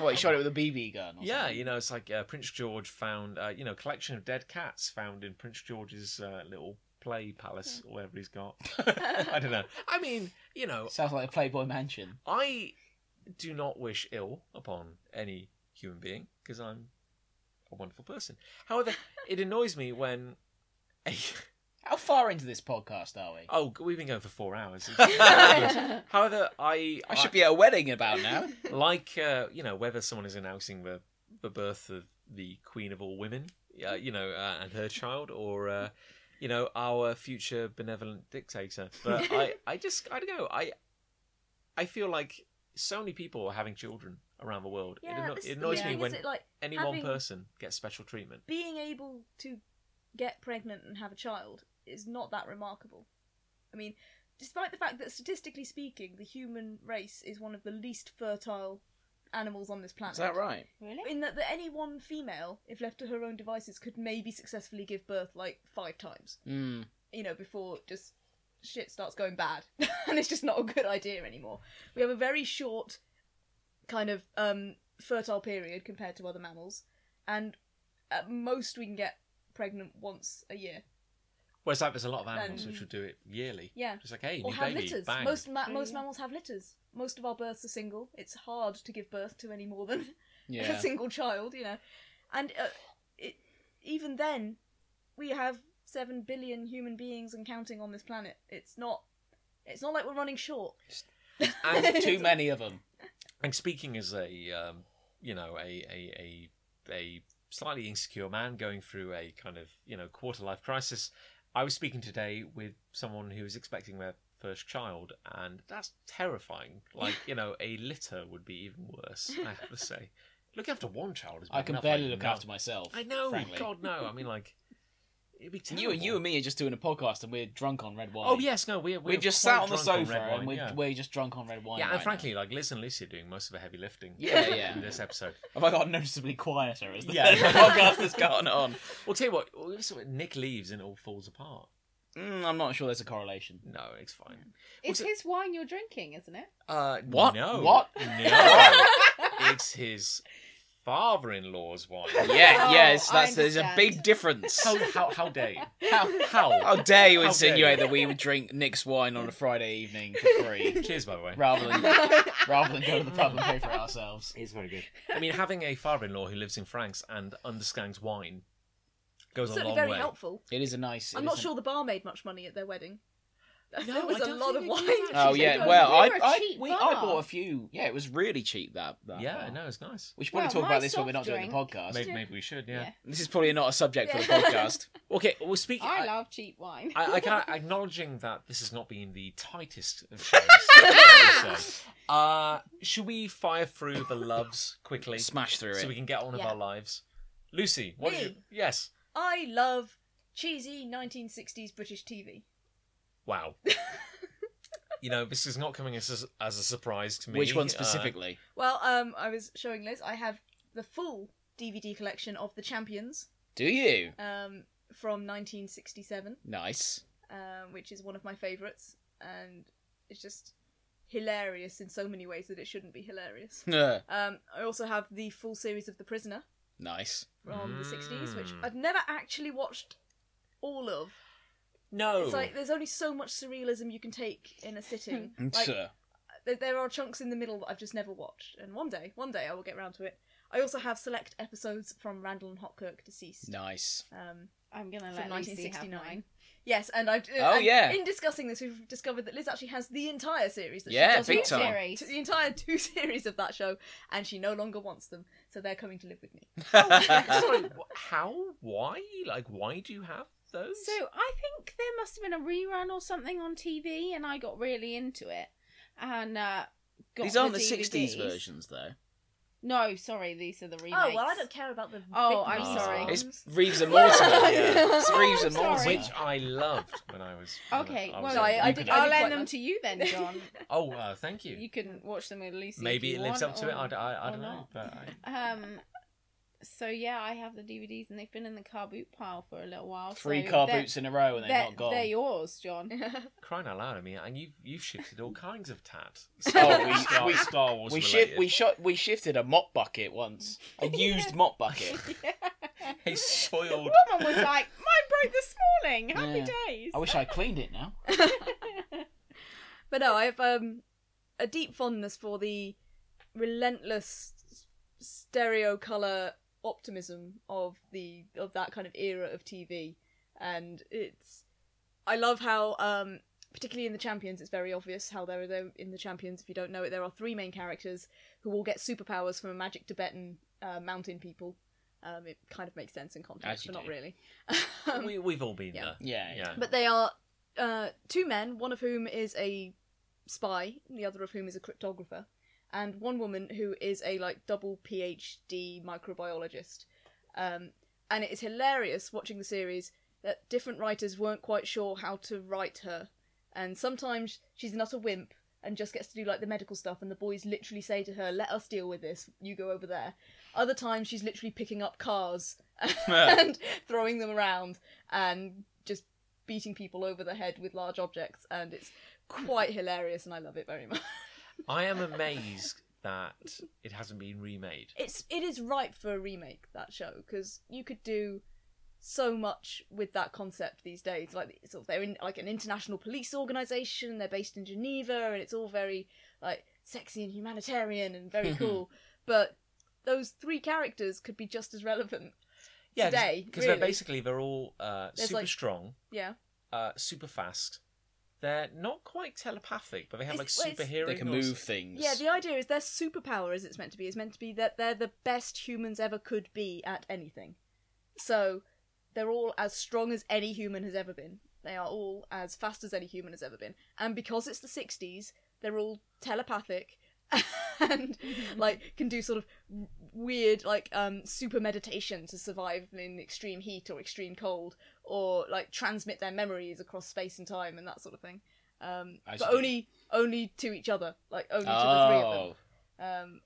Speaker 2: what, he shot it with a BB gun? Or
Speaker 1: Yeah,
Speaker 2: something?
Speaker 1: you know, it's like uh, Prince George found, uh, you know, a collection of dead cats found in Prince George's uh, little play palace or whatever he's
Speaker 2: [LAUGHS]
Speaker 1: got. [LAUGHS] I don't know. I mean, you know,
Speaker 2: Sounds like a Playboy Mansion.
Speaker 1: I do not wish ill upon any human being because I'm a wonderful person.
Speaker 2: [LAUGHS]
Speaker 1: However, it annoys me when.
Speaker 2: How far into this podcast are we?
Speaker 1: oh, we've been going for four
Speaker 2: [LAUGHS]
Speaker 1: hours. However, I
Speaker 2: I should be at a wedding about now.
Speaker 1: like uh, you know whether someone is announcing the the birth of the queen of all women uh, you know uh, and her child or uh, you know our future benevolent dictator but
Speaker 3: [LAUGHS]
Speaker 1: i i just i don't know i i feel like so many people are having children around the world It
Speaker 3: Yeah,
Speaker 1: anno-
Speaker 3: this
Speaker 1: it,
Speaker 3: is the
Speaker 1: annoys
Speaker 3: thing,
Speaker 1: me
Speaker 3: is
Speaker 1: when
Speaker 3: it, like
Speaker 1: any one
Speaker 3: having-
Speaker 1: person gets special treatment
Speaker 3: being able to get pregnant and have a child is not that remarkable. I mean, despite the fact that statistically speaking, the human race is one of the least fertile animals on this
Speaker 2: [LAUGHS]
Speaker 3: planet.
Speaker 2: Is that right?
Speaker 4: [LAUGHS] really?
Speaker 3: In that, that any one female, if left to her own devices, could maybe successfully give birth like five times,
Speaker 2: Mm.
Speaker 3: you know, before just shit starts going bad [LAUGHS] and it's just not a good idea anymore. We have a very short kind of um, fertile period compared to other mammals, and at most we can get pregnant once a year.
Speaker 1: whereas like there's a lot of animals which
Speaker 3: Um,
Speaker 1: will do it yearly
Speaker 3: yeah.
Speaker 1: it's like hey
Speaker 3: or
Speaker 1: new
Speaker 3: have
Speaker 1: baby
Speaker 3: litters.
Speaker 1: bang
Speaker 3: Most ma- most
Speaker 4: yeah.
Speaker 3: mammals have litters. Most of our births are single. It's hard to give birth to any more than
Speaker 2: Yeah.
Speaker 3: a
Speaker 2: [LAUGHS]
Speaker 3: single child, you know. And uh, it, even then, we have seven billion human beings and counting on this planet. It's not. It's not like we're running
Speaker 1: [LAUGHS]
Speaker 3: short.
Speaker 1: And-
Speaker 3: [LAUGHS]
Speaker 2: [LAUGHS] Too many of them.
Speaker 1: And speaking as a, um, you know, a, a, a, a slightly insecure man going through a kind of, you know, quarter life crisis, I was speaking today with someone who was expecting their first child, and that's terrifying. Like, you know, a litter would be even worse, I have to say. Looking after one child is bad
Speaker 2: I can
Speaker 1: enough,
Speaker 2: barely look
Speaker 1: know-
Speaker 2: after myself.
Speaker 1: I know,
Speaker 2: frankly.
Speaker 1: God, no. I mean, like, it'd be terrible.
Speaker 2: You and you and me are just doing a podcast, and we're drunk on red wine.
Speaker 1: Oh, yes, no, we're, we're,
Speaker 2: we're, just
Speaker 1: quite
Speaker 2: sat on the
Speaker 1: drunk on
Speaker 2: sofa,
Speaker 1: red wine,
Speaker 2: and we're,
Speaker 1: yeah.
Speaker 2: we're just drunk on red wine.
Speaker 1: yeah,
Speaker 2: right
Speaker 1: and frankly, like Liz and Lucy are doing most of the heavy lifting.
Speaker 2: Yeah, yeah.
Speaker 1: In this episode,
Speaker 2: now. have I got noticeably quieter as the
Speaker 1: Yeah.
Speaker 2: [LAUGHS] podcast has gone on?
Speaker 1: Well, tell you what, well, this is what, Nick leaves and it all falls apart.
Speaker 2: Mm, I'm not sure there's a correlation.
Speaker 1: No, it's fine.
Speaker 4: It's
Speaker 1: Also-
Speaker 4: his wine you're drinking, isn't it?
Speaker 1: Uh,
Speaker 2: What?
Speaker 1: No.
Speaker 2: What?
Speaker 1: [LAUGHS] No. it's his father-in-law's wine.
Speaker 2: [LAUGHS] Yeah,
Speaker 4: Oh,
Speaker 2: yes,
Speaker 4: I
Speaker 2: that's there's a
Speaker 4: understand.
Speaker 2: big difference.
Speaker 1: How, how, how dare you?
Speaker 2: How,
Speaker 1: How?
Speaker 2: how dare you
Speaker 1: How dare
Speaker 2: insinuate
Speaker 1: you.
Speaker 2: that we would drink Nick's wine on a Friday evening for free [LAUGHS]
Speaker 1: Cheers, by the way.
Speaker 2: rather than rather than
Speaker 4: [LAUGHS]
Speaker 2: go to the pub and pay for it ourselves?
Speaker 1: It's very good. I mean, having a father-in-law who lives in France and understands wine goes a
Speaker 3: Certainly
Speaker 1: long
Speaker 3: very
Speaker 1: way.
Speaker 3: helpful.
Speaker 2: It is a nice. it
Speaker 3: I'm
Speaker 2: is
Speaker 3: not
Speaker 2: a-
Speaker 3: sure the bar made much money at their wedding. [LAUGHS]
Speaker 1: No,
Speaker 3: there was
Speaker 1: I
Speaker 3: a
Speaker 1: don't
Speaker 3: lot of
Speaker 1: think
Speaker 3: wine.
Speaker 1: they do, actually.
Speaker 2: Oh
Speaker 4: They
Speaker 2: yeah,
Speaker 4: were-
Speaker 2: well
Speaker 4: they
Speaker 2: I
Speaker 4: were a
Speaker 2: I,
Speaker 4: cheap
Speaker 2: we,
Speaker 4: bar.
Speaker 2: I bought a few. Yeah, it was really cheap that. that
Speaker 1: Yeah,
Speaker 2: bar.
Speaker 1: no, it's nice.
Speaker 2: We should probably
Speaker 4: Well,
Speaker 2: talk
Speaker 4: my
Speaker 2: about this when we're
Speaker 4: soft
Speaker 2: not doing the
Speaker 4: drink-
Speaker 2: podcast.
Speaker 1: Maybe, maybe we should. Yeah.
Speaker 4: Yeah.
Speaker 2: This is probably not a subject for the
Speaker 4: [LAUGHS]
Speaker 3: Yeah.
Speaker 2: podcast.
Speaker 1: Okay. Well, speaking.
Speaker 4: I love cheap wine.
Speaker 1: I, I can't acknowledging that this has not been the tightest
Speaker 3: [LAUGHS]
Speaker 1: of shows. I would say. uh, should we fire through the loves quickly
Speaker 2: Smash through
Speaker 1: so we
Speaker 2: it.
Speaker 1: can get on with
Speaker 3: Yeah.
Speaker 1: our lives? Lucy, what did you?
Speaker 3: Me?
Speaker 1: Yes.
Speaker 3: I love cheesy 1960s British TV.
Speaker 4: [LAUGHS]
Speaker 1: Wow. you know, this is not coming as a, as a surprise to me.
Speaker 2: Which one
Speaker 1: Uh,
Speaker 2: specifically?
Speaker 3: Well, um, I was showing Liz. I have the full DVD collection of The Champions
Speaker 2: Do you?
Speaker 3: um, from 1967,
Speaker 2: Nice. [LAUGHS]
Speaker 3: um, which is one of my favourites, and it's just hilarious in so many ways that it shouldn't
Speaker 2: [LAUGHS]
Speaker 3: be hilarious.
Speaker 2: Ugh,
Speaker 3: Um, I also have the full series of The Prisoner
Speaker 2: nice.
Speaker 3: from the 60s, which
Speaker 1: Mm.
Speaker 3: I've never actually watched all of.
Speaker 1: no.
Speaker 2: Oh.
Speaker 3: It's like there's only so much surrealism you can take in a sitting.
Speaker 2: [LAUGHS]
Speaker 3: like,
Speaker 2: Sure.
Speaker 3: there, there are chunks in the middle that I've just never watched, and one day, one day I will get round to it. I also have select episodes from Randall and Hotkirk deceased.
Speaker 2: nice.
Speaker 3: Um,
Speaker 4: I'm gonna
Speaker 3: From
Speaker 4: let Lucy have
Speaker 3: 1969.
Speaker 4: mine.
Speaker 3: Yes, and I've. uh,
Speaker 2: Oh,
Speaker 3: and
Speaker 2: yeah.
Speaker 3: In discussing this, we've discovered that Liz actually has the entire series. That
Speaker 2: Yeah,
Speaker 3: she does
Speaker 2: big
Speaker 3: not
Speaker 2: time.
Speaker 3: want.
Speaker 4: Series.
Speaker 3: The entire two [LAUGHS] series of that show, and she no longer wants them, so they're coming to live with me.
Speaker 1: Sorry, Uh, [LAUGHS] wh- how? Why? Like, why do you have those?
Speaker 4: So I think there must have been a rerun or something on TV, and I got really into it. And uh, got
Speaker 2: These aren't the,
Speaker 4: DVDs.
Speaker 2: 60s versions, though.
Speaker 4: No, sorry, these are the remakes.
Speaker 3: Oh well, I don't care about the.
Speaker 4: Oh,
Speaker 3: big
Speaker 4: I'm
Speaker 3: ones.
Speaker 4: sorry.
Speaker 2: It's [LAUGHS]
Speaker 4: [LAUGHS]
Speaker 2: Reeves and Mortimer.
Speaker 3: Yeah. [LAUGHS]
Speaker 2: yeah. It's Reeves
Speaker 4: I'm
Speaker 2: and Mortimer.
Speaker 4: sorry.
Speaker 1: which I loved when I was. when
Speaker 4: Okay,
Speaker 1: I
Speaker 4: well,
Speaker 1: was
Speaker 3: No, I-
Speaker 1: you
Speaker 3: I
Speaker 1: can
Speaker 3: did-
Speaker 1: have
Speaker 4: I'll
Speaker 3: did
Speaker 1: it.
Speaker 3: quite
Speaker 4: lend them
Speaker 3: like-
Speaker 4: to you then, John.
Speaker 1: Oh, uh, thank you.
Speaker 4: you can watch them with Lucy. if
Speaker 1: Maybe
Speaker 4: you
Speaker 1: it lives
Speaker 4: want,
Speaker 1: up to it. I,
Speaker 4: or-
Speaker 1: d- I- I
Speaker 4: or
Speaker 1: don't know.
Speaker 4: not.
Speaker 1: But
Speaker 4: [LAUGHS]
Speaker 1: I,
Speaker 4: Um, so yeah, I have the DVDs, and they've been in the car boot pile for a little while.
Speaker 2: Three
Speaker 4: so
Speaker 2: car
Speaker 4: they're-
Speaker 2: boots in a row and they're,
Speaker 4: They're,
Speaker 2: not gone.
Speaker 4: they're yours, John. [LAUGHS]
Speaker 1: crying out loud, I mean, and you you've shifted all kinds of tat.
Speaker 2: [LAUGHS] Oh, we-
Speaker 1: Star,
Speaker 2: we-
Speaker 1: Star Wars
Speaker 2: we
Speaker 1: related.
Speaker 2: shi- we shot we shifted a mop bucket once.
Speaker 3: [LAUGHS]
Speaker 2: A used mop bucket.
Speaker 1: a
Speaker 4: [LAUGHS]
Speaker 1: soiled.
Speaker 4: Woman was like, "Mine broke this morning. Happy
Speaker 2: Yeah.
Speaker 4: days."
Speaker 2: I wish I cleaned it now.
Speaker 3: But no, I have um, a deep fondness for the relentless s- stereo color optimism of the of that kind of era of TV, and it's I love how um, particularly in the Champions, it's very obvious how there are there in the Champions. If you don't know it, there are three main characters who all get superpowers from a magic Tibetan uh, mountain people. Um, it kind of makes sense in
Speaker 2: As
Speaker 3: context,
Speaker 2: you
Speaker 3: but not
Speaker 2: do.
Speaker 3: really.
Speaker 2: [LAUGHS]
Speaker 1: we, we've all been
Speaker 3: Yeah.
Speaker 2: Yeah,
Speaker 1: there.
Speaker 2: yeah.
Speaker 1: Yeah.
Speaker 3: But they are uh, two men, one of whom is a spy, the other of whom is a cryptographer, and one woman who is a like double PhD microbiologist. Um, and it is hilarious watching the series that different writers weren't quite sure how to write her, and sometimes she's not a wimp and just gets to do like the medical stuff, and the boys literally say to her, "Let us deal with this. You go over there." Other times she's literally picking up cars [LAUGHS] and throwing them around and just beating people over the head with large objects, and it's quite hilarious, and I love it very much.
Speaker 1: I am amazed that it hasn't been remade.
Speaker 3: It's it is ripe for a remake that show because you could do so much with that concept these days. Like sort of they're in like an international police organization, they're based in Geneva, and it's all very like sexy and humanitarian
Speaker 1: [LAUGHS]
Speaker 3: and very cool, but. Those three characters could be just as relevant.
Speaker 1: Yeah,
Speaker 3: Today,
Speaker 1: because
Speaker 3: really.
Speaker 1: they're basically they're all uh,
Speaker 3: There's,
Speaker 1: super
Speaker 3: like-
Speaker 1: strong,
Speaker 3: Yeah,
Speaker 1: uh, super fast. They're not quite telepathic, but they have like
Speaker 3: It's- well, it's-
Speaker 1: superhero.
Speaker 2: They can move things.
Speaker 3: yeah. The idea is their superpower, as it's meant to be, is meant to be that they're the best humans ever could be at anything. So they're all as strong as any human has ever been. They are all as fast as any human has ever been. And because it's the 60s, they're all telepathic [LAUGHS] and like can do sort of w- weird like um super meditation to survive in extreme heat or extreme cold or like transmit their memories across space and time and that sort of thing. Um
Speaker 2: As
Speaker 3: but
Speaker 2: you do.
Speaker 3: only only to each other, like only to the three of them.
Speaker 2: Oh,
Speaker 3: Um,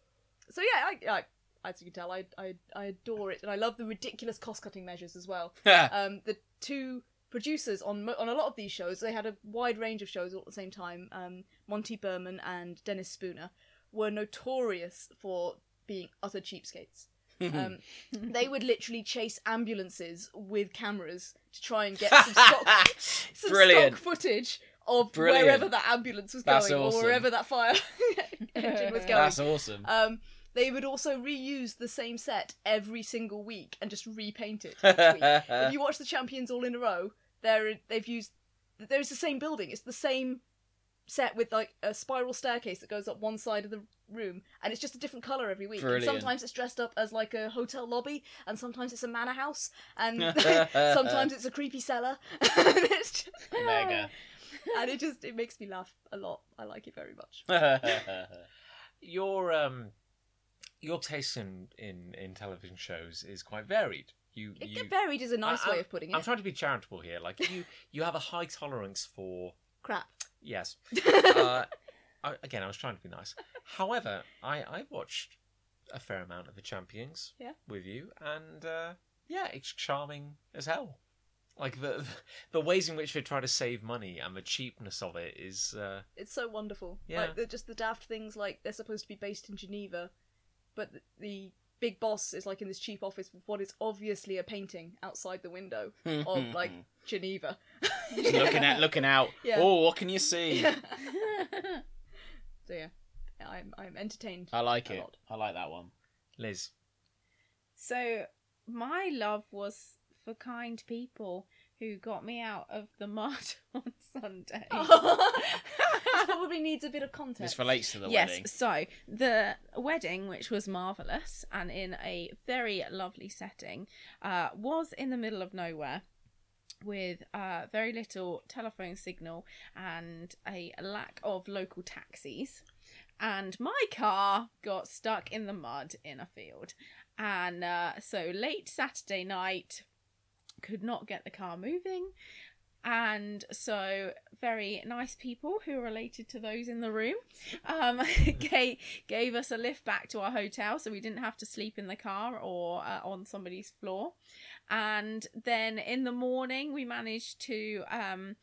Speaker 3: so yeah, I, I, as you can tell, I, I I adore it, and I love the ridiculous cost cutting measures as well. um, the two producers on mo- on a lot of these shows, they had a wide range of shows all at the same time. Um, Monty Berman and Dennis Spooner were notorious for being utter cheapskates.
Speaker 2: Oh. Mm-hmm. [LAUGHS]
Speaker 3: Um, they would literally chase ambulances with cameras to try and
Speaker 2: [LAUGHS]
Speaker 3: get Um, some stock [LAUGHS] some
Speaker 2: Brilliant.
Speaker 3: stock footage of
Speaker 2: Brilliant.
Speaker 3: wherever that ambulance was
Speaker 2: That's
Speaker 3: going
Speaker 2: awesome.
Speaker 3: or wherever that fire [LAUGHS] engine was going.
Speaker 2: That's awesome. [LAUGHS]
Speaker 3: Um, they would also reuse the same set every single week and just repaint it. Each
Speaker 1: [LAUGHS]
Speaker 3: week. if you watch the champions all in a row, they're they've used there's the same building. It's the same set with like a spiral staircase that goes up one side of the room and it's just a different color every week and
Speaker 2: Brilliant.
Speaker 3: sometimes it's dressed up as like a hotel lobby and sometimes it's a manor house
Speaker 1: [LAUGHS]
Speaker 3: and [LAUGHS] sometimes [LAUGHS] it's a creepy cellar and, it's just,
Speaker 2: [LAUGHS] Mega.
Speaker 3: and it just it makes me laugh a lot i like it very much
Speaker 1: your um your taste in, in in television shows is quite varied. You
Speaker 3: It
Speaker 1: you
Speaker 3: get buried is a nice
Speaker 1: I-
Speaker 3: way of putting it.
Speaker 1: I'm trying to be charitable here. Like you you have a high tolerance for
Speaker 3: Crap.
Speaker 1: yes.
Speaker 3: [LAUGHS]
Speaker 1: Uh, I, again, I was trying to be nice. However, I I watched a fair amount of the Champions
Speaker 3: Yeah.
Speaker 1: with you, and uh, yeah, it's charming as hell. Like the [LAUGHS] the ways in which they try to save money and the cheapness of it is uh,
Speaker 3: It's so wonderful.
Speaker 1: Yeah.
Speaker 3: Like they're just the daft things like they're supposed to be based in Geneva, but the, the big boss is like in this cheap office with what is obviously a painting outside the window of like Geneva.
Speaker 2: Just [LAUGHS]
Speaker 3: [LAUGHS]
Speaker 2: looking at looking out.
Speaker 3: Yeah.
Speaker 2: Oh, what can you
Speaker 3: [LAUGHS]
Speaker 2: see?
Speaker 4: [LAUGHS]
Speaker 3: so yeah, I'm I'm entertained. [LAUGHS]
Speaker 2: I like
Speaker 3: A
Speaker 2: it.
Speaker 3: lot.
Speaker 2: I like that one.
Speaker 1: Liz.
Speaker 4: So my love was for kind people who got me out of the mud [LAUGHS] on Sunday.
Speaker 3: Oh. this probably needs a bit of context.
Speaker 2: This relates to the
Speaker 4: yes,
Speaker 2: wedding.
Speaker 4: so the wedding, which was marvellous and in a very lovely setting, uh, was in the middle of nowhere with uh, very little telephone signal and a lack of local taxis. And my car got stuck in the mud in a field. And uh, so late Saturday night, could not get the car moving. And so, very nice people who are related to those in the room um, [LAUGHS] gave, gave us a lift back to our hotel so we didn't have to sleep in the car or uh, on somebody's floor. And then in the morning, we managed to um,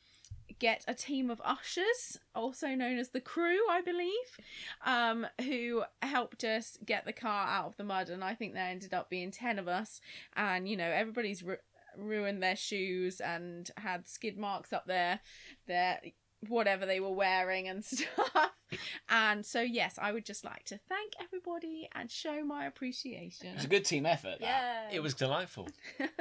Speaker 4: get a team of ushers, also known as the crew, I believe, um, who helped us get the car out of the mud. And I think there ended up being 10 of us. And, you know, everybody's. Ru- ruined their shoes and had skid marks up there their whatever they were wearing and [LAUGHS] stuff and so yes i would just like to thank everybody and show my appreciation
Speaker 2: It's a good team effort. that.
Speaker 3: Yeah.
Speaker 1: It was delightful.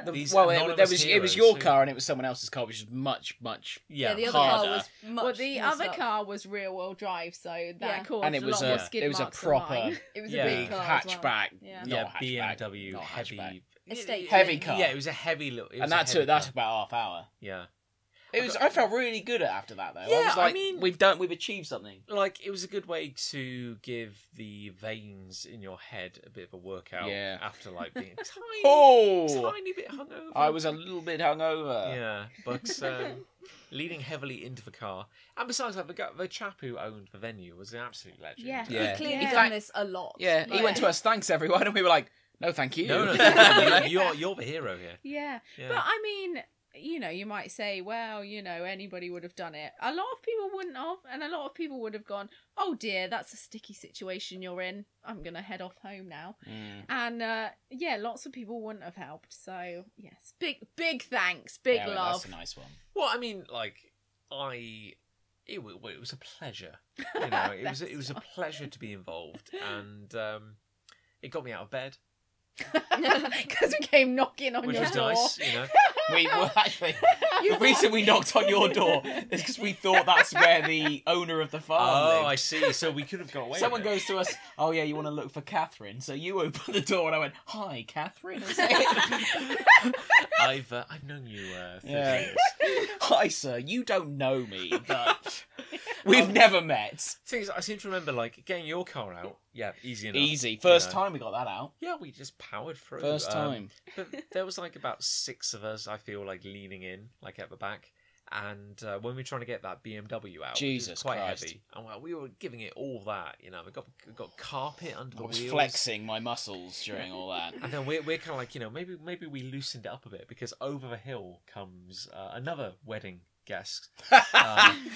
Speaker 2: The-
Speaker 1: These
Speaker 2: well, it, there
Speaker 1: anonymous
Speaker 2: was it was
Speaker 1: heroes
Speaker 2: your
Speaker 1: who-
Speaker 2: car and it was someone else's car, which is much much.
Speaker 3: Yeah,
Speaker 1: Yeah,
Speaker 3: the other
Speaker 2: harder.
Speaker 3: car was much.
Speaker 4: well the
Speaker 3: more
Speaker 4: other
Speaker 3: stuck.
Speaker 4: car was real wheel drive so that
Speaker 3: Yeah.
Speaker 4: caused
Speaker 2: And it was
Speaker 4: a lot
Speaker 2: a-
Speaker 4: more skid
Speaker 2: it was a
Speaker 4: marks than mine.
Speaker 2: proper-
Speaker 3: It was
Speaker 1: Yeah.
Speaker 3: a big
Speaker 1: Big
Speaker 3: car as well.
Speaker 2: hatchback.
Speaker 3: Yeah.
Speaker 1: yeah,
Speaker 2: Not hatchback,
Speaker 1: BMW
Speaker 2: not
Speaker 1: heavy,
Speaker 2: hatchback.
Speaker 3: Estate
Speaker 2: Heavy
Speaker 3: thing.
Speaker 2: car.
Speaker 1: Yeah, it was a heavy look,
Speaker 2: and that took that took about half hour.
Speaker 1: yeah.
Speaker 2: It was. I felt really good at after that though. I
Speaker 1: Yeah,
Speaker 2: was
Speaker 1: I
Speaker 2: like,
Speaker 1: mean-
Speaker 2: we've done, we've achieved something.
Speaker 1: Like it was a good way to give the veins in your head a bit of a workout
Speaker 2: Yeah.
Speaker 1: after like being
Speaker 2: [LAUGHS]
Speaker 1: a tiny,
Speaker 2: Oh,
Speaker 1: tiny bit hungover.
Speaker 2: I was a little bit hungover. [LAUGHS]
Speaker 1: yeah, but um, leaning heavily into the car. And besides that, the, gu- the chap who owned the venue was an absolute legend.
Speaker 4: Yeah.
Speaker 2: Yeah.
Speaker 3: He's clearly
Speaker 4: Yeah.
Speaker 3: done this a lot.
Speaker 2: Yeah, he
Speaker 4: Yeah.
Speaker 2: went to us, thanks everyone, and we were like, no, thank
Speaker 1: [LAUGHS]
Speaker 2: you. [LAUGHS]
Speaker 1: No, no, no, you- you're you're the hero here.
Speaker 4: yeah
Speaker 1: Yeah.
Speaker 4: But I mean, you know, you might say, well, you know, anybody would have done it. A lot of people wouldn't have, and a lot of people would have gone, oh dear, that's a sticky situation you're in. I'm going to head off home now.
Speaker 2: Mm.
Speaker 4: And uh, yeah, lots of people wouldn't have helped. So, yes, big, big thanks, big
Speaker 2: Yeah, well,
Speaker 4: love.
Speaker 2: That's a nice one.
Speaker 1: Well, I mean, like I, it, wa- well, it was a pleasure. You know, it was it was
Speaker 4: [LAUGHS]
Speaker 1: a pleasure to be involved, and um, it got me out of bed,
Speaker 4: [LAUGHS] Because we came knocking on
Speaker 1: which
Speaker 4: your
Speaker 1: was
Speaker 4: door.
Speaker 1: nice. You know,
Speaker 2: We well, actually,
Speaker 4: [LAUGHS] You
Speaker 2: the
Speaker 4: [LAUGHS]
Speaker 2: reason we knocked on your door is because we thought that's where the owner of the farm.
Speaker 1: oh, I
Speaker 2: lived.
Speaker 1: see. So we could have got away. with
Speaker 2: Someone
Speaker 1: it.
Speaker 2: goes to us,
Speaker 1: [LAUGHS]
Speaker 2: oh yeah, you want to look for Catherine? So you open the door, and I went, hi, Catherine. I said,
Speaker 1: [LAUGHS] I've uh, I've known you uh, for
Speaker 2: Yeah.
Speaker 1: years. [LAUGHS]
Speaker 2: hi, sir. You don't know me, but we've
Speaker 1: Um,
Speaker 2: never met.
Speaker 1: Thing is, I seem to remember like getting your car out. Yeah, easy enough.
Speaker 2: Easy. First
Speaker 1: you know.
Speaker 2: time we got that out.
Speaker 1: Yeah, we just powered through.
Speaker 2: First
Speaker 1: Um,
Speaker 2: time.
Speaker 1: but there was like about six of us. I feel like leaning in, like at the back, and uh, when we were trying to get that BMW out, it was
Speaker 2: Jesus
Speaker 1: quite
Speaker 2: Christ.
Speaker 1: heavy, and well, we were giving it all that. You know, we got we got carpet under
Speaker 2: I
Speaker 1: the
Speaker 2: was
Speaker 1: wheels.
Speaker 2: flexing my muscles during all that.
Speaker 1: [LAUGHS] And then we're, we're kind of like, you know, maybe maybe we loosened it up a bit because over the hill comes uh, another wedding guest.
Speaker 4: [LAUGHS]
Speaker 1: Um,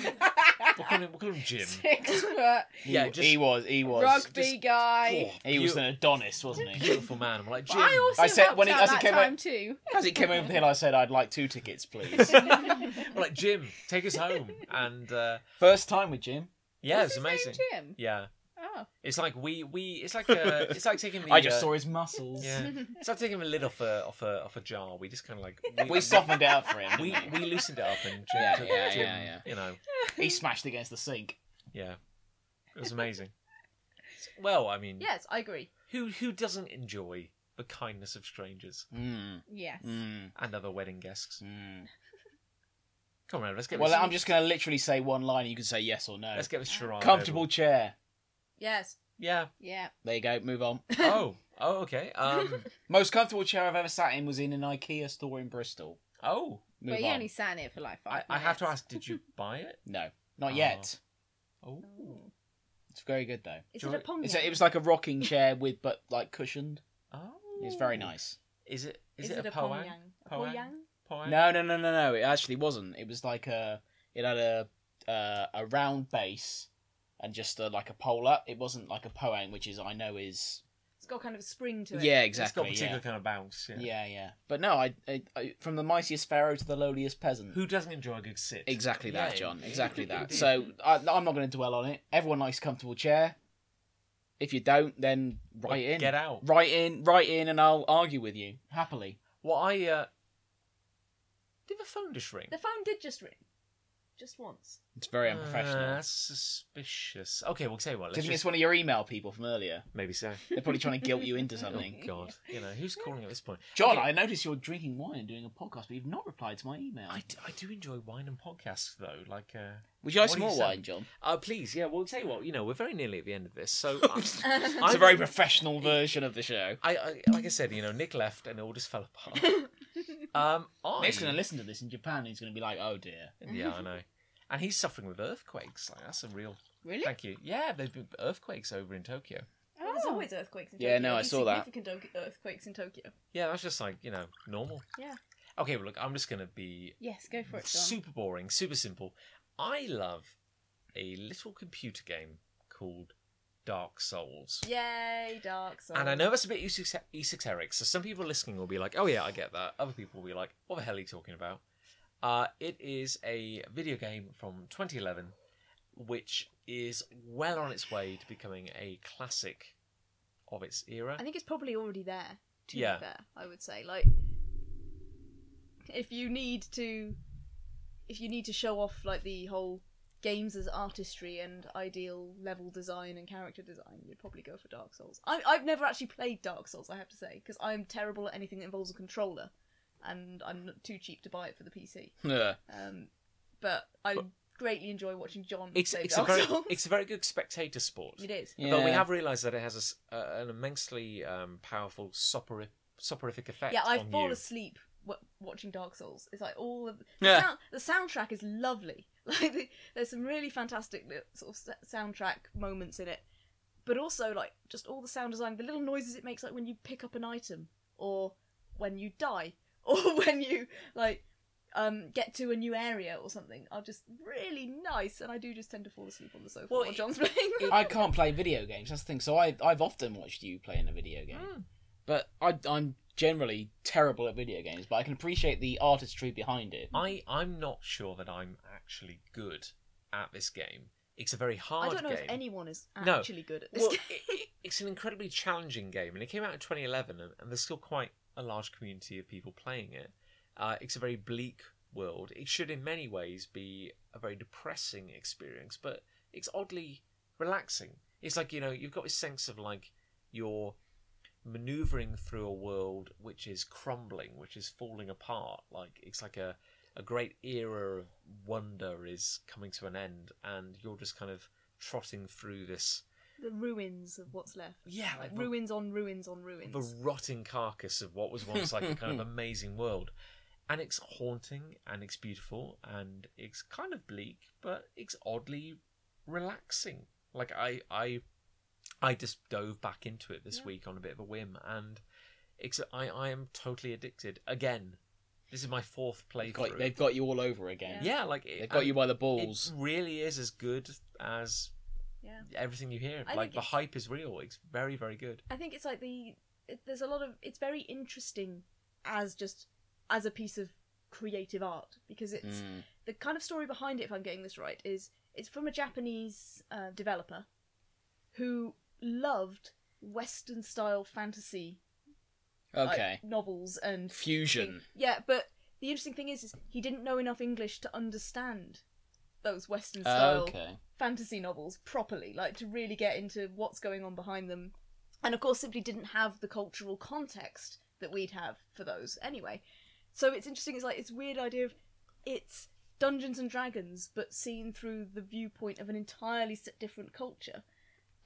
Speaker 1: we'll, call him, we'll call him
Speaker 3: [LAUGHS]
Speaker 1: Jim.
Speaker 4: Six
Speaker 1: [LAUGHS]
Speaker 4: foot
Speaker 1: Yeah,
Speaker 2: He-
Speaker 1: just-
Speaker 2: he was. He was.
Speaker 4: rugby
Speaker 1: just-
Speaker 4: guy.
Speaker 1: Oh,
Speaker 2: He was uh,
Speaker 1: beau-
Speaker 2: an Adonis, wasn't he?
Speaker 1: beautiful man. I'm like,
Speaker 4: [LAUGHS]
Speaker 1: Jim.
Speaker 4: But I also
Speaker 2: I said-
Speaker 4: helped
Speaker 2: when he-
Speaker 4: out
Speaker 2: as he
Speaker 4: that
Speaker 2: came out-
Speaker 4: time too.
Speaker 2: [LAUGHS] As he came over the hill, I said, "I'd like two
Speaker 1: [LAUGHS]
Speaker 2: tickets, please."
Speaker 1: I'm like, Jim, take us home. And uh,
Speaker 2: First time with Jim.
Speaker 1: yeah, it's
Speaker 4: What's his name,
Speaker 1: amazing.
Speaker 4: Jim?
Speaker 1: Yeah,
Speaker 4: Oh,
Speaker 1: it's like we we it's
Speaker 4: [LAUGHS]
Speaker 1: like uh, it's like taking the
Speaker 2: I just
Speaker 1: uh,
Speaker 2: saw his muscles.
Speaker 1: Yeah. It's like taking the lid off a off a off a jar. We just kind of like we,
Speaker 2: We softened it up for him.
Speaker 1: we,
Speaker 2: didn't
Speaker 1: we loosened it up and Jim,
Speaker 2: Yeah,
Speaker 1: took-
Speaker 2: yeah,
Speaker 1: Jim,
Speaker 2: yeah, yeah.
Speaker 1: you know,
Speaker 2: we? He smashed against the sink.
Speaker 1: yeah, it was amazing. Well, I mean,
Speaker 3: Yes, I agree.
Speaker 1: who who doesn't enjoy the kindness of strangers
Speaker 2: Mm,
Speaker 4: yes.
Speaker 2: mm,
Speaker 1: and other wedding guests?
Speaker 2: mm.
Speaker 1: Come on, let's get
Speaker 2: Well,
Speaker 1: this,
Speaker 2: I'm just going to literally say one line. You can say yes or no.
Speaker 1: let's get this charade
Speaker 2: Comfortable
Speaker 1: over.
Speaker 2: chair.
Speaker 3: Yes.
Speaker 1: Yeah.
Speaker 4: Yeah.
Speaker 2: There you go. Move on. [LAUGHS]
Speaker 1: Oh. Oh. Okay. Um.
Speaker 2: Most comfortable chair I've ever sat in was in an IKEA store in Bristol.
Speaker 1: Oh.
Speaker 2: Move
Speaker 4: but he
Speaker 2: on.
Speaker 4: only sat in it for like
Speaker 1: I,
Speaker 4: five
Speaker 1: I have to
Speaker 4: minutes.
Speaker 1: ask. Did you buy it?
Speaker 2: No, not
Speaker 1: Oh.
Speaker 2: yet.
Speaker 1: Oh.
Speaker 2: It's very good though.
Speaker 3: Is
Speaker 1: Do
Speaker 3: it
Speaker 1: you
Speaker 3: a pong?
Speaker 2: It's a,
Speaker 1: Hmm.
Speaker 2: it was like a rocking chair with, but like cushioned.
Speaker 1: Oh.
Speaker 2: It's very nice.
Speaker 1: Is it? Is,
Speaker 3: Is it a
Speaker 1: poang?
Speaker 3: Pyongyang? A
Speaker 1: Poang?
Speaker 3: Pyongyang?
Speaker 1: Poang?
Speaker 2: No, no, no, no, no. It actually wasn't. It was like a. It had a uh, a round base, and just a, like a pole up. It wasn't like a poang, which is I know is.
Speaker 3: It's got kind of a spring to it.
Speaker 2: Yeah,
Speaker 1: It's got a
Speaker 2: exactly.
Speaker 1: particular
Speaker 2: Yeah.
Speaker 1: kind of bounce. Yeah.
Speaker 2: yeah, yeah. But no, I, I, I from the mightiest pharaoh to the lowliest peasant.
Speaker 1: Who doesn't enjoy a good sit?
Speaker 2: Exactly that,
Speaker 1: Yeah,
Speaker 2: John.
Speaker 1: indeed. [LAUGHS]
Speaker 2: Exactly that.
Speaker 1: Indeed.
Speaker 2: So I, I'm not going to dwell on it. Everyone likes a comfortable chair. If you don't, then
Speaker 1: Well,
Speaker 2: write in.
Speaker 1: Get out.
Speaker 2: Write in, write in, and I'll argue with you happily.
Speaker 1: Well, I uh, Did the phone just ring?
Speaker 3: The phone did just ring, just once.
Speaker 2: It's very
Speaker 1: Ah,
Speaker 2: unprofessional.
Speaker 1: that's suspicious. Okay, we'll tell you what.
Speaker 2: Do you
Speaker 1: Let's
Speaker 2: think it's
Speaker 1: just...
Speaker 2: one of your email people from earlier?
Speaker 1: Maybe so.
Speaker 2: They're probably trying to guilt
Speaker 1: [LAUGHS]
Speaker 2: you into
Speaker 1: Oh
Speaker 2: something.
Speaker 1: God, you know who's calling at this point?
Speaker 2: John,
Speaker 1: Okay.
Speaker 2: I notice you're drinking wine and doing a podcast, but you've not replied to my email.
Speaker 1: I, d- I do enjoy wine and podcasts though. Like, uh,
Speaker 2: Would you like
Speaker 1: What
Speaker 2: some
Speaker 1: do you
Speaker 2: more
Speaker 1: say? [LAUGHS]
Speaker 2: wine, John?
Speaker 1: uh please, yeah. We'll tell you what. You know, we're very nearly at the end of this, [LAUGHS] so I,
Speaker 2: it's
Speaker 1: I-
Speaker 2: a very professional version of the show.
Speaker 1: I, I like I said, you know, Nick left and it all just fell [LAUGHS] apart. um, I,
Speaker 2: Nick's going to listen to this in Japan and he's going to be like, oh dear.
Speaker 1: Yeah, I know. And he's suffering with earthquakes. Like that's a real.
Speaker 4: Really?
Speaker 1: Thank you. Yeah, there's been earthquakes over in Tokyo.
Speaker 3: Well,
Speaker 4: Oh.
Speaker 3: there's always earthquakes in Tokyo.
Speaker 2: Yeah, no,
Speaker 3: There'll
Speaker 2: I
Speaker 3: be
Speaker 2: saw that.
Speaker 3: Significant o- earthquakes in Tokyo.
Speaker 1: Yeah, that's just like you know normal.
Speaker 3: Yeah.
Speaker 1: Okay, well, look, I'm just gonna be
Speaker 4: Yes, go for it, John.
Speaker 1: super boring, super simple. I love a little computer game called Dark Souls.
Speaker 3: Yay, Dark Souls.
Speaker 1: And I know that's a bit esoteric- esoteric, so some people listening will be like, "Oh yeah, I get that." Other people will be like, "What the hell are you talking about?" Uh, it is a video game from 2011, which is well on its way to becoming a classic of its era.
Speaker 3: I think it's probably already there. To
Speaker 1: Yeah.
Speaker 3: be fair, I would say like if you need to, if you need to show off like the whole games as artistry and ideal level design and character design, you'd probably go for Dark Souls. I, I've never actually played Dark Souls, I have to say, because I'm terrible at anything that involves a controller, and I'm not too cheap to buy it for the PC.
Speaker 2: Yeah.
Speaker 3: Um, but I greatly enjoy watching John
Speaker 1: It's
Speaker 3: play
Speaker 1: it's a
Speaker 3: Dark
Speaker 1: very [LAUGHS]
Speaker 3: Souls. [LAUGHS]
Speaker 1: it's a very good spectator sport.
Speaker 3: It is.
Speaker 1: But we have realised that it has a s uh, an immensely um, powerful soporific, soporific effect.
Speaker 3: Yeah, I
Speaker 1: on
Speaker 3: fall
Speaker 1: you.
Speaker 3: asleep w- watching Dark Souls. It's like all of the,
Speaker 2: Yeah.
Speaker 3: sound, the soundtrack is lovely. [LAUGHS] Like the, there's some really fantastic li- sort of s- soundtrack moments in it, but also like just all the sound design, the little noises it makes, like when you pick up an item, or when you die, [LAUGHS] or when you like um get to a new area or something, are just really nice. And I do just tend to fall asleep on the sofa
Speaker 1: Well,
Speaker 3: while
Speaker 1: it- [LAUGHS]
Speaker 3: John's playing. [LAUGHS]
Speaker 2: I can't play video games. That's the thing. So I, I've often watched you play in a video game,
Speaker 1: Mm. Hmm.
Speaker 3: Hmm.
Speaker 2: but I, I'm generally terrible at video games. But I can appreciate the artistry behind it.
Speaker 1: I I'm not sure that I'm actually good at this game. It's a very hard
Speaker 3: I don't know
Speaker 1: game.
Speaker 3: if anyone is
Speaker 1: No.
Speaker 3: actually good at this
Speaker 1: well,
Speaker 3: game. [LAUGHS]
Speaker 1: it, it- it's an incredibly challenging game, and it came out in 2011, and, and there's still quite a large community of people playing it. Uh, it's a very bleak world. It should, in many ways, be a very depressing experience, but it's oddly relaxing. It's like you know you've got this sense of like you're maneuvering through a world which is crumbling, which is falling apart. Like it's like a a great era of wonder is coming to an end, and you're just kind of trotting through this
Speaker 3: The ruins of what's left.
Speaker 1: yeah,
Speaker 3: Like
Speaker 1: like the,
Speaker 3: ruins on ruins on ruins.
Speaker 1: the rotting carcass of what was once like a
Speaker 2: [LAUGHS]
Speaker 1: kind of amazing world. And it's haunting and it's beautiful and it's kind of bleak, but it's oddly relaxing. Like I I I just dove back into it this
Speaker 3: Yeah.
Speaker 1: week on a bit of a whim and it's I, I am totally addicted. Again. This is my fourth
Speaker 2: They've got,
Speaker 1: playthrough.
Speaker 2: they've got you all over again.
Speaker 1: yeah, like it, um,
Speaker 2: They've got you by the balls.
Speaker 1: it really is as good as
Speaker 3: Yeah.
Speaker 1: everything you hear.
Speaker 3: I
Speaker 1: like
Speaker 3: think
Speaker 1: the
Speaker 3: it's-
Speaker 1: hype is real. It's very, very good.
Speaker 3: I think it's like the it, there's a lot of it's very interesting as just as a piece of creative art because it's
Speaker 2: Mm.
Speaker 3: the kind of story behind it if I'm getting this right is it's from a Japanese uh, developer who loved western style fantasy like,
Speaker 2: Okay. Hmm.
Speaker 3: novels and [LAUGHS]
Speaker 2: Fusion.
Speaker 3: yeah but the interesting thing is, is he didn't know enough English to understand those western style
Speaker 2: Okay.
Speaker 3: fantasy novels properly, like to really get into what's going on behind them. And of course, simply didn't have the cultural context that we'd have for those anyway. So it's interesting. It's like it's weird idea of it's Dungeons and Dragons, but seen through the viewpoint of an entirely s- different culture,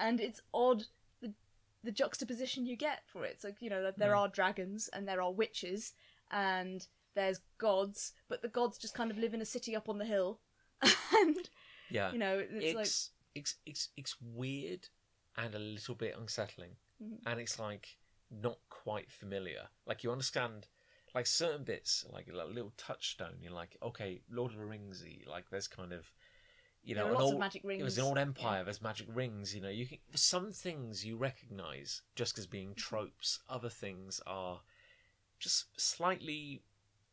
Speaker 3: and it's odd the the juxtaposition you get for it. It's like you know that there
Speaker 1: Yeah.
Speaker 3: are dragons and there are witches and there's gods, but the gods just kind of live in a city up on the hill, [LAUGHS] and
Speaker 1: Yeah.
Speaker 3: you know it's,
Speaker 1: it's
Speaker 3: like
Speaker 1: it's, it's it's weird and a little bit unsettling
Speaker 3: Mhm.
Speaker 1: and it's like not quite familiar like you understand like certain bits like a little touchstone you're like okay lord of the ringsy like there's kind of you know
Speaker 3: there
Speaker 1: an
Speaker 3: are lots
Speaker 1: old-
Speaker 3: of magic rings.
Speaker 1: it was an old empire there's magic rings you know you can, some things you recognize just as
Speaker 3: Mm-hmm.
Speaker 1: being tropes other things are just slightly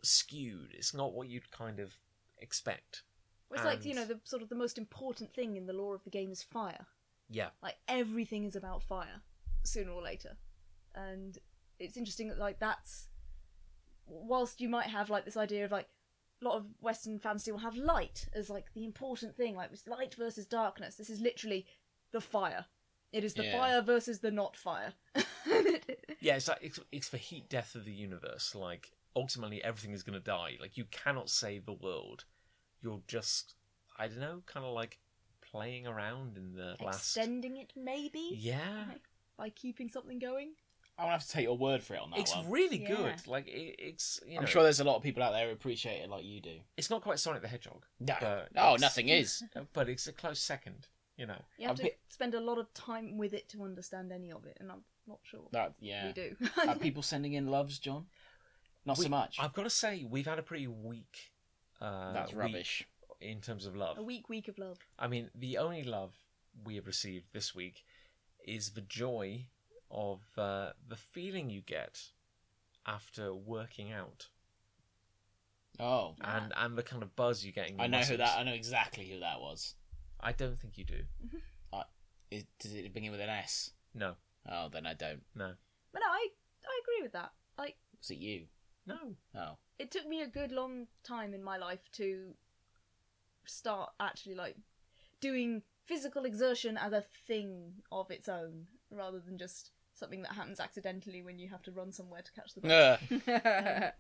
Speaker 1: skewed it's not what you'd kind of expect
Speaker 3: It's like you know
Speaker 1: and-
Speaker 3: the sort of the most important thing in the lore of the game is fire.
Speaker 1: yeah
Speaker 3: Like everything is about fire, sooner or later, and it's interesting that like that's whilst you might have like this idea of like lot of Western fantasy will have light as like the important thing, like it's light versus darkness. This is literally the fire. It is the
Speaker 2: Yeah.
Speaker 3: fire versus the not fire. [LAUGHS]
Speaker 1: Yeah, it's like it's, it's the heat death of the universe. Like ultimately, everything is going to die. Like you cannot save the world. You're just, I don't know, kind of like playing around in the last.
Speaker 3: Extending it maybe
Speaker 1: Yeah,
Speaker 3: by keeping something going.
Speaker 2: I'm gonna have to take your word for it on that
Speaker 1: it's
Speaker 2: one.
Speaker 1: really
Speaker 4: Yeah.
Speaker 1: good. Like it, it's, you know,
Speaker 2: I'm sure there's a lot of people out there who appreciate it like you do.
Speaker 1: it's not quite Sonic the Hedgehog,
Speaker 2: No,
Speaker 1: But
Speaker 2: oh,
Speaker 1: it's- [LAUGHS]
Speaker 2: nothing is.
Speaker 1: but it's a close second. You know,
Speaker 3: You have
Speaker 2: A
Speaker 3: to
Speaker 2: bit-
Speaker 3: spend a lot of time with it to understand any of it, and I'm not sure
Speaker 2: That yeah.
Speaker 3: we
Speaker 2: [LAUGHS]
Speaker 3: do.
Speaker 2: Are people sending in loves, John? Not
Speaker 1: We-
Speaker 2: so much.
Speaker 1: I've got to say we've had a pretty weak. Uh,
Speaker 2: That's
Speaker 1: week
Speaker 2: rubbish.
Speaker 1: in terms of love.
Speaker 3: [LAUGHS] a week week of love.
Speaker 1: I mean, the only love we have received this week is the joy of uh, the feeling you get after working out
Speaker 2: Oh,
Speaker 1: and, and the kind of buzz you get in your
Speaker 2: I know
Speaker 1: muscles.
Speaker 2: who that. I know exactly who that was.
Speaker 1: I don't think you do.
Speaker 2: Is, does it begin with an S?
Speaker 1: No,
Speaker 2: Oh, then I don't.
Speaker 1: no,
Speaker 3: But no, I I agree with that. Like
Speaker 2: Was it you?
Speaker 1: no. [LAUGHS]
Speaker 2: Oh,
Speaker 3: it took me a good long time in my life to start actually like doing physical exertion as a thing of its own rather than just something that happens accidentally when you have to run somewhere to catch the bus.
Speaker 2: Ugh.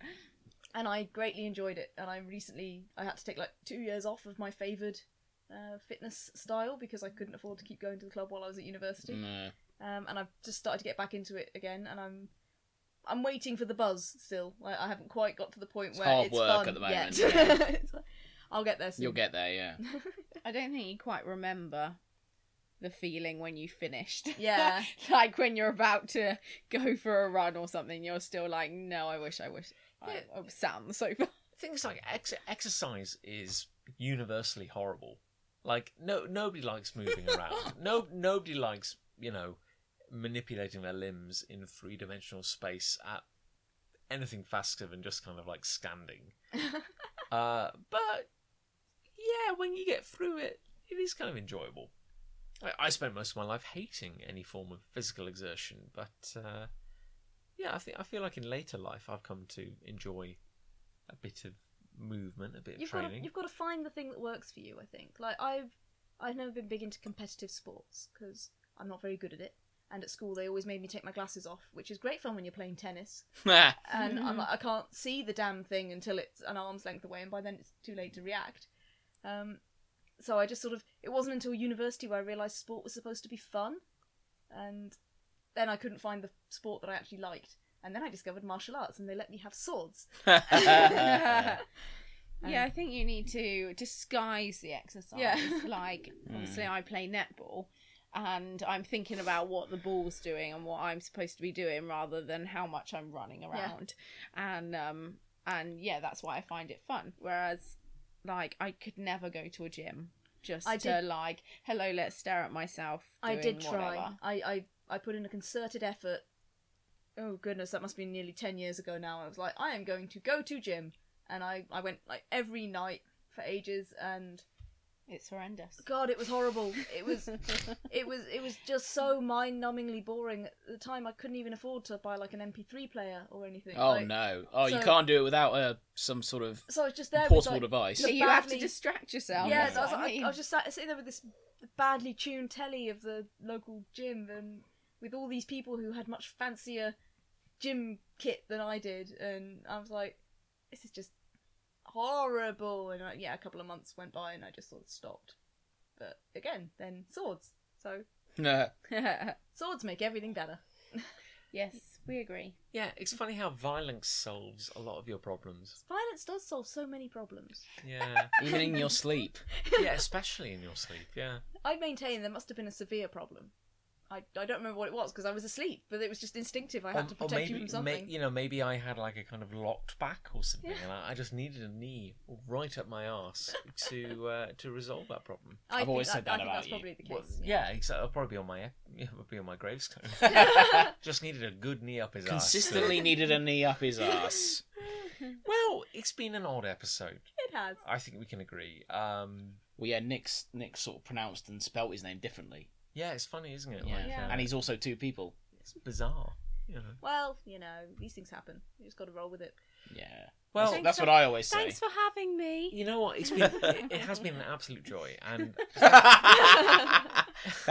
Speaker 3: and I greatly enjoyed it. And I recently I had to take like two years off of my favoured uh, fitness style because I couldn't afford to keep going to the club while I was at university.
Speaker 2: no.
Speaker 3: Um, and I've just started to get back into it again, and I'm I'm waiting for the buzz still. Like I haven't quite got to the point
Speaker 2: It's
Speaker 3: where
Speaker 2: hard
Speaker 3: it's
Speaker 2: work
Speaker 3: fun
Speaker 2: at the moment,
Speaker 3: yet.
Speaker 2: yeah.
Speaker 3: [LAUGHS] It's like, I'll get there soon. [LAUGHS]
Speaker 2: You'll get there. Yeah.
Speaker 4: [LAUGHS] I don't think you quite remember the feeling when you finished.
Speaker 3: Yeah.
Speaker 4: [LAUGHS] like when you're about to go for a run or something, you're still like, no, I wish, I wish. I, I was sat on the sofa.
Speaker 1: Things like ex- exercise is universally horrible. Like no, nobody likes
Speaker 3: [LAUGHS]
Speaker 1: moving around. No, nobody likes you know manipulating their limbs in three dimensional space at anything faster than just kind of like standing.
Speaker 3: [LAUGHS]
Speaker 1: Uh, but yeah, when you get through it, it is kind of enjoyable. I, I spent most of my life hating any form of physical exertion, but uh, yeah, I think I feel like in later life I've come to enjoy a bit of movement, a bit of
Speaker 3: you've got to,
Speaker 1: training.
Speaker 3: you've got to find the thing that works for you. I think. Like I've I've never been big into competitive sports because I'm not very good at it. And at school, they always made me take my glasses off, which is great fun when you're playing tennis.
Speaker 1: [LAUGHS]
Speaker 3: And I'm
Speaker 4: Mm-hmm.
Speaker 3: like, I can't see the damn thing until it's an arm's length away, and by then it's too late to react. Um, so I just sort of. It wasn't until university where I realised sport was supposed to be fun, and then I couldn't find the sport that I actually liked. And then I discovered martial arts, and they let me have swords. [LAUGHS]
Speaker 4: yeah, I
Speaker 3: Um,
Speaker 4: think you need to disguise the exercise.
Speaker 3: Yeah.
Speaker 4: [LAUGHS] like, obviously, I play netball and I'm thinking about what the ball's doing and what I'm supposed to be doing rather than how much I'm running around. And, um, and yeah, that's why I find it fun. Whereas, like, I could never go to a gym just
Speaker 3: I
Speaker 4: to,
Speaker 3: did-
Speaker 4: like, hello, let's stare at myself.
Speaker 3: I did
Speaker 4: doing
Speaker 3: try.
Speaker 4: whatever.
Speaker 3: I, I I put in a concerted effort. Oh goodness, that must be nearly ten years ago now. I was like, I am going to go to gym, and I I went like every night for ages, and
Speaker 4: It's horrendous.
Speaker 3: God, it was horrible.
Speaker 4: [LAUGHS]
Speaker 3: It [LAUGHS] was it was it was just so mind-numbingly boring. At the time, I couldn't even afford to buy like an MP3 player or anything.
Speaker 2: [LAUGHS] oh
Speaker 3: like-
Speaker 2: no. Oh, you
Speaker 3: so-
Speaker 2: can't do it without uh, some sort of
Speaker 3: So I was just there with
Speaker 2: portable
Speaker 3: like,
Speaker 2: device.
Speaker 4: So
Speaker 2: [LAUGHS]
Speaker 3: the
Speaker 4: you have to
Speaker 3: badly-
Speaker 4: distract yourself.
Speaker 3: yeah.
Speaker 4: that's
Speaker 3: So I was,
Speaker 4: what
Speaker 3: like,
Speaker 4: mean. [LAUGHS]
Speaker 3: I was just sat, sitting there with this badly tuned telly of the local gym, and with all these people who had much fancier gym kit than I did, and I was like, this is just horrible. And I, yeah, a couple of months went by, and I just sort of stopped. But again, then swords. So swords make everything better.
Speaker 4: yes, we agree.
Speaker 1: Yeah, it's funny how violence solves a lot of your problems.
Speaker 3: Violence does solve so many problems. [LAUGHS]
Speaker 1: Yeah,
Speaker 2: Even in your sleep.
Speaker 1: [LAUGHS] yeah, especially in your sleep. Yeah,
Speaker 3: I maintain there must have been a severe problem. I, I don't remember what it was because I was asleep, but it was just instinctive. I had to protect
Speaker 1: maybe
Speaker 3: you from
Speaker 1: may-
Speaker 3: something.
Speaker 1: you know, maybe I had like a kind of locked back or something, and I, I just needed a knee right up my ass to uh, to resolve that problem.
Speaker 3: I
Speaker 2: I've
Speaker 3: think
Speaker 2: always said that
Speaker 3: I think
Speaker 2: about
Speaker 3: that's
Speaker 2: you.
Speaker 3: probably the case.
Speaker 1: Well, yeah, exactly. I'll probably be on my [LAUGHS] yeah, I'll be on my gravestone.
Speaker 3: [LAUGHS]
Speaker 1: Just needed a good knee up his ass.
Speaker 2: Consistently needed a knee up his ass.
Speaker 1: Well, it's been an odd episode.
Speaker 3: It has.
Speaker 1: I think we can agree. Um,
Speaker 2: Well, yeah, Nick's Nick sort of pronounced and spelt his name differently.
Speaker 1: yeah, it's funny, isn't it?
Speaker 2: Yeah.
Speaker 1: Like, uh,
Speaker 2: And he's also two people.
Speaker 1: it's bizarre. You know.
Speaker 3: Well, you know, these things happen. You just got to roll with it.
Speaker 2: Yeah.
Speaker 1: Well,
Speaker 2: Well, that's what I always say.
Speaker 4: Thanks for having me.
Speaker 1: you know what? It's been it, it has been an absolute joy,
Speaker 2: [LAUGHS]
Speaker 1: and
Speaker 2: that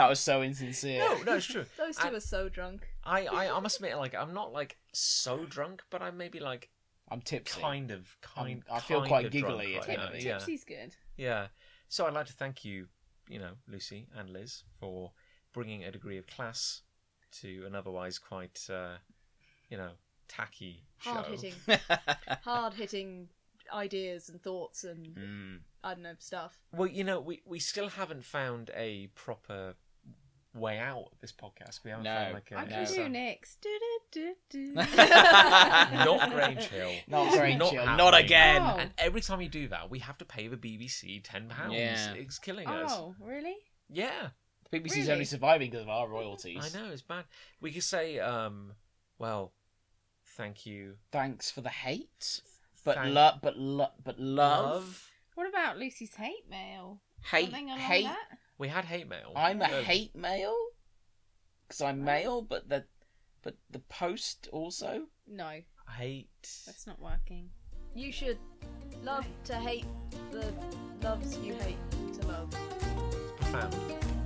Speaker 2: was so insincere.
Speaker 1: no, no, it's true.
Speaker 3: Those two
Speaker 1: I-
Speaker 3: are so drunk.
Speaker 1: I, I, I must admit, like, I'm not like so drunk, but I'm maybe like
Speaker 2: I'm tipsy.
Speaker 1: kind of kind.
Speaker 2: I feel
Speaker 1: kind
Speaker 2: quite
Speaker 1: of drunk
Speaker 2: giggly, if
Speaker 1: right now,
Speaker 2: anything.
Speaker 1: Yeah,
Speaker 4: Tipsy's good.
Speaker 1: yeah. So I'd like to thank you, you know, Lucy and Liz for bringing a degree of class to an otherwise quite, uh, you know, tacky show.
Speaker 3: Hard
Speaker 2: [LAUGHS]
Speaker 3: hitting, hard hitting ideas and thoughts
Speaker 2: [LAUGHS]
Speaker 3: and
Speaker 2: Mm.
Speaker 3: I don't know stuff.
Speaker 1: Well, you know, we, we still haven't found a proper way out of this podcast. We haven't
Speaker 2: No.
Speaker 1: found like a
Speaker 4: I
Speaker 2: no.
Speaker 4: can
Speaker 1: it's,
Speaker 4: do
Speaker 1: um,
Speaker 4: next. Do, do, do, do.
Speaker 2: [LAUGHS]
Speaker 4: [LAUGHS]
Speaker 1: not Grange Hill.
Speaker 2: Not
Speaker 1: It's
Speaker 2: very chill. Not
Speaker 1: happening.
Speaker 2: again.
Speaker 4: Oh.
Speaker 1: And every time you do that, we have to pay the BBC ten pounds.
Speaker 2: Yeah.
Speaker 1: It's killing us.
Speaker 4: Oh, really?
Speaker 1: Yeah,
Speaker 2: The BBC's
Speaker 4: Really?
Speaker 2: only surviving because of our royalties.
Speaker 1: I know it's bad. We could say, um, well, thank you,
Speaker 2: Thanks for the hate, but
Speaker 1: thank-
Speaker 2: love, but love, but love.
Speaker 1: love.
Speaker 4: What about Lucy's hate mail?
Speaker 2: Hate,
Speaker 4: Something along
Speaker 2: hate.
Speaker 4: that?
Speaker 1: We had hate mail.
Speaker 2: I'm a
Speaker 1: Uh,
Speaker 2: hate male because I'm male, but the but the post also.
Speaker 4: No,
Speaker 1: hate.
Speaker 4: that's not working.
Speaker 3: You should love to hate the loves you hate to love.
Speaker 1: Profound.